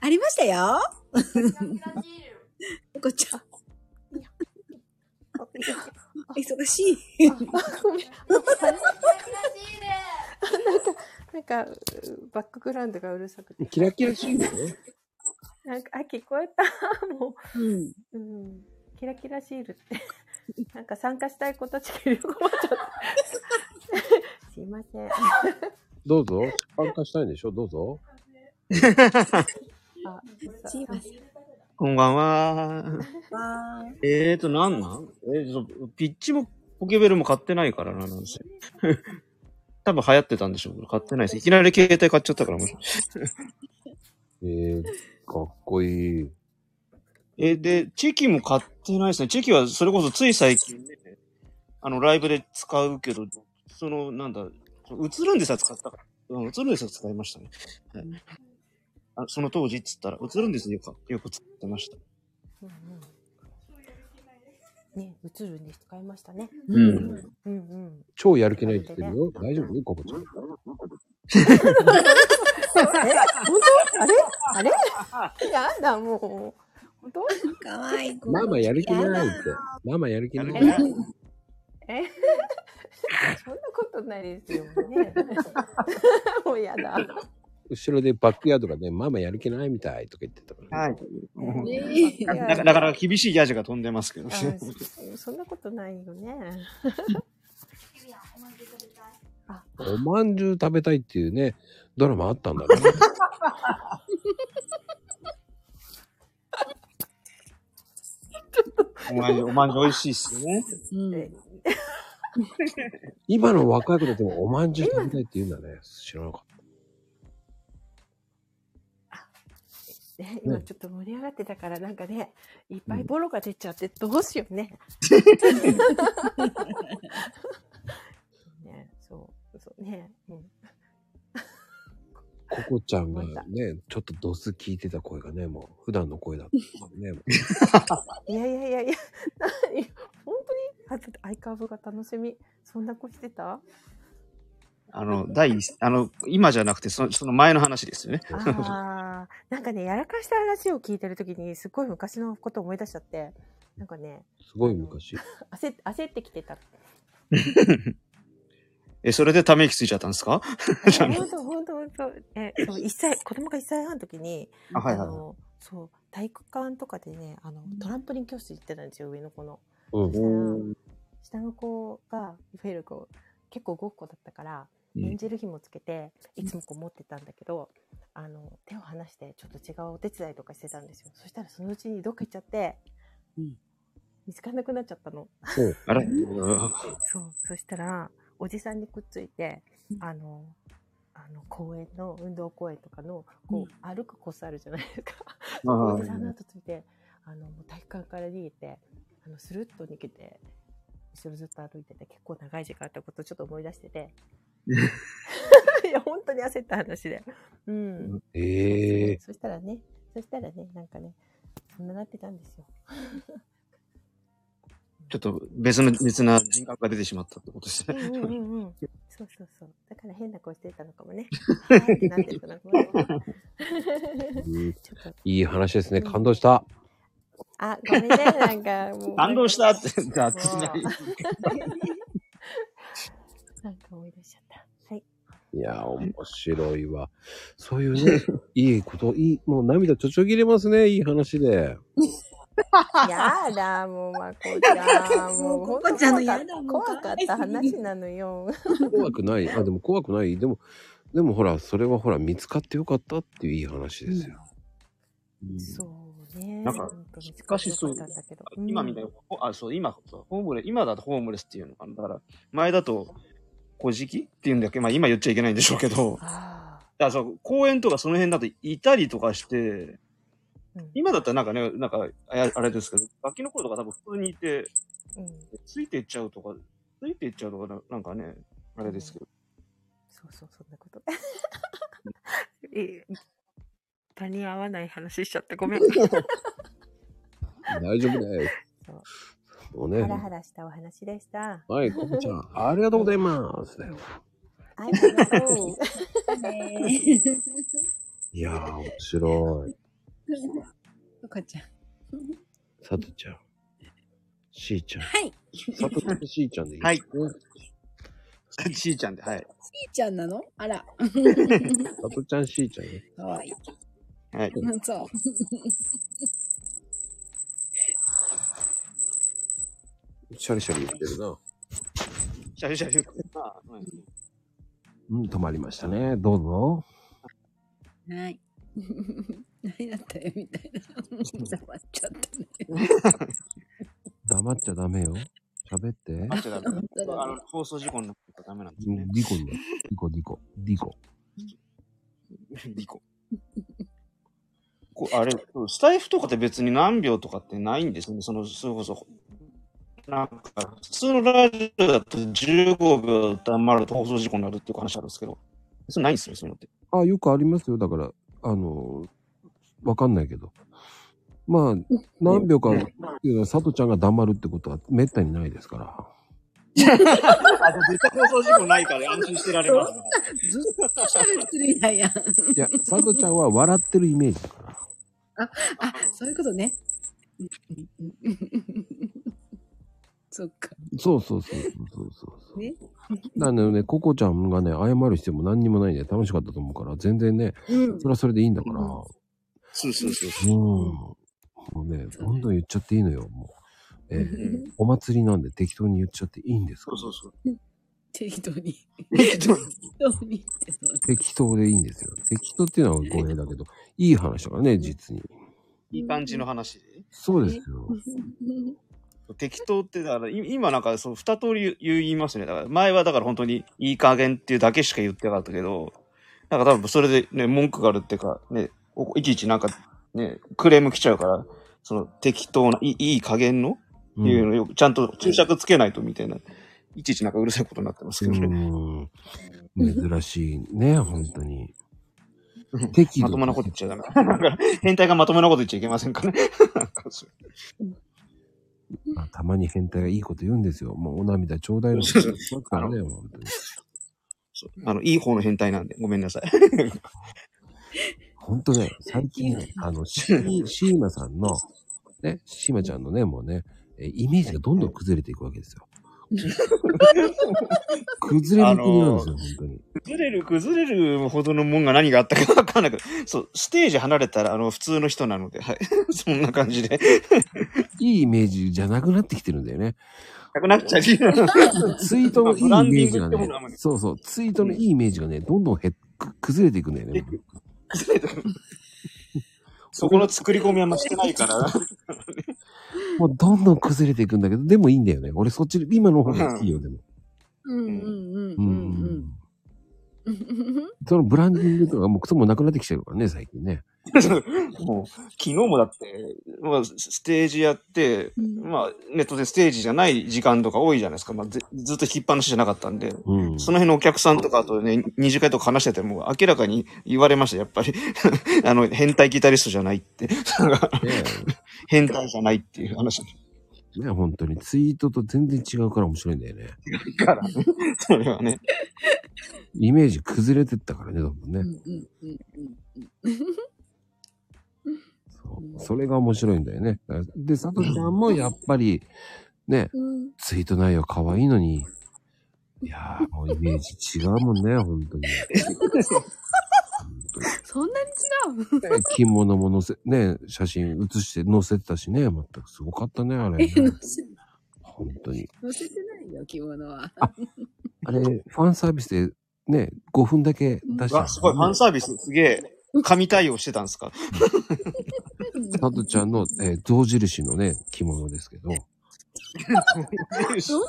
Speaker 7: ありましたよ。こっちゃん。忙しい。
Speaker 14: なんか、バックグラウンドがうるさくて。
Speaker 1: キラキラシーンだよ。
Speaker 14: なんか、あ、聞こえた。 もう、
Speaker 7: うん。
Speaker 14: キラキラシールって。 なんか参加したい子たちがいる 困っちゃった。すいません。
Speaker 1: どうぞ、参加したいんでしょどう ぞ。
Speaker 14: あ、
Speaker 7: すいません。
Speaker 4: こんばんは。
Speaker 7: わー
Speaker 4: えーと、なんなんえーと、ピッチもポケベルも買ってないからな、なんせ。 多分流行ってたんでしょうけど、買ってないです。いきなり携帯買っちゃったから、もう。
Speaker 1: えー、かっこいい。
Speaker 4: え、で、チェキも買ってないですね。チェキはそれこそつい最近ね、あの、ライブで使うけど、その、なんだ、映るんですは使ったから。うん映るんですは使いましたね。はいあその当時っつったら、映るんですよく、よく使ってました。
Speaker 14: うんうんね、映るんです。使いましたね。
Speaker 1: うん
Speaker 14: うんうん。
Speaker 1: 超やる気ないって言ってるよ。大丈夫ココちゃん。
Speaker 14: え本当あれあ れやだ、もう。本当かわいい。
Speaker 1: ママやる気ないって。ママやる気ない。
Speaker 14: えそんなことないですよね。もうやだ。
Speaker 1: 後ろでバックヤードがね、ママやる気ないみたいとか言ってたから
Speaker 4: はい。
Speaker 14: ええ
Speaker 4: なかなかなか厳しいヤジが飛んでますけど
Speaker 14: あ
Speaker 4: ね。
Speaker 14: そそんなことないよね。
Speaker 1: おまんじゅう食べたいっていうね、ドラマあったんだね。
Speaker 4: おまんじゅう、おまんじゅう美味しいっすよね。
Speaker 1: 今の若い子たちもおまんじゅう食べたいって言うんだね。知らなかっ
Speaker 14: ね今ちょっと盛り上がってたから、なんかね、いっぱいボロが出ちゃって、どうしようね。ね、そう、そうね。うん
Speaker 1: た。ココちゃんがね、ちょっとドス聞いてた声がね、もう普段の声だったもんね。もう
Speaker 14: いやいやいやいや、何本当にあ相変わらずが楽しみ。そんな子してた
Speaker 4: あの、第一、あの、今じゃなくて、そのその前の話ですよね。
Speaker 14: ああ、なんかね、やらかした話を聞いてるときに、すごい昔のことを思い出しちゃって、なんかね、
Speaker 1: すごい昔。
Speaker 14: 焦っ焦ってきてた。
Speaker 4: え、それでため息ついちゃったんですか じゃあ
Speaker 14: 本当本当本当え、そう一歳子供が一歳半の時に、
Speaker 4: あはいはいはい
Speaker 14: のそう体育館とかでね、あのトランポリン教室行ってたんですよ上の子の。
Speaker 4: うん。
Speaker 14: 下の子がフェルコ結構動く子だったから、
Speaker 4: うん
Speaker 14: エンジェル紐つけていつもこう持ってたんだけど、あの手を離してちょっと違うお手伝いとかしてたんですよそしたらそのうちにどっか行っちゃって、見つからなくなっちゃったの
Speaker 4: あれ
Speaker 14: そうそしたらおじさんにくっついてあのあの公園の運動公園とかのこう、歩くコースあるじゃないですか
Speaker 4: ああ
Speaker 14: おじさんの後ついてあのもう体育館から逃げてあのスルッと逃げて後ろずっと歩いてて結構長い時間あったことをちょっと思い出してていや本当に焦った話でうん
Speaker 1: ええ
Speaker 14: そしたらねそしたらねなんかねそんななってたんですよ
Speaker 4: ちょっと別の、別な人格が出てしまったってことです
Speaker 14: うん
Speaker 4: ね。
Speaker 14: うんうんうんそうそうそうだから変な声してたのかもねはーいってなってたのかもね
Speaker 1: うん
Speaker 14: ちょっと
Speaker 1: いい話ですね。感動した。
Speaker 14: あごめんねなんかもう
Speaker 4: 感動したって言って熱く
Speaker 14: もう
Speaker 4: ない
Speaker 14: なんか思い出しちゃったはい
Speaker 1: いやー、面白いわ。そういう ね、いいこと、いい、もう涙ちょちょぎれますね。いい話で。
Speaker 14: やだ、もう、まこちゃん。もう、ほんと
Speaker 7: こちゃんの
Speaker 14: 怖か
Speaker 7: やだもう
Speaker 14: 怖かった話なのよ。
Speaker 1: 怖くない。あ、でも怖くない。でも、でもほら、それはほら、見つかってよかったっていういい話ですよ。
Speaker 14: そうね。
Speaker 4: なんか
Speaker 14: 本当に
Speaker 4: しかしそう
Speaker 14: よかったんだけど
Speaker 4: 今みたいな、ほあ、そう、今、そうホームレス、今だとホームレスっていうのかな。だから、前だと、小じきっていうんだっけまあ今言っちゃいけないんでしょうけど。
Speaker 14: あ
Speaker 4: だからそう、公園とかその辺だといたりとかして、今だったらなんかね、なんか、あやあれですけど、ガキの頃とか多分普通にいて、ついていっちゃうとか、ついていっちゃうとかな、なんかね、あれですけど。
Speaker 14: そうそう、そんなこと。え他に合わない話しちゃってごめん。
Speaker 1: 大丈夫です。もうね
Speaker 14: ハ。ラハラしたお話でした。
Speaker 1: はい、ココちゃん、ありがとうございます。
Speaker 14: ありがとう。
Speaker 1: いやー、面白い。
Speaker 7: とかちゃん。
Speaker 1: さとちゃん。しーちゃん。
Speaker 7: はい。
Speaker 1: さとちゃんとしーちゃんでいいはい。
Speaker 4: しーちゃんで、はい。
Speaker 7: いーちゃんなのあら。
Speaker 1: さとちゃん、しーちゃんね。
Speaker 7: かわいい。
Speaker 4: はい。
Speaker 7: そう。
Speaker 1: シャリシャリ言ってるな。
Speaker 4: シャリシャリ言ってるなうん
Speaker 1: うん、止まりましたね。どうぞ。
Speaker 7: はい。何だったよみたいな。黙っちゃったね。
Speaker 1: 黙っちゃダメよ。喋って。
Speaker 4: あっちゃダメ。あの、放送事故になったらダメなんです
Speaker 1: う
Speaker 4: ね。
Speaker 1: んディコになる。ディコ、ディコ、ディコ。
Speaker 4: リコ。ここあれ、スタイフとかって別に何秒とかってないんですよね。その、それこそ、なんか、普通のラジオだと15秒黙ると放送事故になるっていう話あるんですけど、それないんですよ、そういうのって。
Speaker 1: あよくありますよ。だから、あの、わかんないけど。まあ、何秒か、っていうのは、佐藤ちゃんが黙るってことは滅多にないですから。
Speaker 4: 絶対放送事故ないから安心してられます。
Speaker 7: ずっと喋ってるやんやん。
Speaker 1: いや、佐藤ちゃんは笑ってるイメージだから。
Speaker 7: あ、あ、そういうことね。うんうんうんそっか。
Speaker 1: そうそうそうそうそうそう。
Speaker 7: ね。
Speaker 1: なんだよね、ココちゃんがね、謝る必要も何にもないんで楽しかったと思うから、全然ね、
Speaker 7: うん
Speaker 1: それはそれでいいんだから。。
Speaker 4: そうそうそう
Speaker 1: ん。もうね、どんどん言っちゃっていいのよ、もう。えー
Speaker 7: うん
Speaker 1: お祭りなんで適当に言っちゃっていいんですか
Speaker 4: そうそうそう。
Speaker 7: 適当に。
Speaker 4: 適
Speaker 7: 当にってそう。
Speaker 1: 適当でいいんですよ。適当っていうのは語弊だけど、 いい話だからね、実に。
Speaker 4: いい感じの話で。
Speaker 1: そうですよ。
Speaker 4: 適当って、だから、い今なんか、そう、二通り言う言いますね。だから、前はだから本当に、いい加減っていうだけしか言ってなかったけど、なんか多分それでね、文句があるっていうか、ね、おいちいちなんか、ね、クレーム来ちゃうから、その適当な、いいいい加減のっていうのをよく、ちゃんと注釈つけないとみたいな、いちいちなんかうるさいことになってますけどね。
Speaker 1: 珍しいね、本当に。適
Speaker 4: まともなこと言っちゃダメ。 なんか変態がまともなこと言っちゃいけませんからね。 なんかそう
Speaker 1: まあたまに変態がいいこと言うんですよ。もうお涙ちょうだいの。
Speaker 4: そうそう
Speaker 1: だからね、本当に。
Speaker 4: あの、いい方の変態なんで、ごめんなさい。
Speaker 1: 本当ね、最近、あの、シー、シーマさんの、ね、シーマちゃんのね、もうね、えイメージがどんどん崩れていくわけです よ。崩れまくりなんですよ、本当に。
Speaker 4: 崩れる、崩れるほどのもんが何があったかわかんなく、そう、ステージ離れたら、あの、普通の人なので、はい。 そんな感じで。
Speaker 1: いいイメージじゃなくなってきてるんだよね。
Speaker 4: なくなっちゃう。ツイ
Speaker 1: ートのいいイメージが
Speaker 4: ブランディングっても
Speaker 1: ね
Speaker 4: のはあんま、り
Speaker 1: そうそう、ツイートのいいイメージがね、どんどんへっく崩れていくんだよね。
Speaker 4: そこの作り込みはあんましてない から。
Speaker 1: もうどんどん崩れていくんだけど、でもいいんだよね。俺そっち、今の方がいいよ、でも。
Speaker 7: うんうん
Speaker 1: う
Speaker 7: うん
Speaker 1: うん
Speaker 7: うん。
Speaker 1: そのブランディングとかもクソもなくなってきてるからね、最近ね。
Speaker 4: もう、昨日もだって、まあ、ステージやって、まあ、ネットでステージじゃない時間とか多いじゃないですか。まあ、ずずっと引きっぱなしじゃなかったんで、
Speaker 1: うん
Speaker 4: その辺のお客さんとか、あとね、二次会とか話してても、明らかに言われました、やっぱり。 あの、変態ギタリストじゃ ないって。変態じゃないっていう話。
Speaker 1: ね、本当に。ツイートと全然違うから面白いんだよね。
Speaker 4: からね。それはね。
Speaker 1: イメージ崩れてったからね、どんどんね。それが面白いんだよね。で、佐藤ちゃんもやっぱり、ね、
Speaker 7: うん
Speaker 1: ツイート内容可愛いのに、いやー、もうイメージ違うもんね、本当に。
Speaker 7: そんなに違う
Speaker 1: 着物も載せ、ね、写真写して載せてたしね、全くすごかったね、あれ、
Speaker 7: え、
Speaker 1: ね。
Speaker 7: 乗せ
Speaker 1: 本当に。
Speaker 7: 乗せてないよ、着物は。
Speaker 1: あれ、ファンサービスでね、5分だけ出した、
Speaker 4: あすごい、ファンサービスすげえ、神対応してたんですか。
Speaker 1: サトちゃんの、えー象印のね、着物ですけど。
Speaker 7: そんな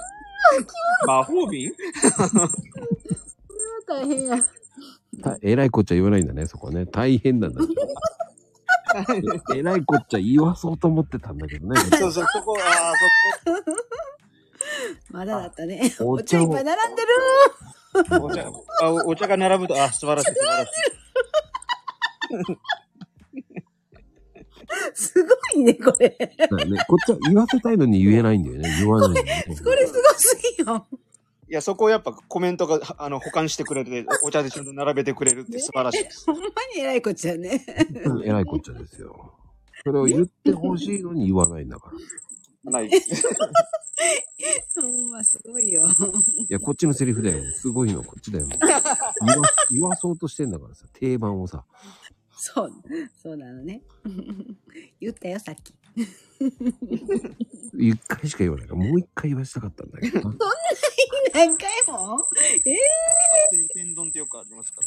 Speaker 4: 魔法瓶
Speaker 7: 大変や。
Speaker 1: たえらいこっちゃ言わないんだね、そこはね。大変 なんだ。えらいこっちゃ言わそうと思ってたんだけどね。
Speaker 4: そうそう、そ こ、ああ、
Speaker 7: まだだったね。
Speaker 1: お
Speaker 7: お茶いっぱい並んでる
Speaker 4: そこ。お茶あおお茶が並ぶと、あ、素晴らしい、素晴らし
Speaker 7: すごいね、これ。
Speaker 1: だからね、こっちは言わせたいのに言えないんだよね。言わないんだよね。
Speaker 7: これすごすぎよ。
Speaker 4: い。いや、そこをやっぱコメントが、はあの、保管してくれて、お茶でちゃんと並べてくれるって素晴ら しい。
Speaker 7: ほんまに偉いこっちゃね。
Speaker 1: うんえらいこっちゃですよ。それを言ってほしいのに言わないんだから。
Speaker 4: ない。
Speaker 7: ほんますごいよ。
Speaker 1: いや、こっちのセリフだよ。すごいの、こっちだよ。言わ言わそうとしてんだからさ、定番をさ。
Speaker 7: そう、そうなのね。言ったよ、さっき。
Speaker 1: 一回しか言わないから、もう一回言わしたかったんだけど
Speaker 7: そ。んなに何回もええ
Speaker 4: 天丼ってよくありますか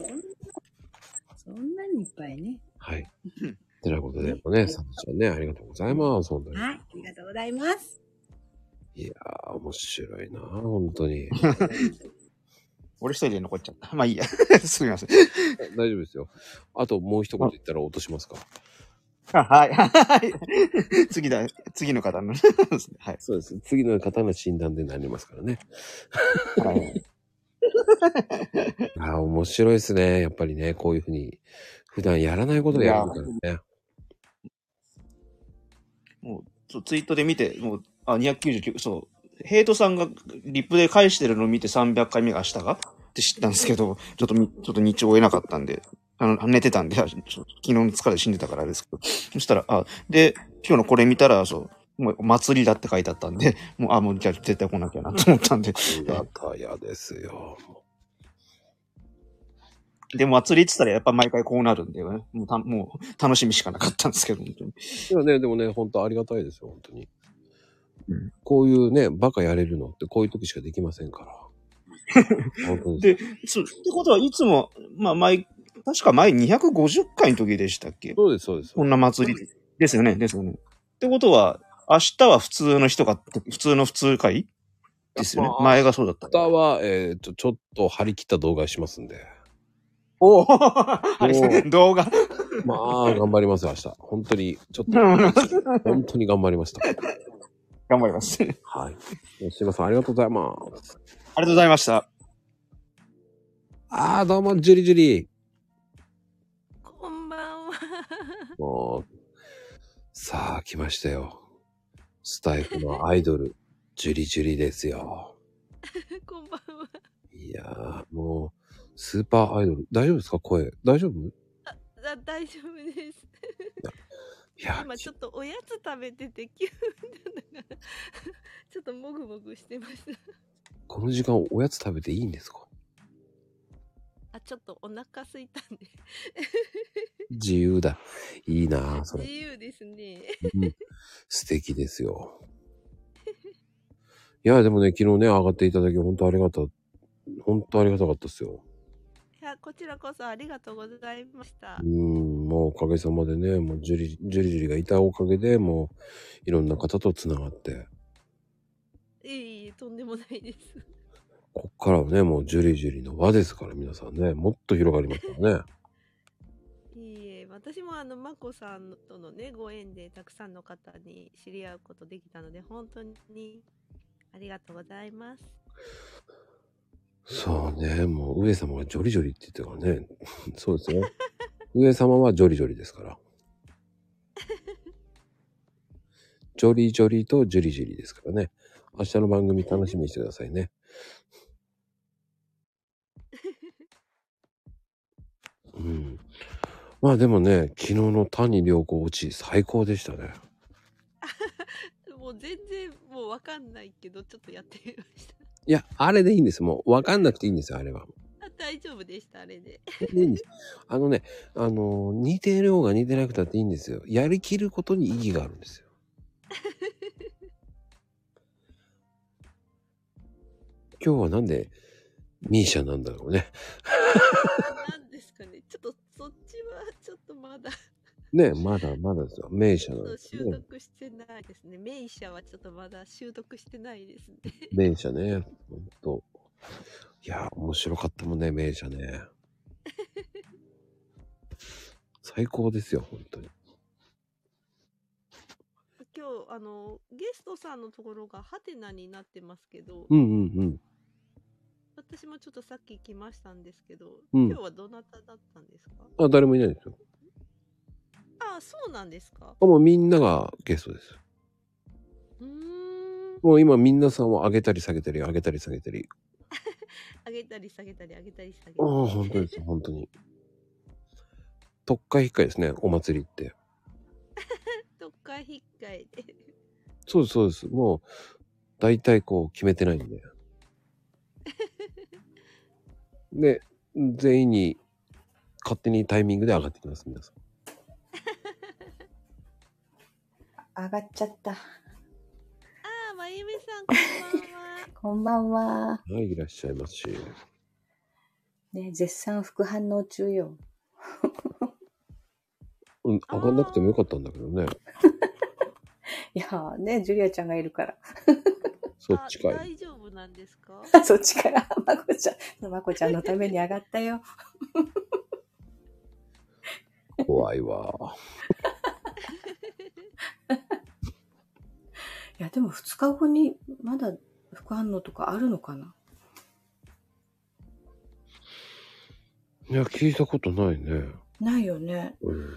Speaker 4: らね。
Speaker 7: そんなにいっぱいね。
Speaker 1: はい。てなことで、ね、サムちゃんね、ありがとうございます。本当に。
Speaker 7: はい、ありがとうございます。
Speaker 1: いやー、面白いな、本当に。
Speaker 4: 俺一人で残っちゃった。まあいいや。 すみません。
Speaker 1: 大丈夫ですよ。あともう一言言ったら落としますか。
Speaker 4: あはい。はい。 次だ。次の方の。 はい。
Speaker 1: そうです。次の方の診断でなりますからね。 ああ、面白いですね。やっぱりね、こういうふうに、普段やらないことでやるからね。
Speaker 4: もうそうツイートで見て、もう、あ、299、そう。ヘイトさんがリプで返してるのを見て300回目が明日がって知ったんですけど、ちょっとみ、ちょっと日中追えなかったんで、あの、寝てたんで、あちょっと昨日の疲れで死んでたからあれですけど、そしたら、あ、で、今日のこれ見たら、そう、もう祭りだって書いてあったんで、もう、あ、もうじゃあ絶対来なきゃなと思ったんで。
Speaker 1: やかやですよ。
Speaker 4: でも祭りって言ったらやっぱ毎回こうなるんだよね。もうた、もう楽しみしかなかったんですけど、本当に。
Speaker 1: いやね、でもね、本当ありがたいですよ、本当に。こういうね、バカやれるのってこういう時しかできませ んから。本当に
Speaker 4: で、そう、ってことはいつも、まあ前、確か前250回の時でしたっけ
Speaker 1: そうです、そうです。
Speaker 4: こんな祭りですよね、ですよね。ってことは、明日は普通の人が、普通の普通会ですよね。前がそうだった。
Speaker 1: 明日は、えっ、と、ちょっと張り切った動画します んで。
Speaker 4: おお動画。
Speaker 1: まあ、頑張ります、明日。本当に、ちょ っと、本当に頑張りました。
Speaker 4: 頑張ります。
Speaker 1: はい。すいません、ありがとうございます。
Speaker 4: ありがとうございました。
Speaker 1: ああ、どうも、ジュリジュリ。
Speaker 24: こんばん は。
Speaker 1: もう、さあ、来ましたよ。スタイフのアイドル、ジュリジュリですよ。
Speaker 24: こんばんは。
Speaker 1: いやー、もう、スーパーアイドル。大丈夫ですか声。大丈夫
Speaker 24: あ、あ大丈夫です。
Speaker 1: いや
Speaker 24: 今ちょっとおやつ食べてて気分だから ちょっともぐもぐしてます。
Speaker 1: この時間おやつ食べていいんですか
Speaker 24: あ、ちょっとお腹空いたんで。
Speaker 1: 自由だ。いいなあそれ
Speaker 24: 自。由ですね。
Speaker 1: うん、素敵です よ。いや、でもね、昨日ね、上がっていただき、本当ありがた、本当ありがたかったですよ。
Speaker 24: いや、こちらこそありがとうございました
Speaker 1: う。ん、もうおかげさまでね、もうジュリ、ジュリジュリがいたおかげで、もう、いろんな方と繋がって、
Speaker 24: いえいえ、とんでもないです。
Speaker 1: こっからはね、もうジュリジュリの輪ですから、皆さんね、もっと広がりますからね。
Speaker 24: いいえ、私もあの、まこさんとのね、ご縁でたくさんの方に知り合うことできたので、本当にありがとうございます。
Speaker 1: そうね、もう上様がジョリジョリって言ってたからね。 そうですよ。上様はジョリジョリですから。ジョリジョリとジュリジュリですからね。明日の番組楽しみにしてくださいね。うん。まあでもね、昨日の谷良子落ち最高でしたね。
Speaker 24: もう全然もうわかんないけど、ちょっとやってみました。
Speaker 1: いや、あれでいいんです。もうわかんなくていいんですよ、あれは。
Speaker 24: あ大丈夫でした、あれで。
Speaker 1: いいんです。あのね、あの、似てる方が似てなくたっていいんですよ。やりきることに意義があるんですよ。今日はなんで、ミーシャなんだろうね。
Speaker 24: なんですかね。ちょっとそっちはちょっとまだ
Speaker 1: ね、まだまだですよ。名車なんです
Speaker 24: 習
Speaker 1: ね。
Speaker 24: 得してないですね。名医者はちょっとまだ習得してないですね。
Speaker 1: 名車ね。ほんと。いや、面白かったもんね、名車ね。最高ですよ、本当に。
Speaker 24: 今日あのゲストさんのところがハテナになってますけど、
Speaker 1: うんうんうん。
Speaker 24: 私もちょっとさっき来ましたんですけど、
Speaker 1: うん
Speaker 24: 今日はどなただったんですか
Speaker 1: あ、誰もいないですよ。
Speaker 24: ああ、そうなんですか
Speaker 1: あもうみんながゲストです。もう今みんなさんを上げたり下げたり上げたり下げたり。
Speaker 24: 上げたり下げたり上げたり下げたり。
Speaker 1: ああ、本当ですよ、本当に。特会引っかいですね、お祭りって。
Speaker 24: 特会引っかいで。
Speaker 1: そうです、そうです。もう、大体こう決めてないん で。で、全員に勝手にタイミングで上がってきます、皆さん。
Speaker 25: 上がっちゃった。
Speaker 24: ああ、まゆみさん、こんばんは。
Speaker 25: こんばん は。
Speaker 1: はい、いらっしゃいますし。
Speaker 25: ね、絶賛副反応中よ。
Speaker 1: うん、上がんなくてもよかったんだけどね。
Speaker 25: いやーね、ジュリアちゃんがいるから。
Speaker 1: そっちかい。
Speaker 24: 大丈夫夫なんですか
Speaker 3: そっちから、まこちゃん、まこちゃんのために上がったよ。
Speaker 1: 怖い わ。
Speaker 3: いや、でも2日後にまだ副反応とかあるのかない
Speaker 1: や、聞いたことないね。
Speaker 3: ないよね。
Speaker 1: うん。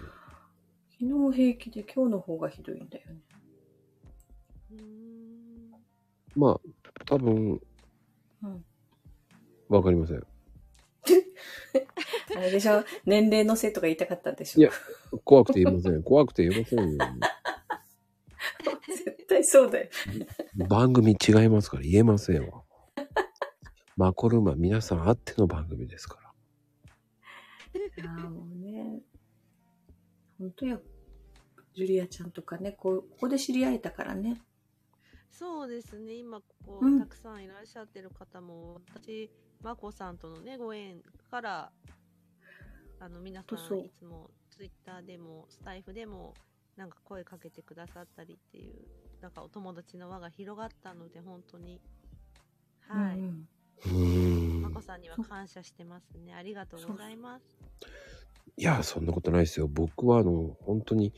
Speaker 3: 昨日平気で今日の方がひどいんだよね。
Speaker 1: まあ、多分、
Speaker 3: うん
Speaker 1: わかりません。
Speaker 3: あれでしょ年齢のせいとか言いたかったんでしょ
Speaker 1: いや、怖くて言いません。怖くて言いませんよ。
Speaker 3: 絶対そうだよ。
Speaker 1: 番組違いますから言えませんわ。マコルームは皆さんあっての番組ですから。
Speaker 3: ああ、もうね。本当や、ジュリアちゃんとかね、こうここで知り合えたからね。
Speaker 24: そうですね、今ここ、たくさんいらっしゃってる方も、私、まこさんとのね、ご縁から、あの、皆さ
Speaker 3: 本当そ
Speaker 24: ん、
Speaker 3: う
Speaker 24: いつも、ツイッターでも、スタイフでも、なんか声かけてくださったりっていう、なんかお友達の輪が広がったので、本当に、はい。まこさんには感謝してますね。ありがとうございます。
Speaker 1: いや、そんなことないですよ。僕はあの、本当に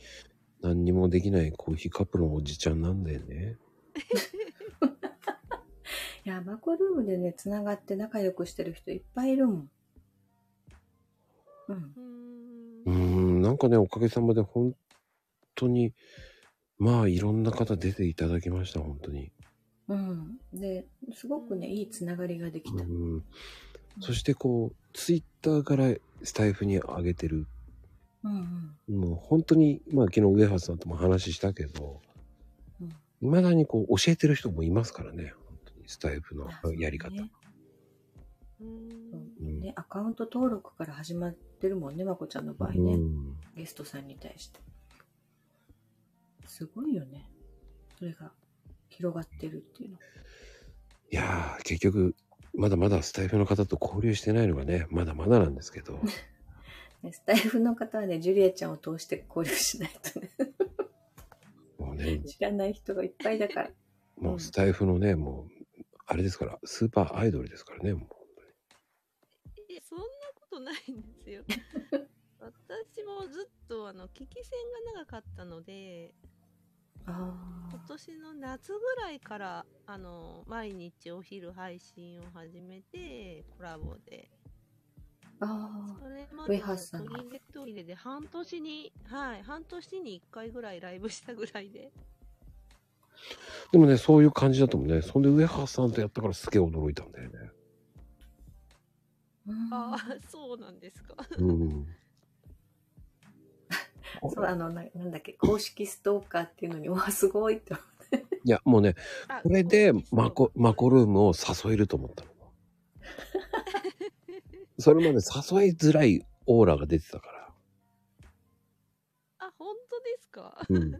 Speaker 1: 何にもできないコーヒーカップのおじちゃんなんだよね。
Speaker 3: いや、マコルームでね、つながって仲良くしてる人いっぱいいるもん。うん。
Speaker 1: うーん、なんかね、おかげさまで本当に、まあいろんな方出ていただきました、本当に。
Speaker 3: うん。で、すごくね、いいつながりができた。
Speaker 1: うん。そしてこう、ツイッターからスタイフに上げてる。
Speaker 3: うんうん。
Speaker 1: もう本当に、まあ昨日上原さんとも話したけど、いまだにこう教えてる人もいますからね、本当にスタイフのやり方。
Speaker 3: ね、アカウント登録から始まってるもんね、まこちゃんの場合ね。
Speaker 1: うん
Speaker 3: ゲストさんに対して。すごいよね。それが広がってるっていうの。
Speaker 1: いやー、結局、まだまだスタイフの方と交流してないのがね、まだまだなんですけど、
Speaker 3: ね、スタイフの方はね、ジュリアちゃんを通して交流しないと ね。
Speaker 1: もうね、
Speaker 3: 知らない人がいっぱいだから。
Speaker 1: もうスタイフのね、もう、あれですから、スーパーアイドルですからね、も
Speaker 24: え、そんなことないんで すよ。私もずっとあの危機戦が長かったので、今年の夏ぐらいからあの毎日お昼配信を始めてコラボで、
Speaker 3: あ
Speaker 24: それ
Speaker 3: あ、
Speaker 24: ま
Speaker 3: ウェ
Speaker 24: で
Speaker 3: ハースさん
Speaker 24: 途
Speaker 3: が。
Speaker 24: 切れ途切れで半年にはい半年に1回ぐらいライブしたぐらいで、
Speaker 1: う。でもね、そういう感じだと思うね。そんで、上原さんとやったからすげえ驚いたんだよね。
Speaker 24: ああそうなんですか。
Speaker 1: うん。
Speaker 3: そう、あの、ななんだっけ、公式ストーカーっていうのに、わあ、すごいって思う。
Speaker 1: いや、もうね、これでマコ、マコルームを誘えると思 ったの。それまで誘いづらいオーラが出てたから。
Speaker 24: あ本当ですか。
Speaker 1: うん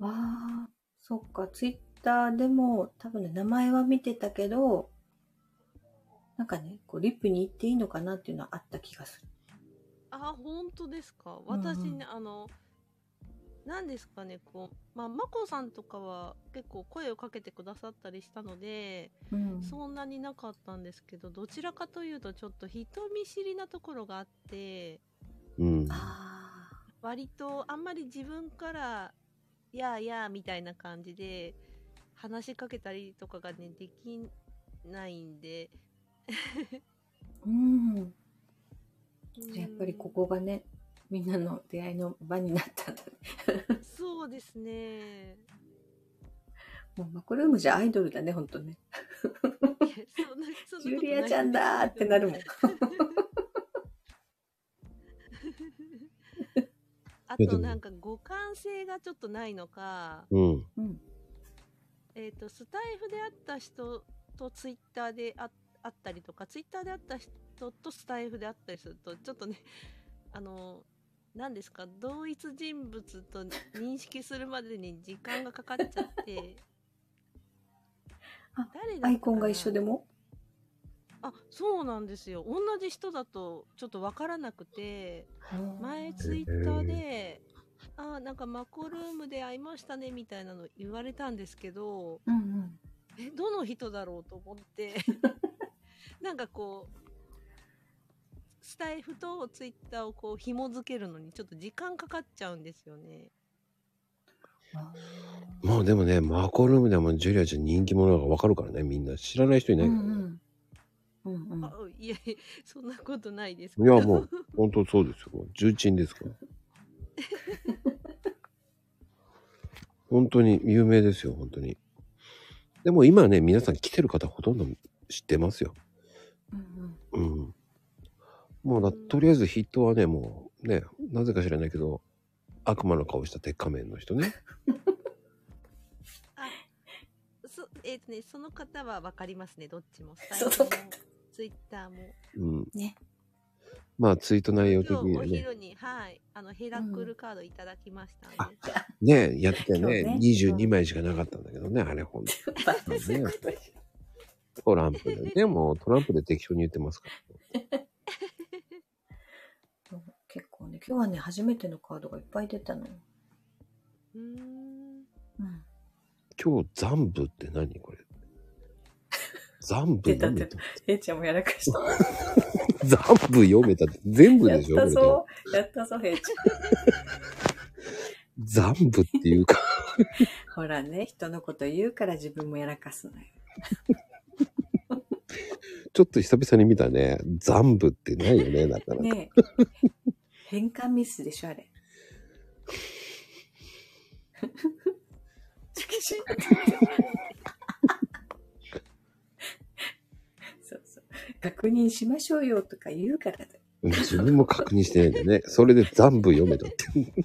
Speaker 3: ああ、そっか、ツイッターでも、多分ね、名前は見てたけど、なんかね、こう、リップに行っていいのかなっていうのはあった気がする。
Speaker 24: あ、本当ですか。
Speaker 3: うんうん
Speaker 24: 私ね、あの、なんですかね、こう、まあ、まこさんとかは結構声をかけてくださったりしたので、
Speaker 3: うん
Speaker 24: そんなになかったんですけど、どちらかというとちょっと人見知りなところがあって、
Speaker 1: うん。
Speaker 24: 割とあんまり自分から、やあやあみたいな感じで、話しかけたりとかがね、できないん で、
Speaker 3: うん。やっぱりここがね、みんなの出会いの場になったんだね。
Speaker 24: そうですね。
Speaker 3: もうマクルームじゃアイドルだね、ほんとね。ジュリアちゃんだーってなるもん。
Speaker 1: い
Speaker 24: あ
Speaker 1: やで
Speaker 24: と
Speaker 1: も
Speaker 24: なんか互換性がちょっとないのか、
Speaker 1: うん。
Speaker 24: えっとスタイフで会った人とツイッターであ会ったりとかツイッターで会った人とスタイフで会ったりするとちょっとね あの何ですか同一人物と認識するまでに時間がかかっちゃって誰だ
Speaker 3: アイコンが一緒でも
Speaker 24: あそうなんですよ同じ人だとちょっと分からなくて前ツイッターで「あーなんかマコルームで会いましたね」みたいなの言われたんですけど、
Speaker 3: うん
Speaker 24: え、どの人だろうと思 って、なんかこう、スタイフとツイッターをこう紐づけるのにちょっと時間かかっちゃうんですよね。
Speaker 1: もうでもね、マコルームでもジュリアちゃん人気者がわかるからね、みんな。知らない人いないから。
Speaker 24: んうん。うんあいやいや、そんなことないですけ
Speaker 1: い
Speaker 24: ど
Speaker 1: や、もう、本当そうですよ。重鎮ですから。本当に有名ですよ、本当に。でも今ね、皆さん来てる方ほとんど知ってますよ。うん。もうな、とりあえず筆頭はね、もう、ね、なぜか知らないけど、悪魔の顔した鉄仮面の人ね。
Speaker 24: そえっ、とね、その方はわかりますね、どっちも。スタイフもツイッターも。
Speaker 1: うん。
Speaker 24: ね。
Speaker 1: まあ、ツイート内容的
Speaker 24: 今日
Speaker 1: に
Speaker 24: お
Speaker 1: はね、
Speaker 24: 昼に、はい、あの、ヘラクルカードいただきましたんで。
Speaker 1: ね、やってたよね
Speaker 24: 今日ね
Speaker 1: 22枚しかなかったんだけどね、あれほんと。ねトランプで。ね、もうトランプで適当に言ってますから。
Speaker 3: 結構ね、今日はね、初めてのカードがいっぱい出たのよ。
Speaker 1: 今日、残部って何これ。残部読めた。
Speaker 25: えいちゃんもやらかした。
Speaker 1: 残部読めたって全部
Speaker 25: やっ
Speaker 1: でしょこ
Speaker 25: た
Speaker 1: れと。
Speaker 25: ぞ。やったぞ、えいち
Speaker 1: 残部っていう
Speaker 25: ゃ
Speaker 1: か。
Speaker 25: ん。ほらね、人のこと言うから自分もやらかすのよ。
Speaker 1: ちょっと久々に見たね。残部ってないよね、なかなか。
Speaker 25: ねえ。変換ミスでしょ、あ れ。そうそう。確認しましょうよとか言うからだよ。
Speaker 1: うん自分も確認してないんだよね。それで残部読めたって。
Speaker 24: い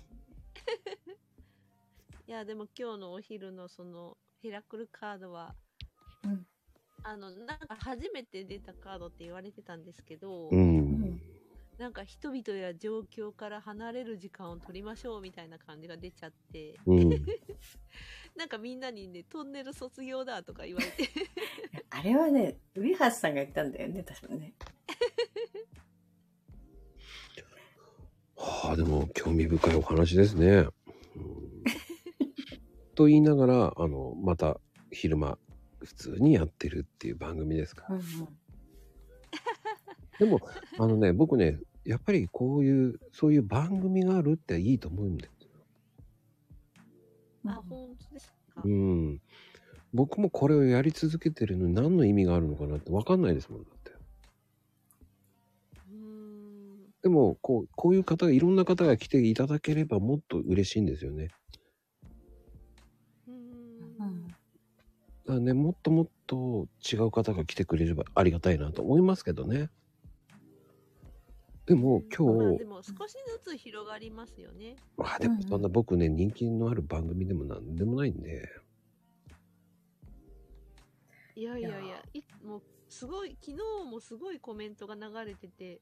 Speaker 24: や、でも今日のお昼のその、ヘラクルカードは、あの、なんか初めて出たカードって言われてたんですけど、
Speaker 1: うん
Speaker 24: なんか人々や状況から離れる時間を取りましょうみたいな感じが出ちゃって、
Speaker 1: うん
Speaker 24: なんかみんなにね、トンネル卒業だとか言われて、
Speaker 25: あれはね、上橋さんが言ったんだよね、確かね。
Speaker 1: はあ、でも興味深いお話ですね。うん と言いながら、あの、また昼間、普通にやってるっていう番組ですから。 でも、あのね、僕ね、やっぱりこういう、そういう番組があるっていいと思うんだよ。
Speaker 24: あ、本当ですか。
Speaker 1: うん。僕もこれをやり続けてるのに何の意味があるのかなって分かんないですもんだって。でも、こう、こういう方が、いろんな方が来ていただければもっと嬉しいんですよね。だからね、もっともっと違う方が来てくれればありがたいなと思いますけどね。でも
Speaker 24: まあ
Speaker 1: 今日
Speaker 24: で、も少しずつ広がりますよね。
Speaker 1: あでもそんな僕ね、人気のある番組でも何でもないんで、
Speaker 24: いやいやいや、いもうすごい、昨日もすごいコメントが流れてて、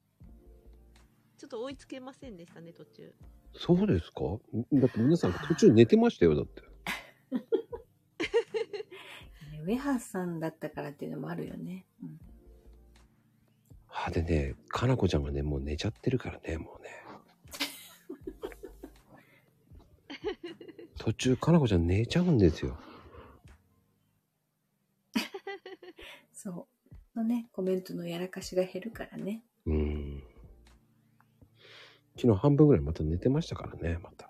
Speaker 24: ちょっと追いつけませんでしたね、途中。
Speaker 1: そうですかだって皆さん途中寝てましたよ、だって。
Speaker 25: 上橋さんだったからっていうのもあるよね。うん
Speaker 1: あ、でね、かなこちゃんがね、もう寝ちゃってるからね、もうね。 途中、かなこちゃん寝ちゃうんですよ。
Speaker 25: そう。のね、コメントのやらかしが減るから ね。
Speaker 1: うん。昨日半分ぐらいまた寝てましたからね、また。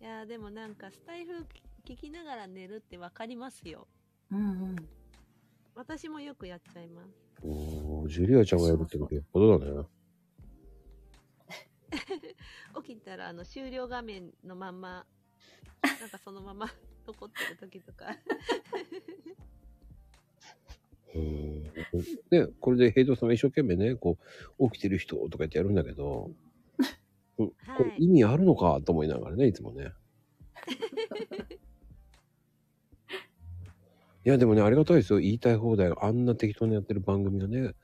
Speaker 24: いやーでもなんかスタイフ聞きながら寝るってわかりますよ。
Speaker 25: うんうん。
Speaker 24: 私もよくやっちゃいます。
Speaker 1: おージュリアちゃんがやるってことよっぽどだね。
Speaker 24: 起きたらあの終了画面のまんま、なんかそのまま 残ってる 時とか。
Speaker 1: で、これで平等さんが一生懸命ね、こう、起きてる人とか言ってやるんだけど、うんこれ意味あるのかと思いながらね、いつもね。いや、でもね、ありがたいですよ。言いたい放題、あんな適当にやってる番組がね、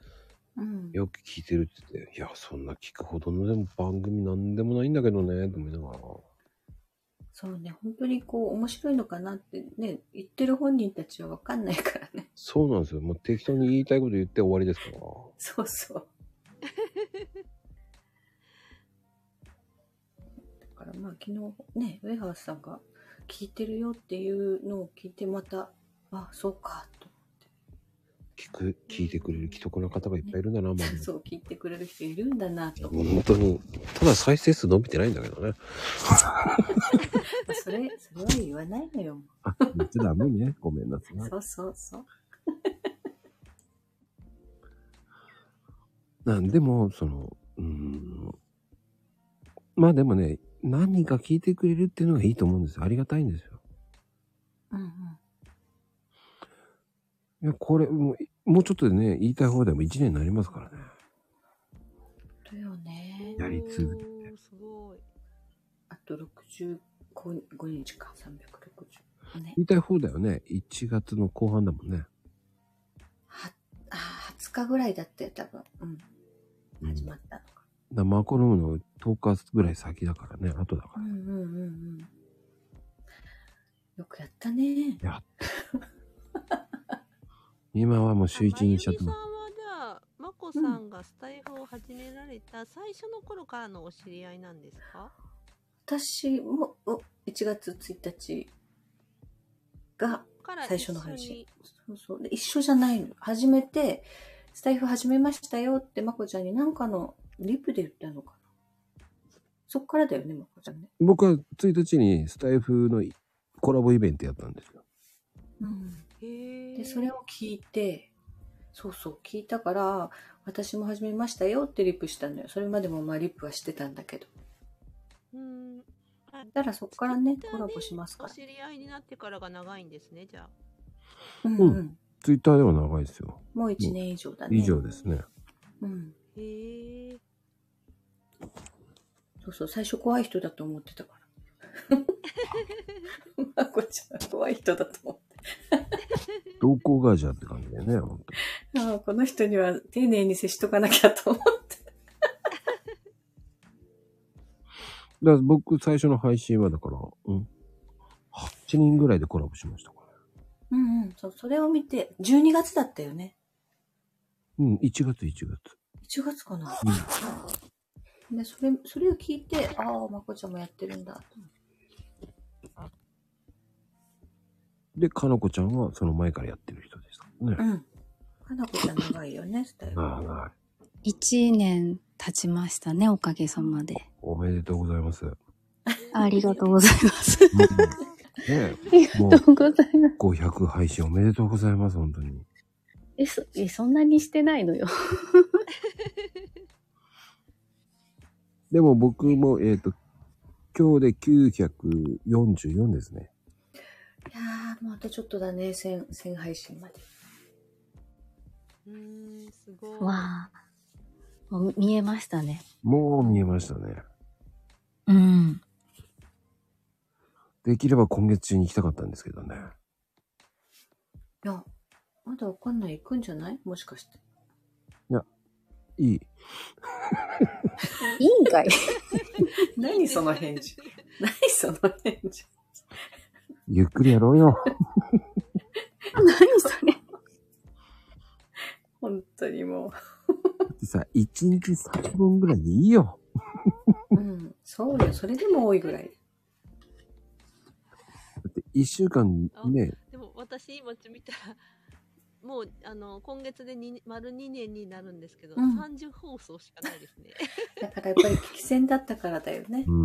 Speaker 25: うん。
Speaker 1: よく聞いてるって言って、いや、そんな聞くほどのでも番組なんでもないんだけどね、と思いながら。
Speaker 25: そうね、本当にこう、面白いのかなってね、言ってる本人たちはわかんないから ね。
Speaker 1: そうなんですよ。もう適当に言いたいこと言って終わりですから。
Speaker 25: そうそう。だからまあ昨日ね、ウェハースさんが
Speaker 3: 聞いてるよっていうのを聞いてまたあそうか と
Speaker 1: 聞く、聞いてくれる既得な方がいっぱいいるんだな、もう。
Speaker 3: そう聞いてくれる人いるんだな と
Speaker 1: 本当に。ただ再生数伸びてないんだけどね。
Speaker 3: それそれは言わないのよ
Speaker 1: あ、 言っちゃダメね。ごめんなさい。
Speaker 3: そうそうそう
Speaker 1: なんでも、その、うーん。まあでもね、何人か聞いてくれるっていうのがいいと思うんですよ。ありがたいんですよ。
Speaker 25: うんうん。
Speaker 1: いや、これ、もう、もうちょっとでね、言いたい方でも1年になりますからね。
Speaker 3: だよね
Speaker 1: やり続け。
Speaker 3: すごいあと65日か360ね
Speaker 1: 言いたい方だよね。1月の後半だもんね。
Speaker 3: 20日ぐらいだって多分うん
Speaker 1: うん、
Speaker 3: また
Speaker 1: だマコロームの10日ぐらい先だからね、後だか
Speaker 3: うんうんうんうんよくやったね
Speaker 1: ら。やっ今はもう週1にしちゃって
Speaker 24: さん
Speaker 1: ま
Speaker 24: はじゃあ、まこさんがスタイフを始められた最初の頃からのお知り合いなんですか
Speaker 3: 私もお1月1日が
Speaker 24: から
Speaker 3: 最初の配
Speaker 24: 一緒
Speaker 3: 信
Speaker 24: に
Speaker 3: そうそうで一緒じゃないの初めてスタイフ始めましたよってまこちゃんに何かのリプで言ったのかなそっからだよねまこちゃんね
Speaker 1: す。僕は1日にスタイフのコラボイベントやったんですよ。
Speaker 3: でそれを聞いてそうそう聞いたから私も始めましたよってリプしたのよそれまでもまあリプはしてたんだけど
Speaker 24: うん。あ
Speaker 3: だからそっからねコラボします
Speaker 24: お
Speaker 3: から
Speaker 24: 知り合いになってからが長いんですね、じゃあ。
Speaker 3: うん、
Speaker 1: ツイッターでは長いですよ。
Speaker 3: もう1年以上だね
Speaker 1: 以上ですね。
Speaker 3: うん
Speaker 24: へえ。
Speaker 3: そうそう最初怖い人だと思ってたから まこちゃん怖い人だと思って
Speaker 1: 同行ガージャーって感じだよね、ほんと
Speaker 3: ああこの人には丁寧に接しとかなきゃと思って
Speaker 1: だから僕最初の配信はだから、うん。8人ぐらいでコラボしましたか
Speaker 3: う
Speaker 1: ら。
Speaker 3: んうんそうそれを見て12月だったよね
Speaker 1: うん、1月1月。
Speaker 3: 1月かな
Speaker 1: うん。
Speaker 3: でそれそれを聞いてああまこちゃんもやってるんだと思って
Speaker 1: で、かのこちゃんはその前からやってる人ですからね。
Speaker 3: うんかなこちゃん長いよねスタイル
Speaker 1: ああ、なる
Speaker 26: 1年経ちましたね、おかげさまで。
Speaker 1: おめでとうございます。ね
Speaker 26: ありがとうございます。
Speaker 1: え
Speaker 26: ありが
Speaker 1: も
Speaker 26: とうございます。
Speaker 1: う500配信おめでとうございます、本当に。
Speaker 26: え、そ、え、そんなにしてない のよ。
Speaker 1: でも僕も、えっ、と、今日で944ですね。
Speaker 3: いやーもうあとちょっとだね1000 1000配信まで
Speaker 26: わあ。もう見えましたね。
Speaker 1: もう見えましたね。
Speaker 26: うん。
Speaker 1: できれば今月中に行きたかったんですけどね。
Speaker 3: いやまだわかんない行くんじゃないもしかして
Speaker 1: いい。
Speaker 26: いいんかい
Speaker 3: 何その返事 何その返事
Speaker 1: ゆっくりやろうよ。
Speaker 26: 何それ
Speaker 3: 本当にも
Speaker 1: だってさ、1日3本ぐらいでいいよ。
Speaker 3: ううんそうよそれでも多いぐらい
Speaker 1: だって1週間ね、
Speaker 24: でも私今見たら、もうあの今月でに丸2年になるんですけど、
Speaker 3: うん
Speaker 24: 30放送しかないですね。
Speaker 3: だからやっぱり危機戦だったからだよね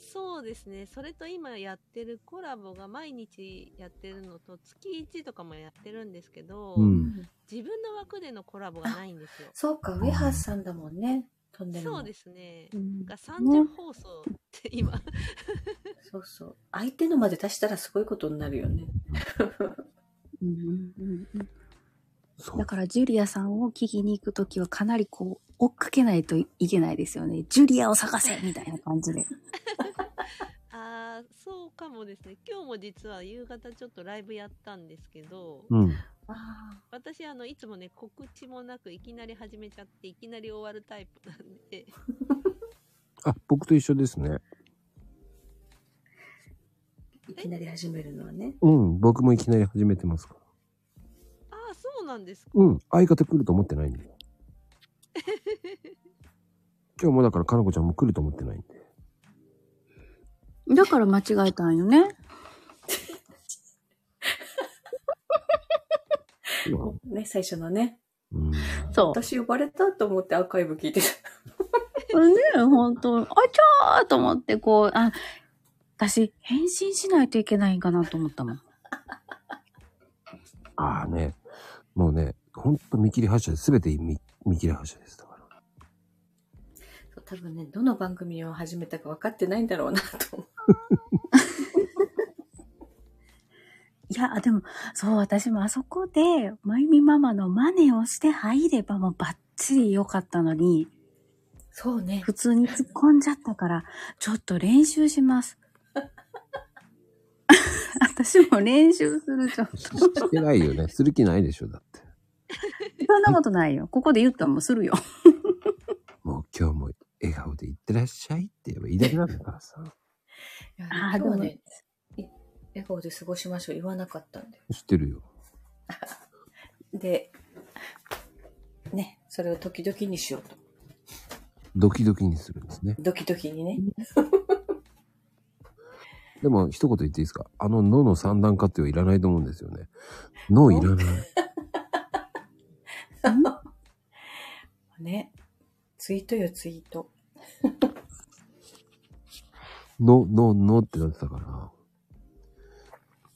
Speaker 24: そうですね。それと今やってるコラボが毎日やってるのと月1とかもやってるんですけど、
Speaker 3: うん
Speaker 24: 自分の枠でのコラボがないんです よ。
Speaker 3: そうかウェハースさんだもんね飛んでるの
Speaker 24: そうですね。
Speaker 3: うん
Speaker 24: が
Speaker 3: ね
Speaker 24: 30放送って今、
Speaker 3: そうそう相手のまで足したらすごいことになるよね
Speaker 26: うんうんうんうん。だから、ジュリアさんを聞きに行くときはかなりこう、追っかけないといけないですよね。ジュリアを探 せみたいな感じで。
Speaker 24: ああ、そうかもですね。今日も実は夕方ちょっとライブやったんですけど、
Speaker 1: うん
Speaker 24: 私あの、いつもね、告知もなくいきなり始めちゃって、いきなり終わるタイプなんで、
Speaker 1: あ、僕と一緒ですね。
Speaker 3: いきなり始めるのはね
Speaker 1: うん、僕もいきなり始めてますから。
Speaker 24: ああ、そうなんですか。
Speaker 1: うん、相方来ると思ってないんで。今日もだから、かなこちゃんも来ると思ってないんで。
Speaker 26: だから間違えたんよね。
Speaker 3: ね、最初のね。
Speaker 26: そう。
Speaker 3: 私呼ばれたと思ってアーカイブ聞いてた。
Speaker 26: ね、本当あ、ちゃーと思って、こう、あ、私、返信しないといけないんかなと思ったもん。
Speaker 1: ああね、もうね、ほんと見切り発車です。べて見見切り発車です。だから
Speaker 3: そう多分ね、どの番組を始めたか分かってないんだろうなと思う。
Speaker 26: いや、でも、そう、私もあそこで、まゆみママの真似をして入ればもうバッチリ良かったのに、
Speaker 3: そうね。
Speaker 26: 普通に突っ込んじゃったから、ちょっと練習します。 私も練習する、ちょっと。
Speaker 1: してないよね。する気ないでしょ。だって。
Speaker 26: そんなことないよ。ここで言ったらもうするよ。
Speaker 1: もう今日も笑顔でいってらっしゃいって言えばいいだけなんだからさ。
Speaker 3: いや
Speaker 26: あー
Speaker 3: 今日は
Speaker 26: で
Speaker 3: ね、い笑顔で過ごしましょう言わなかったんで。
Speaker 1: 知ってるよ。
Speaker 3: で、ね、それを時々にしようと。
Speaker 1: ドキドキにするんですね。
Speaker 3: ドキドキにね。
Speaker 1: でも、一言言っていいですかあの脳の三段活用いらないと思うんですよね。脳いらない。
Speaker 3: ね。ツイートよ、ツイート。
Speaker 1: 脳、脳、脳ってなってたから。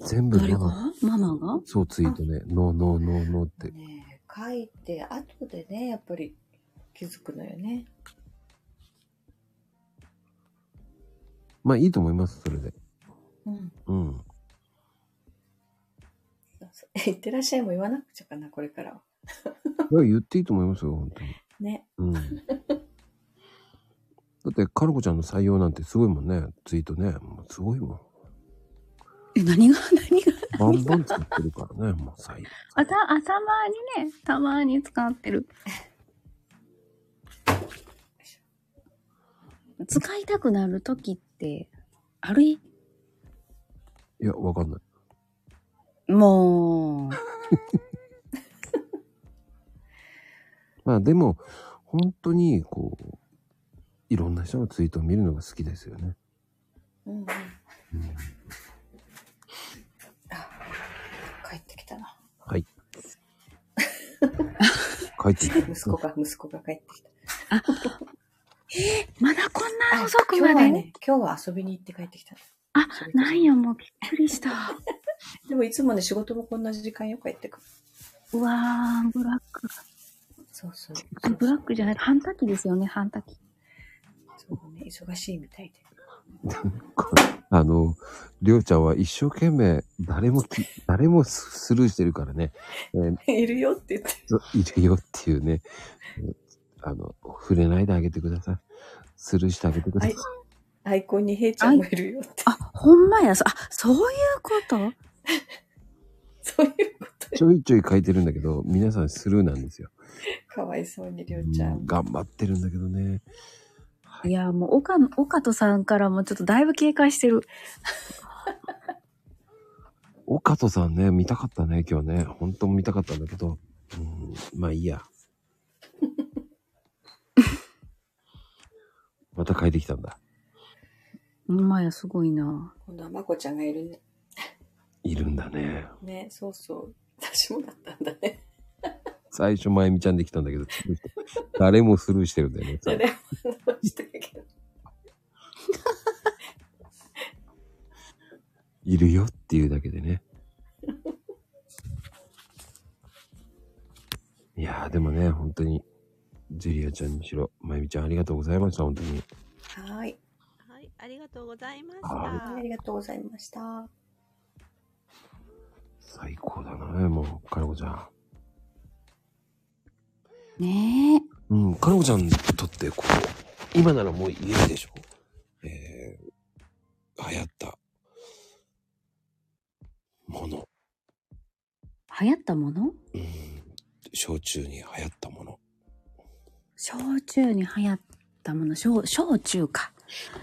Speaker 1: 全部
Speaker 26: 誰が
Speaker 1: 脳。
Speaker 26: ママが
Speaker 1: そう、ツイートね。脳、脳、脳、脳って。
Speaker 3: 書いて、後でね、やっぱり気づくのよね。
Speaker 1: まあいいと思います、それで。
Speaker 3: うん。
Speaker 1: うん。
Speaker 3: いってらっしゃいも 言わなくちゃかな、これからは。
Speaker 1: いや、言っていいと思いますよ、本当に。
Speaker 3: ね。
Speaker 1: うん。だって、かのこちゃんの採用なんてすごいもんね。ツイートね。もうすごいもん。
Speaker 26: え、何が
Speaker 1: バンバン使ってるからね、 もう採用。
Speaker 26: あた、あ、たまにね、たまに使ってる。使いたくなる時って、あるい
Speaker 1: いや、わかん ない。
Speaker 26: もう、
Speaker 1: まあでも、本当に、こう、いろんな人のツイートを見るのが好きですよね。
Speaker 3: うんうん。あ帰ってきたな。
Speaker 1: はい。帰ってきた。
Speaker 3: 息子が、息子が帰ってきた。
Speaker 26: えまだこんな遅く
Speaker 3: 今
Speaker 26: ま
Speaker 3: 日は
Speaker 26: で、
Speaker 3: ね、今日は遊びに行って帰ってきた。
Speaker 26: あ、なんや、もうびっくりした。
Speaker 3: でもいつもね、仕事もこんな時間よく帰ってくる。
Speaker 26: うわー、ブラック。
Speaker 3: そうそう。
Speaker 26: ブラックじゃない、半滝ですよね、半滝。
Speaker 3: そうね、 忙しいみたいで。
Speaker 1: あの、りょうちゃんは一生懸命、誰もき、誰もススルーしてるからね。えー
Speaker 3: いるよって言って。
Speaker 1: いるよっていうね、あの、触れないであげてください。スルーしてあげてください。
Speaker 3: アイコンにヘイちゃんもいるよって。
Speaker 26: あ、ほんまや、そあ、そういう こと
Speaker 1: ちょいちょい書いてるんだけど、皆さんスルーなんですよ。
Speaker 3: かわいそうに、りょうちゃん。
Speaker 1: 頑張ってるんだけどね。
Speaker 26: いや、もう、岡野、岡戸さんからもちょっとだいぶ警戒してる。
Speaker 1: 岡戸さんね、見たかったね、今日ね。本当見たかったんだけど。うん、まあいいや。また書いてきたんだ。
Speaker 26: ほんまや、すごいな。
Speaker 3: 今度はまこちゃんがいるね。
Speaker 1: いるんだね。
Speaker 3: ね、そうそう。私もだったんだね。
Speaker 1: 最初、まゆみちゃんできたんだけど、 誰もスルーしてるんだよね。
Speaker 3: それはどうしたけど。
Speaker 1: いるよっていうだけでね。いやーでもね、本当に、ジュリアちゃんにしろ、まゆみちゃんありがとうございました、本当に。
Speaker 3: はい。
Speaker 27: はい、ありがとうございまし
Speaker 3: あ
Speaker 27: た。
Speaker 3: りがとうございました。
Speaker 1: 最高だな、もう、かなこちゃん。
Speaker 26: ねえ。
Speaker 1: うん、かなこちゃんにとって、こう、今ならもう言えるでしょ。えー、流行った、もの、
Speaker 26: 流行ったもの
Speaker 1: 焼酎に流行ったもの。
Speaker 26: 焼酎に流行ったもの、焼焼酎か。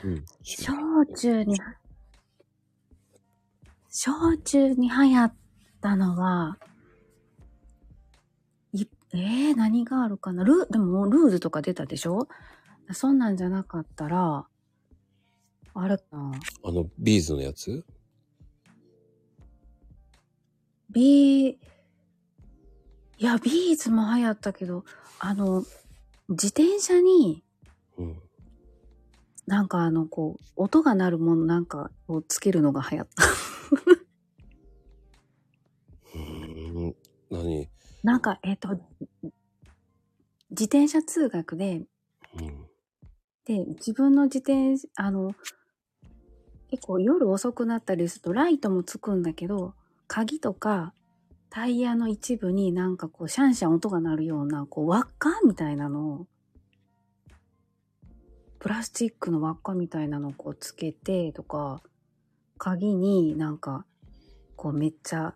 Speaker 1: うん、
Speaker 26: 焼酎に、焼酎に流行ったのは、いえー、何があるかなルー、でももうルールとか出たでしょそんなんじゃなかったら、あるかな。
Speaker 1: あの、ビーズのやつ
Speaker 26: ビー、いや、ビーズも流行ったけど、あの、自転車に、なんかあの、こう、音が鳴るものなんかをつけるのが流行った。
Speaker 1: うん、何
Speaker 26: なんか、えっ、と、自転車通学で、で、自分の自転車、あの、結構夜遅くなったりするとライトもつくんだけど、鍵とかタイヤの一部になんかこうシャンシャン音が鳴るような、こう輪っかみたいなのを、プラスチックの輪っかみたいなのをこうつけてとか、鍵になんか、こうめっちゃ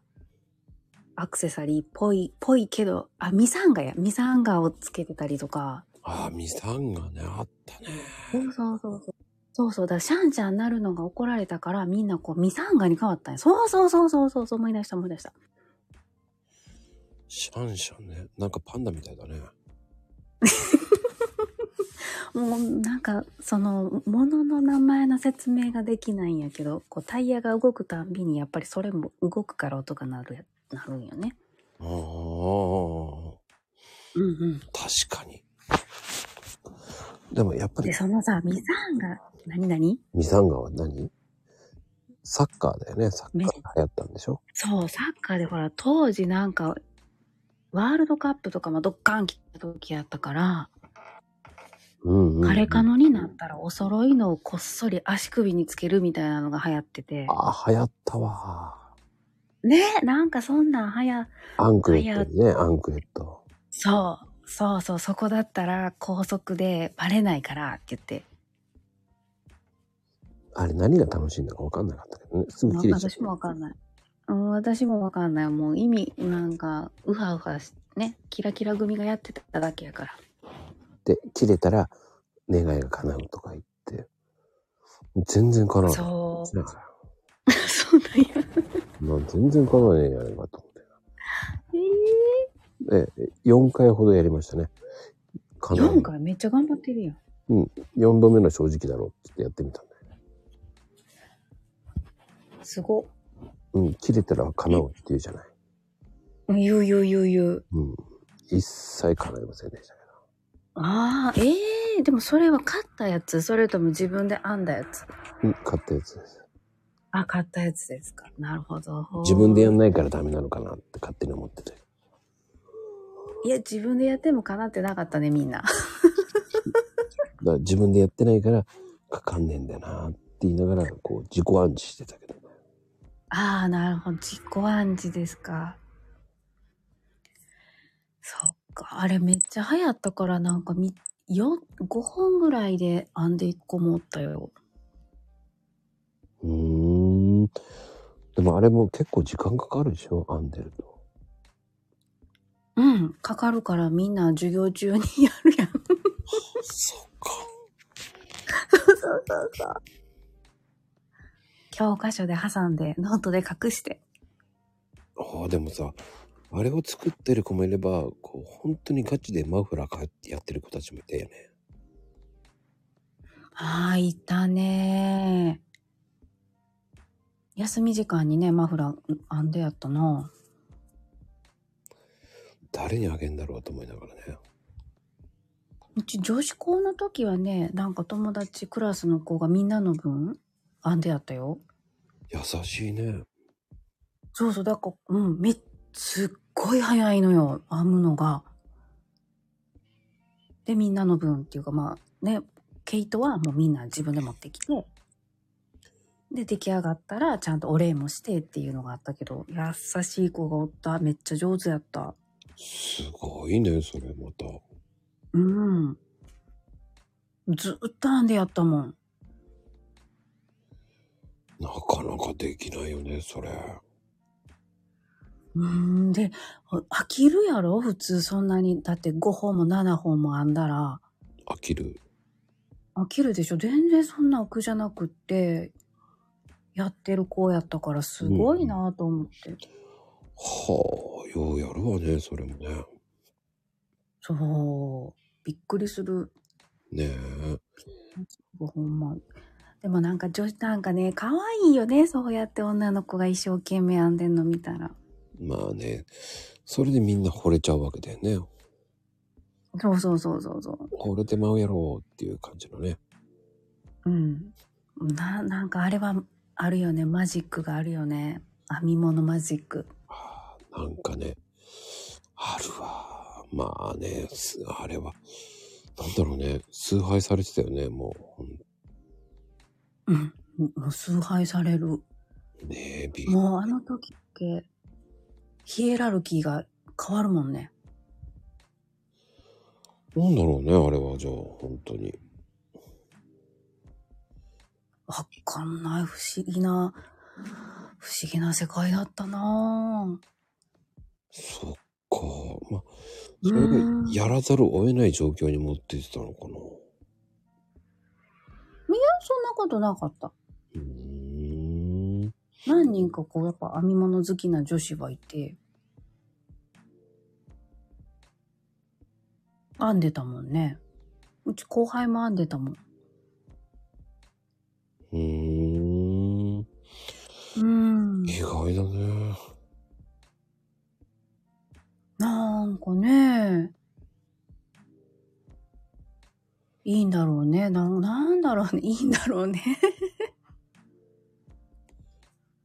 Speaker 26: アクセサリーっぽい、ぽいけど、あ、ミサンガや、ミサンガをつけてたりとか。
Speaker 1: ああ、ミサンガね、あったね。
Speaker 26: そうそうそうそう。そうそう、だからシャンシャンになるのが怒られたから、みんなこうミサンガに変わったんや。そうそうそうそうそう、そう思い出した思い出した。
Speaker 1: シャンシャンね。なんかパンダみたいだね。
Speaker 26: もうなんか、その、ものの名前の説明ができないんやけど、こうタイヤが動くたんびにやっぱりそれも動くから音が鳴るや、鳴るんよね。
Speaker 1: ああ。うん
Speaker 26: うん。
Speaker 1: 確かに。でもやっぱり
Speaker 26: で、そのさ、ミサンガ、何々
Speaker 1: ミサンガは何サッカーだよね。サッカーが流行ったんでしょ
Speaker 26: そう、サッカーでほら、当時なんか、ワールドカップとかもドッカン来た時やったから、
Speaker 1: うんうん。
Speaker 26: カ レカノになったらお揃いのをこっそり足首につけるみたいなのが流行ってて。
Speaker 1: あ、流行ったわ。
Speaker 26: ねなんかそんなん流行、
Speaker 1: アンクレットにね、アンクレット。
Speaker 26: そう、そうそう、そこだったら高速でバレないからって言って。
Speaker 1: あれ何が楽しいんだか分かんなかったけどね。すぐ切れちゃ
Speaker 26: 私もわかんない。うん、私もわかんない。もう意味、なんか、うはうはし、ね、キラキラ組がやってただけやから。
Speaker 1: って、切れたら願いが叶うとか言って。全然叶わない。。
Speaker 26: そう
Speaker 1: そうなんや。全然叶わねえじゃないかと思って。ええ4回ほどやりましたね。叶わない
Speaker 26: 4回めっちゃ頑張ってるやん。
Speaker 1: うん。4度目の正直だろうってやってみたんだよ。
Speaker 26: すご。
Speaker 1: うん。切れたら叶うっていうじゃない。
Speaker 26: 言う言う言う言う。
Speaker 1: うん。一切叶いませんでした。
Speaker 26: ああ、ええでもそれは勝ったやつそれとも自分で編んだやつ
Speaker 1: うん。買ったやつです。
Speaker 26: あ、買ったやつですか。なるほど。
Speaker 1: 自分でやんないからダメなのかなって勝手に思ってて。
Speaker 26: いや、自分でやっても叶ってなかったね、みん な。
Speaker 1: だから自分でやってないからかかんねえんだよなって言いながらこう自己暗示してたけど
Speaker 26: ああ、なるほど。自己暗示ですか。そっか。あれめっちゃ流行ったから、なんかみ、よ、5本ぐらいで編んで1個持ったよ。
Speaker 1: うーんでもあれも結構時間かかるでしょ編んでると
Speaker 26: うん。かかるからみんな授業中にやるやん。
Speaker 1: そっか。
Speaker 26: そうそうそうそう。教科書で挟んで、ノートで隠して。
Speaker 1: ああでもさあれを作ってる子もいればこう本当にガチでマフラーかやってる子たちもいたよね
Speaker 26: ああ、いたねー。休み時間にね、マフラー編んでやったな。
Speaker 1: 誰にあげんだろうと思いながらね
Speaker 26: うち女子校の時はね、なんか友達クラスの子がみんなの分編んでやったよ。
Speaker 1: 優しいね
Speaker 26: そうそう、だから、うん、めっ、すっごい早いのよ、編むのが。で、みんなの分っていうか、まあね、毛糸はもうみんな自分で持ってきて、で、出来上がったらちゃんとお礼もしてっていうのがあったけど、優しい子がおった。めっちゃ上手やった。
Speaker 1: すごいねそれまた
Speaker 26: うん。ずっと編んでやったもん。
Speaker 1: なかなかできないよねそれ
Speaker 26: うーん、で、飽きるやろ普通そんなに。だって5本も7本も編んだら。
Speaker 1: 飽きる
Speaker 26: 飽きるでしょ全然そんな苦じゃなくって、やってる子やったからすごいなと思って。
Speaker 1: はあようやるわねそれもね
Speaker 26: そう。びっくりする。
Speaker 1: ねえ
Speaker 26: ほんま。でもなんか女子なんかね、可愛いよね。そうやって女の子が一生懸命編んでんの見たら。
Speaker 1: まあね、それでみんな惚れちゃうわけだよね。
Speaker 26: そうそうそうそうそう。
Speaker 1: 惚れてまうやろうっていう感じのね。
Speaker 26: うん。な、なんかあれはあるよね。マジックがあるよね。編み物マジック。
Speaker 1: なんかね、あるわ。まあね、すあれは、なんだろうね、崇拝されてたよね、も
Speaker 26: うん。もう崇拝される。
Speaker 1: う。ねえ、び
Speaker 26: もうあの時って、ヒエラルキーが変わるもんね。
Speaker 1: なんだろうね、あれは、じゃあ、本当に。
Speaker 26: わかんない。不思議な、不思議な世界だったなぁ。
Speaker 1: それで、やらざるを得ない状況に持っていってたのかな。
Speaker 26: いや、そんなことなかった。何人かこう、やっぱ編み物好きな女子がいて、編んでたもんね。うち後輩も編んでたもん。
Speaker 1: うーん。
Speaker 26: うん。
Speaker 1: 意外だね。
Speaker 26: なんかね、いいんだろうね。ななんだろうね。 いいんだろうね。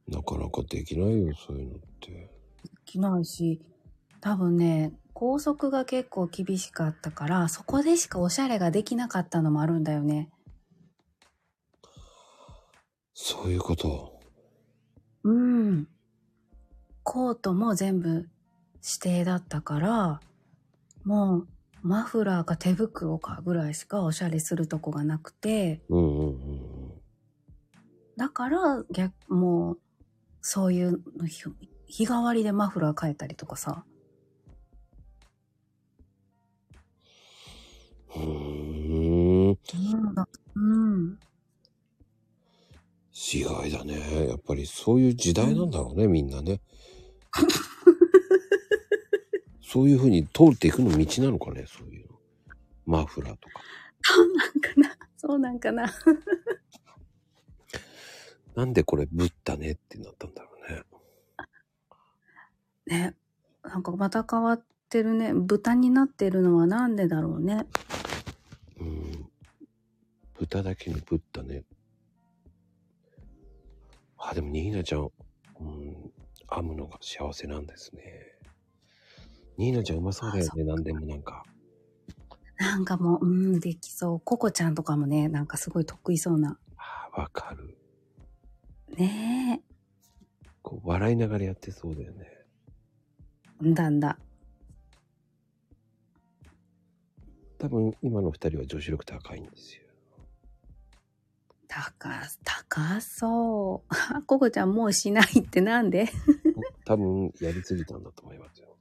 Speaker 1: なかなかできないよ、そういうの。
Speaker 26: きないし多分ね校則が結構厳しかったからそこでしかおしゃれができなかったのもあるんだよね
Speaker 1: そういうこと。
Speaker 26: うんコートも全部指定だったからもうマフラーか手袋かぐらいしかおしゃれするとこがなくて
Speaker 1: うんうんうん。
Speaker 26: だから逆もうそういうの日日替わりでマフラー変えたりとかさ
Speaker 1: うーん。
Speaker 26: うん
Speaker 1: 意外だね。やっぱりそういう時代なんだろうね、みんな ね。そういうふうに通っていくの道なのかね、そういうの。マフラーとか。
Speaker 26: そうなんかな そうなんかな
Speaker 1: なんでこれブッダねってなったんだろうね。
Speaker 26: ね、なんかまた変わってるね。豚になってるのはなんでだろうね。
Speaker 1: 豚だけのブッダね。あ、でもニーナちゃん、うん、編むのが幸せなんですね。ニーナちゃんうまそうだよね、なんでもなんか。
Speaker 26: なんかもう、うん、できそう。ココちゃんとかもね、なんかすごい得意そうな。
Speaker 1: あわかる。
Speaker 26: ね
Speaker 1: こう、笑いながらやってそうだよね。
Speaker 26: え、んだんだ。
Speaker 1: 多分今の二人は女子力高いんですよ。
Speaker 26: 高、高そう。 あココちゃんもうしないってなんで
Speaker 1: 多分やりすぎたんだと思いますよ。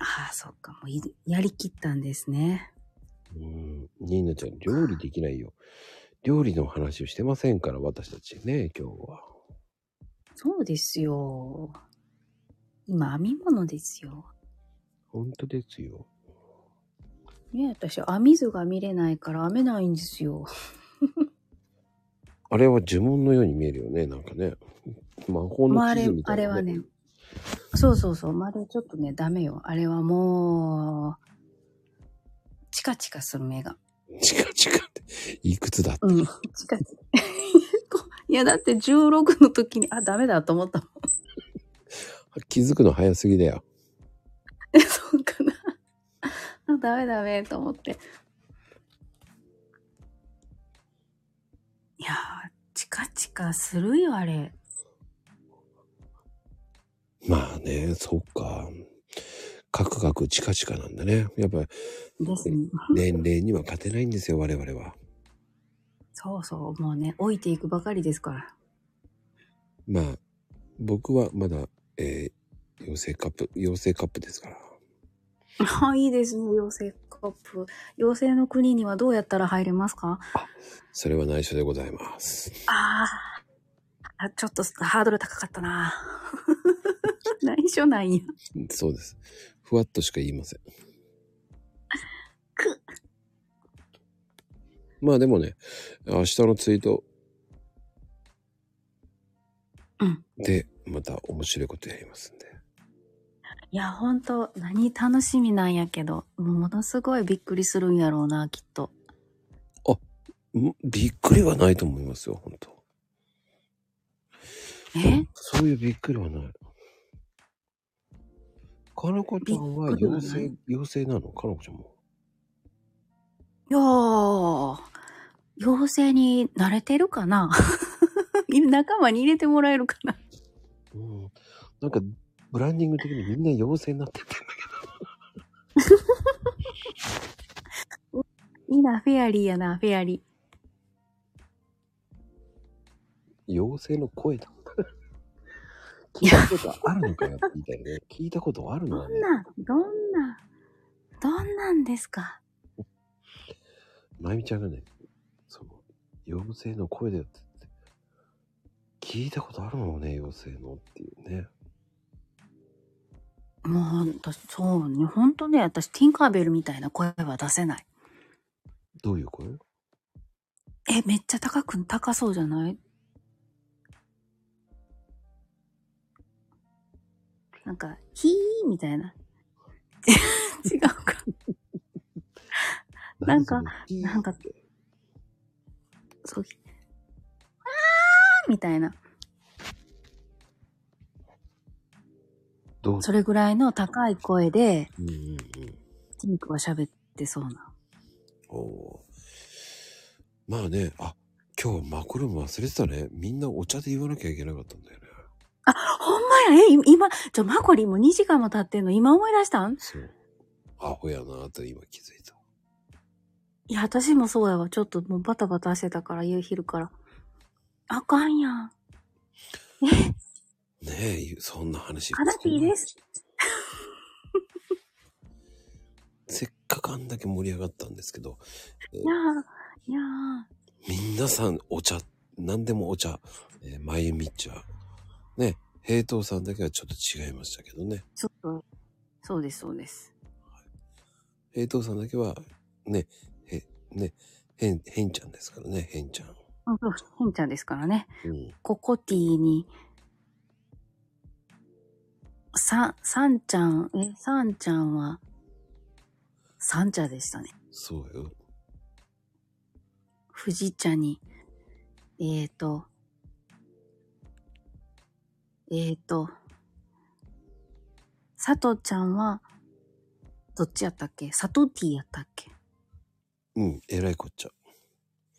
Speaker 26: ああ、そっか。もういやりきったんですね。
Speaker 1: うん。ニーナちゃん、料理できないよ。料理の話をしてませんから、私たちね、今日は。
Speaker 26: そうですよ。今、編み物ですよ。
Speaker 1: 本当ですよ。
Speaker 26: ね私、編み図が見れないから編めないんですよ。
Speaker 1: あれは呪文のように見えるよね、なんかね。魔法
Speaker 26: ま
Speaker 1: の
Speaker 26: あ、あ
Speaker 1: 地
Speaker 26: れ
Speaker 1: 図み、た
Speaker 26: あ
Speaker 1: い
Speaker 26: れ
Speaker 1: な、
Speaker 26: はね、そうそうそう、まあ、あれちょっとね、ダメよ。あれはもう、チカチカする目が。
Speaker 1: チカチカって、いくつだって。
Speaker 26: うん、チカチカ。 こいや、だって16の時に、あ、ダメだと思ったもん。
Speaker 1: 気づくの早すぎだよ。
Speaker 26: え、そうかな。 あ、ダメダメと思って。いやー、チカチカするよ、あれ。
Speaker 1: まあね、そっか。カクカクチカチカなんだね。やっぱり、
Speaker 26: ですね。
Speaker 1: 年齢には勝てないんですよ、我々は。
Speaker 26: そうそう、もうね、置いていくばかりですから。
Speaker 1: まあ、僕はまだ、えー、妖精カップ、妖精カップですから。
Speaker 26: あ、いいですね、妖精カップ。妖精の国にはどうやったら入れますか
Speaker 1: それは内緒でございます。
Speaker 26: あーあ、ちょっとハードル高かったな。 内緒なんや。
Speaker 1: そうです。ふわっとしか言いません。まあでもね、明日のツイート、で、また面白いことやりますんで。
Speaker 26: いや、ほんと、何楽しみなんやけど、ものすごいびっくりするんやろうな、きっと。
Speaker 1: んびっくりはないと思いますよ、本当
Speaker 26: え
Speaker 1: そういうびっくりはない。かのこちゃんは妖
Speaker 26: びっ
Speaker 1: 精、妖精なのかのこちゃんも。
Speaker 26: いやー、妖精に慣れてるかな 仲間に入れてもらえるかな
Speaker 1: なんか、ブランディング的にみんな妖精になってる。
Speaker 26: いいな、フェアリーやな、フェアリー。
Speaker 1: 妖精の声だ。聞いたことあるのかよって言いたいね。聞いたことあるのは
Speaker 26: どんな、どんな、どんなんですか
Speaker 1: まゆみちゃんがね、その、妖精の声だよって言って、聞いたことあるのね、妖精のっていうね。
Speaker 26: もうほんと、そうね、ほんとね、私、ティンカーベルみたいな声は出せない。
Speaker 1: どういう声
Speaker 26: え、めっちゃ高く、高そうじゃないなんか、ヒーみたいな。 違うか。なんか、なんか、そう、あーみたいな。
Speaker 1: どう
Speaker 26: それぐらいの高い声で、
Speaker 1: うんうんうん。
Speaker 26: ティンクは喋ってそうな。
Speaker 1: おおー。まあね、あ、今日マクローム忘れてたね。みんなお茶で言わなきゃいけなかったんだよね。
Speaker 26: あ、ほんまや、え、い今、ちょ、マコリンも2時間も経ってんの、今思い出したん
Speaker 1: そう。アホやなと今気づいた。
Speaker 26: いや、私もそうやわ。ちょっともうバタバタしてたから、夕昼から。あかんやん。
Speaker 1: ねえ、そんな話。
Speaker 26: カラピーです。
Speaker 1: せっかくあんだけ盛り上がったんですけど、えー
Speaker 26: いやー、いや
Speaker 1: 皆さんお茶、何でもお茶、えー、まゆみ茶。ね、平等さんだけはちょっと違いましたけどね。
Speaker 26: ー、ちょっと、そうです、そうです。
Speaker 1: 平等さんだけは、ね、へ、ね、へん、へんちゃんですからね、へんちゃん。
Speaker 26: あそうヘンちゃんですからね。
Speaker 1: うん。
Speaker 26: ココティに、さ、さんちゃん、え、さんちゃんは、さんちゃでしたね。
Speaker 1: そうよ。
Speaker 26: 富士茶に、えーと、えーと、さとちゃんは、どっちやったっけさとティーやったっけ
Speaker 1: うん、えらいこっちゃ。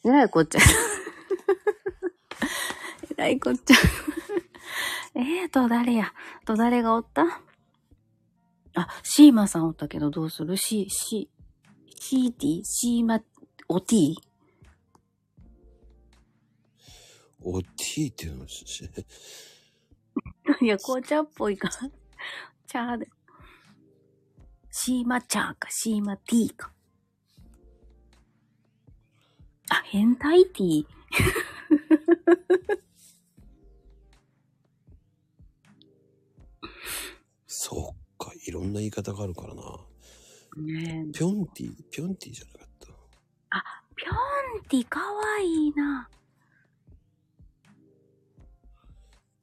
Speaker 26: えらいこっちゃ。 えらいこっちゃ。 えーと、誰やあと、誰がおったあ、シーマさんおったけど、どうするシー、シー、シーティー、シーマ、おティー
Speaker 1: おティーっていうのし、 し
Speaker 26: いや、紅茶っぽいから。茶で。シーマチャーか、シーマティーか。あ、変態ティー。
Speaker 1: そっか、いろんな言い方があるからな。
Speaker 26: ね
Speaker 1: ぴょんティー、ぴょんティーじゃなかった。
Speaker 26: ぴょんティーかわいいな。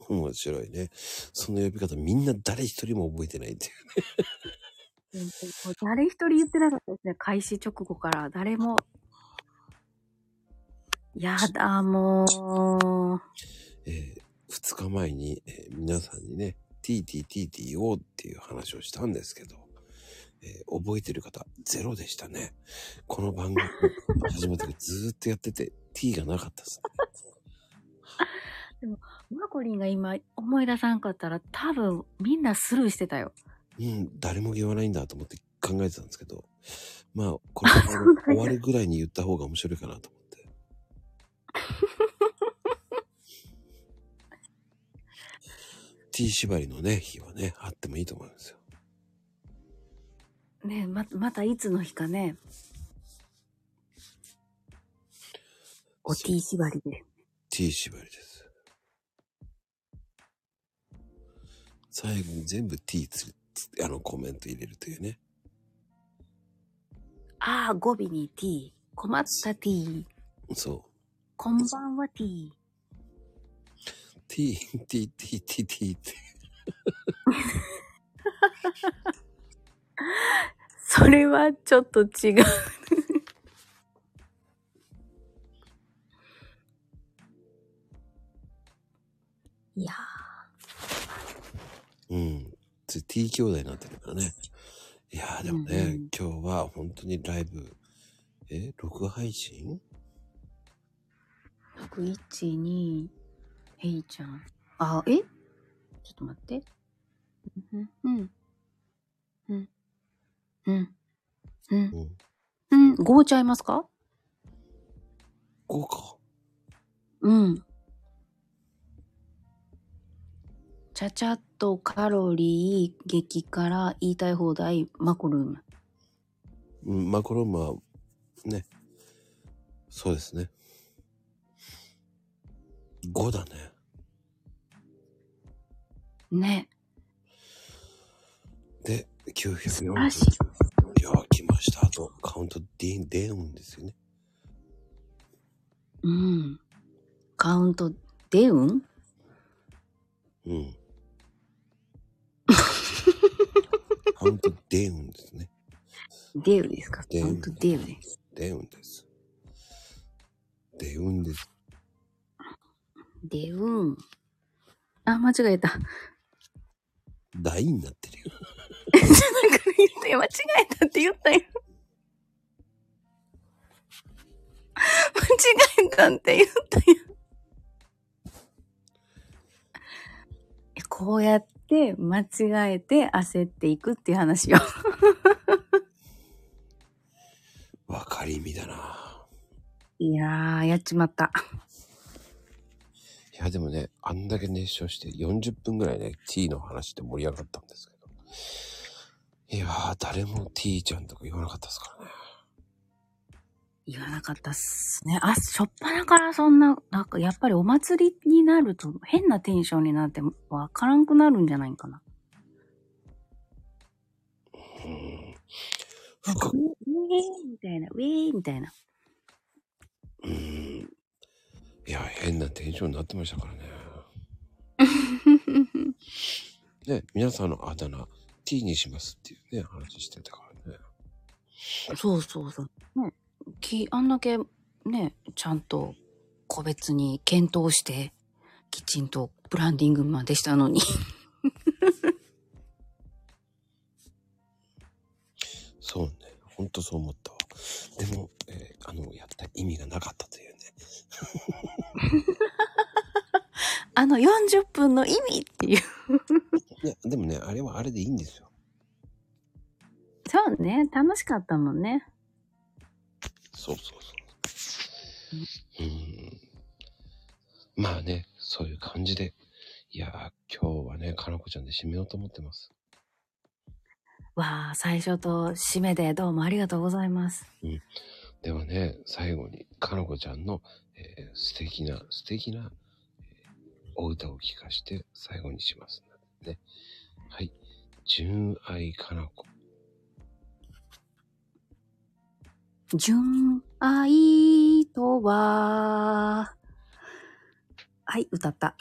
Speaker 1: 面白いね。その呼び方みんな誰一人も覚えてないっていう。
Speaker 26: もう誰一人言ってなかったですね。開始直後から誰も。やだ、もう。
Speaker 1: 2日前に、えー皆さんにね、TTTT をっていう話をしたんですけど、えー覚えてる方ゼロでしたね。この番組始めてからずーっとやってて T がなかったですね。
Speaker 26: でも、マコリンが今思い出さんかったら多分みんなスルーしてたよ。
Speaker 1: うん、誰も言わないんだと思って考えてたんですけど、まあ、この番組終わるぐらいに言った方が面白いかなと思って。T 縛りのね、日はね、あってもいいと思うんですよ。
Speaker 26: ねえま、またいつの日かね。お T 縛りで。
Speaker 1: T 縛りです。最後に全部 T つつあのコメント入れるというね。
Speaker 26: ああ、語尾に T。困った T。
Speaker 1: そ
Speaker 26: こんばんは T。
Speaker 1: う。 TTTTT って。
Speaker 26: それはちょっと違う。いや
Speaker 1: うん。つ T 兄弟になってるからね。いやーでもね、今日は本当にライブ、え、録配信
Speaker 26: ー、612、ヘイちゃん。あ、えちょっと待って。うん、うん、うん、うん、うん、うん、5ちゃいますか
Speaker 1: ?5 か。
Speaker 26: うん。ちゃちゃっとカロリー、激辛、言いたい放題、マコルーム。
Speaker 1: うん、マコロームは、ね。そうですね。5だね。
Speaker 26: ね。
Speaker 1: で、940。いやー、来ました。あと、カウントディーン、デーンですよね。
Speaker 26: うん。カウント、デウン
Speaker 1: うん。カウントデーンですね。
Speaker 26: デウですか
Speaker 1: デ
Speaker 26: カウントデウです。
Speaker 1: デーンです。デーンです。
Speaker 26: デウン。あ、間違え た。
Speaker 1: ダインなってる。
Speaker 26: じゃなく言ったよ。間違えたって言ったよ。間違えたって言ったよ。えこうやって間違えて焦っていくっていう話よ。
Speaker 1: わかりみだな。
Speaker 26: いやー、やっちまった。
Speaker 1: いや、でもね、あんだけ熱唱して40分ぐらいね、T の話で盛り上がったんですけど。いやー、誰も T ちゃんとか言わなかったですからね。
Speaker 26: 言わなかったっすね。あ、しょっぱなからそんな、なんかやっぱりお祭りになると変なテンションになってわからんくなるんじゃないかな。
Speaker 1: なんかウ
Speaker 26: ィーンみたいな、ウィーンみたいな。
Speaker 1: いや、変なテンションになってましたからね。ね、皆さんのあだ名、T にしますっていうね、話してたからね。
Speaker 26: そうそうそう。ね、きあんだけね、ちゃんと個別に検討して、きちんとブランディングまでしたのに。
Speaker 1: そうね、ほんとそう思ったわ。でも、えーあの、やった意味がなかったというね。
Speaker 26: あの40分の意味っていう。
Speaker 1: いや、でもね、あれはあれでいいんですよ。
Speaker 26: そうね、楽しかったもんね。
Speaker 1: そうそうそう。うん。まあね、そういう感じで。いやー、今日はね、かなこちゃんで締めようと思ってます。
Speaker 26: わあ、最初と締めでどうもありがとうございます。
Speaker 1: ではね、最後に、かなこちゃんの、えー素敵な、素敵な、えーお歌を聴かして、最後にしますのでね。はい。純愛かなこ。
Speaker 26: 純愛とは、はい、歌 った。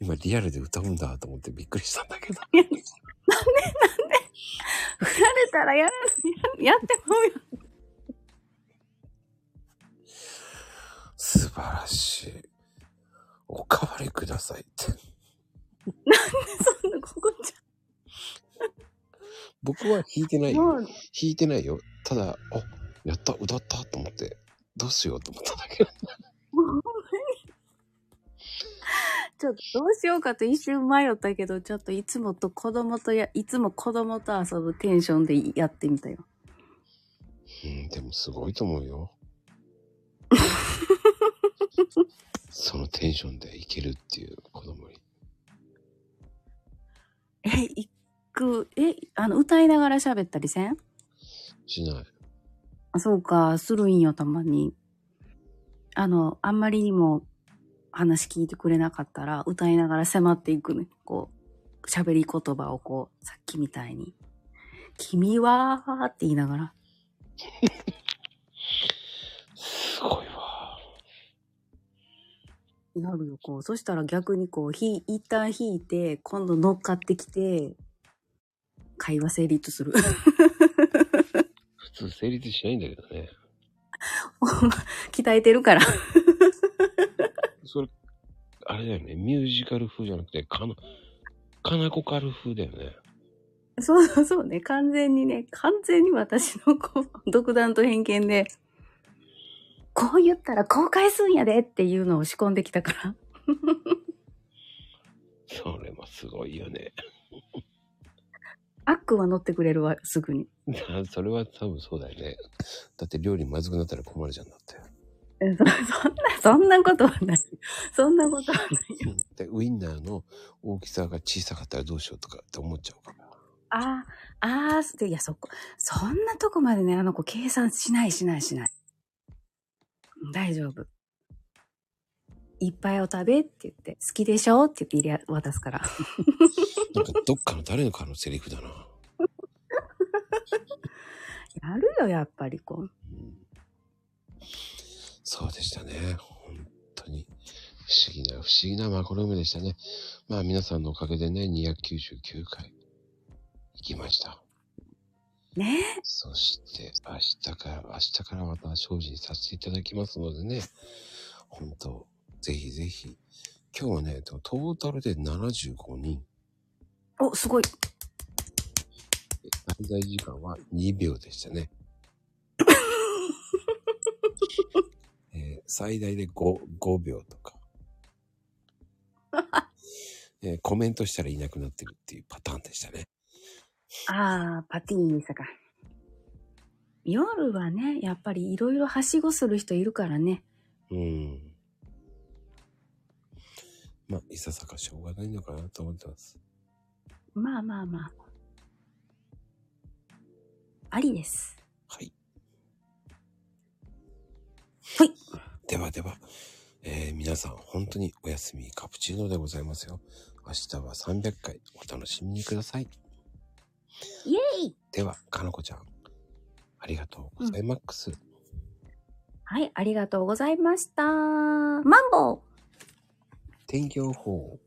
Speaker 1: 今、リアルで歌うんだと思ってびっくりしたんだ けど。
Speaker 26: 振られたらやらやってもよ。
Speaker 1: 素晴らしい。おかわりくださいって。
Speaker 26: そんなここち
Speaker 1: 僕は弾いてないよ。
Speaker 26: も
Speaker 1: 弾
Speaker 26: う
Speaker 1: いてないよ。ただ、あ、やった、歌ったと思って、どうしようと思ったんだけど。
Speaker 26: ゃん、もうちょっとどうしようかと一瞬迷ったけど、ちょっといつもと子供とや、いつも子供と遊ぶテンションでやってみたよ。
Speaker 1: うん、でもすごいと思うよ。そのテンションでいけるっていう子供に。
Speaker 26: え、行く、え、あの、歌いながら喋ったりせん
Speaker 1: しない。
Speaker 26: あそうか、するんよ、たまに。あの、あんまりにも話聞いてくれなかったら、歌いながら迫っていくね。こう、喋り言葉をこう、さっきみたいに。君 はーって言いながら。
Speaker 1: すごいわ。
Speaker 26: なるよ、こう。そしたら逆にこう、ひ、一旦引いて、今度乗っかってきて、会話成立する。
Speaker 1: 普通成立しないんだけどね。
Speaker 26: 鍛えてるから。
Speaker 1: それ、あれだよね。ミュージカル風じゃなくて、かな、かなこかる風だよね。
Speaker 26: そうそうそうね。完全にね、完全に私のこう、独断と偏見で、こう言ったら後悔すんやでっていうのを仕込んできたから。
Speaker 1: それもすごいよね。
Speaker 26: アックは乗ってくれるわ、すぐに。
Speaker 1: なそれは多分そうだよね。だって料理まずくなったら困るじゃんだって。
Speaker 26: えそそんな、そんなことはない。そんなことはない。
Speaker 1: でウインナーの大きさが小さかったらどうしようとかって思っちゃうから。
Speaker 26: ああ、ああ、でいや、そこ、そんなとこまでね、あの子計算しないしないしない。大丈夫。いっぱいお食べって言って、好きでしょって言って入れ渡す から。
Speaker 1: なんかどっかの誰のかのセリフだな。
Speaker 26: やるよ、やっぱりこう。
Speaker 1: そうでしたね。本当に。不思議な、不思議なマコルームでしたね。まあ皆さんのおかげでね、299回行きました。
Speaker 26: ね
Speaker 1: そして明日から、明日からまた精進させていただきますのでね、本当ぜひぜひ。今日はね、トータルで75人。
Speaker 26: お、す ごい。
Speaker 1: 滞在時間は2秒でしたね。えー最大で 5, 5秒とか、えーコメントしたらいなくなってるっていうパターンでしたね。
Speaker 26: ああ、パティーンさか。夜はね、やっぱりいろいろはしごする人いるからね。
Speaker 1: うん。まあ、いささかしょうがないのかなと思ってます。
Speaker 26: まあまあまあ。ありです。
Speaker 1: ではでは、えー皆さん本当におやすみカプチーノでございますよ。明日は300回お楽しみにください。
Speaker 26: イエイ
Speaker 1: では、かなこちゃん、ありがとうございマックス。
Speaker 26: はい、ありがとうございました。マンボウ
Speaker 1: 天気予報。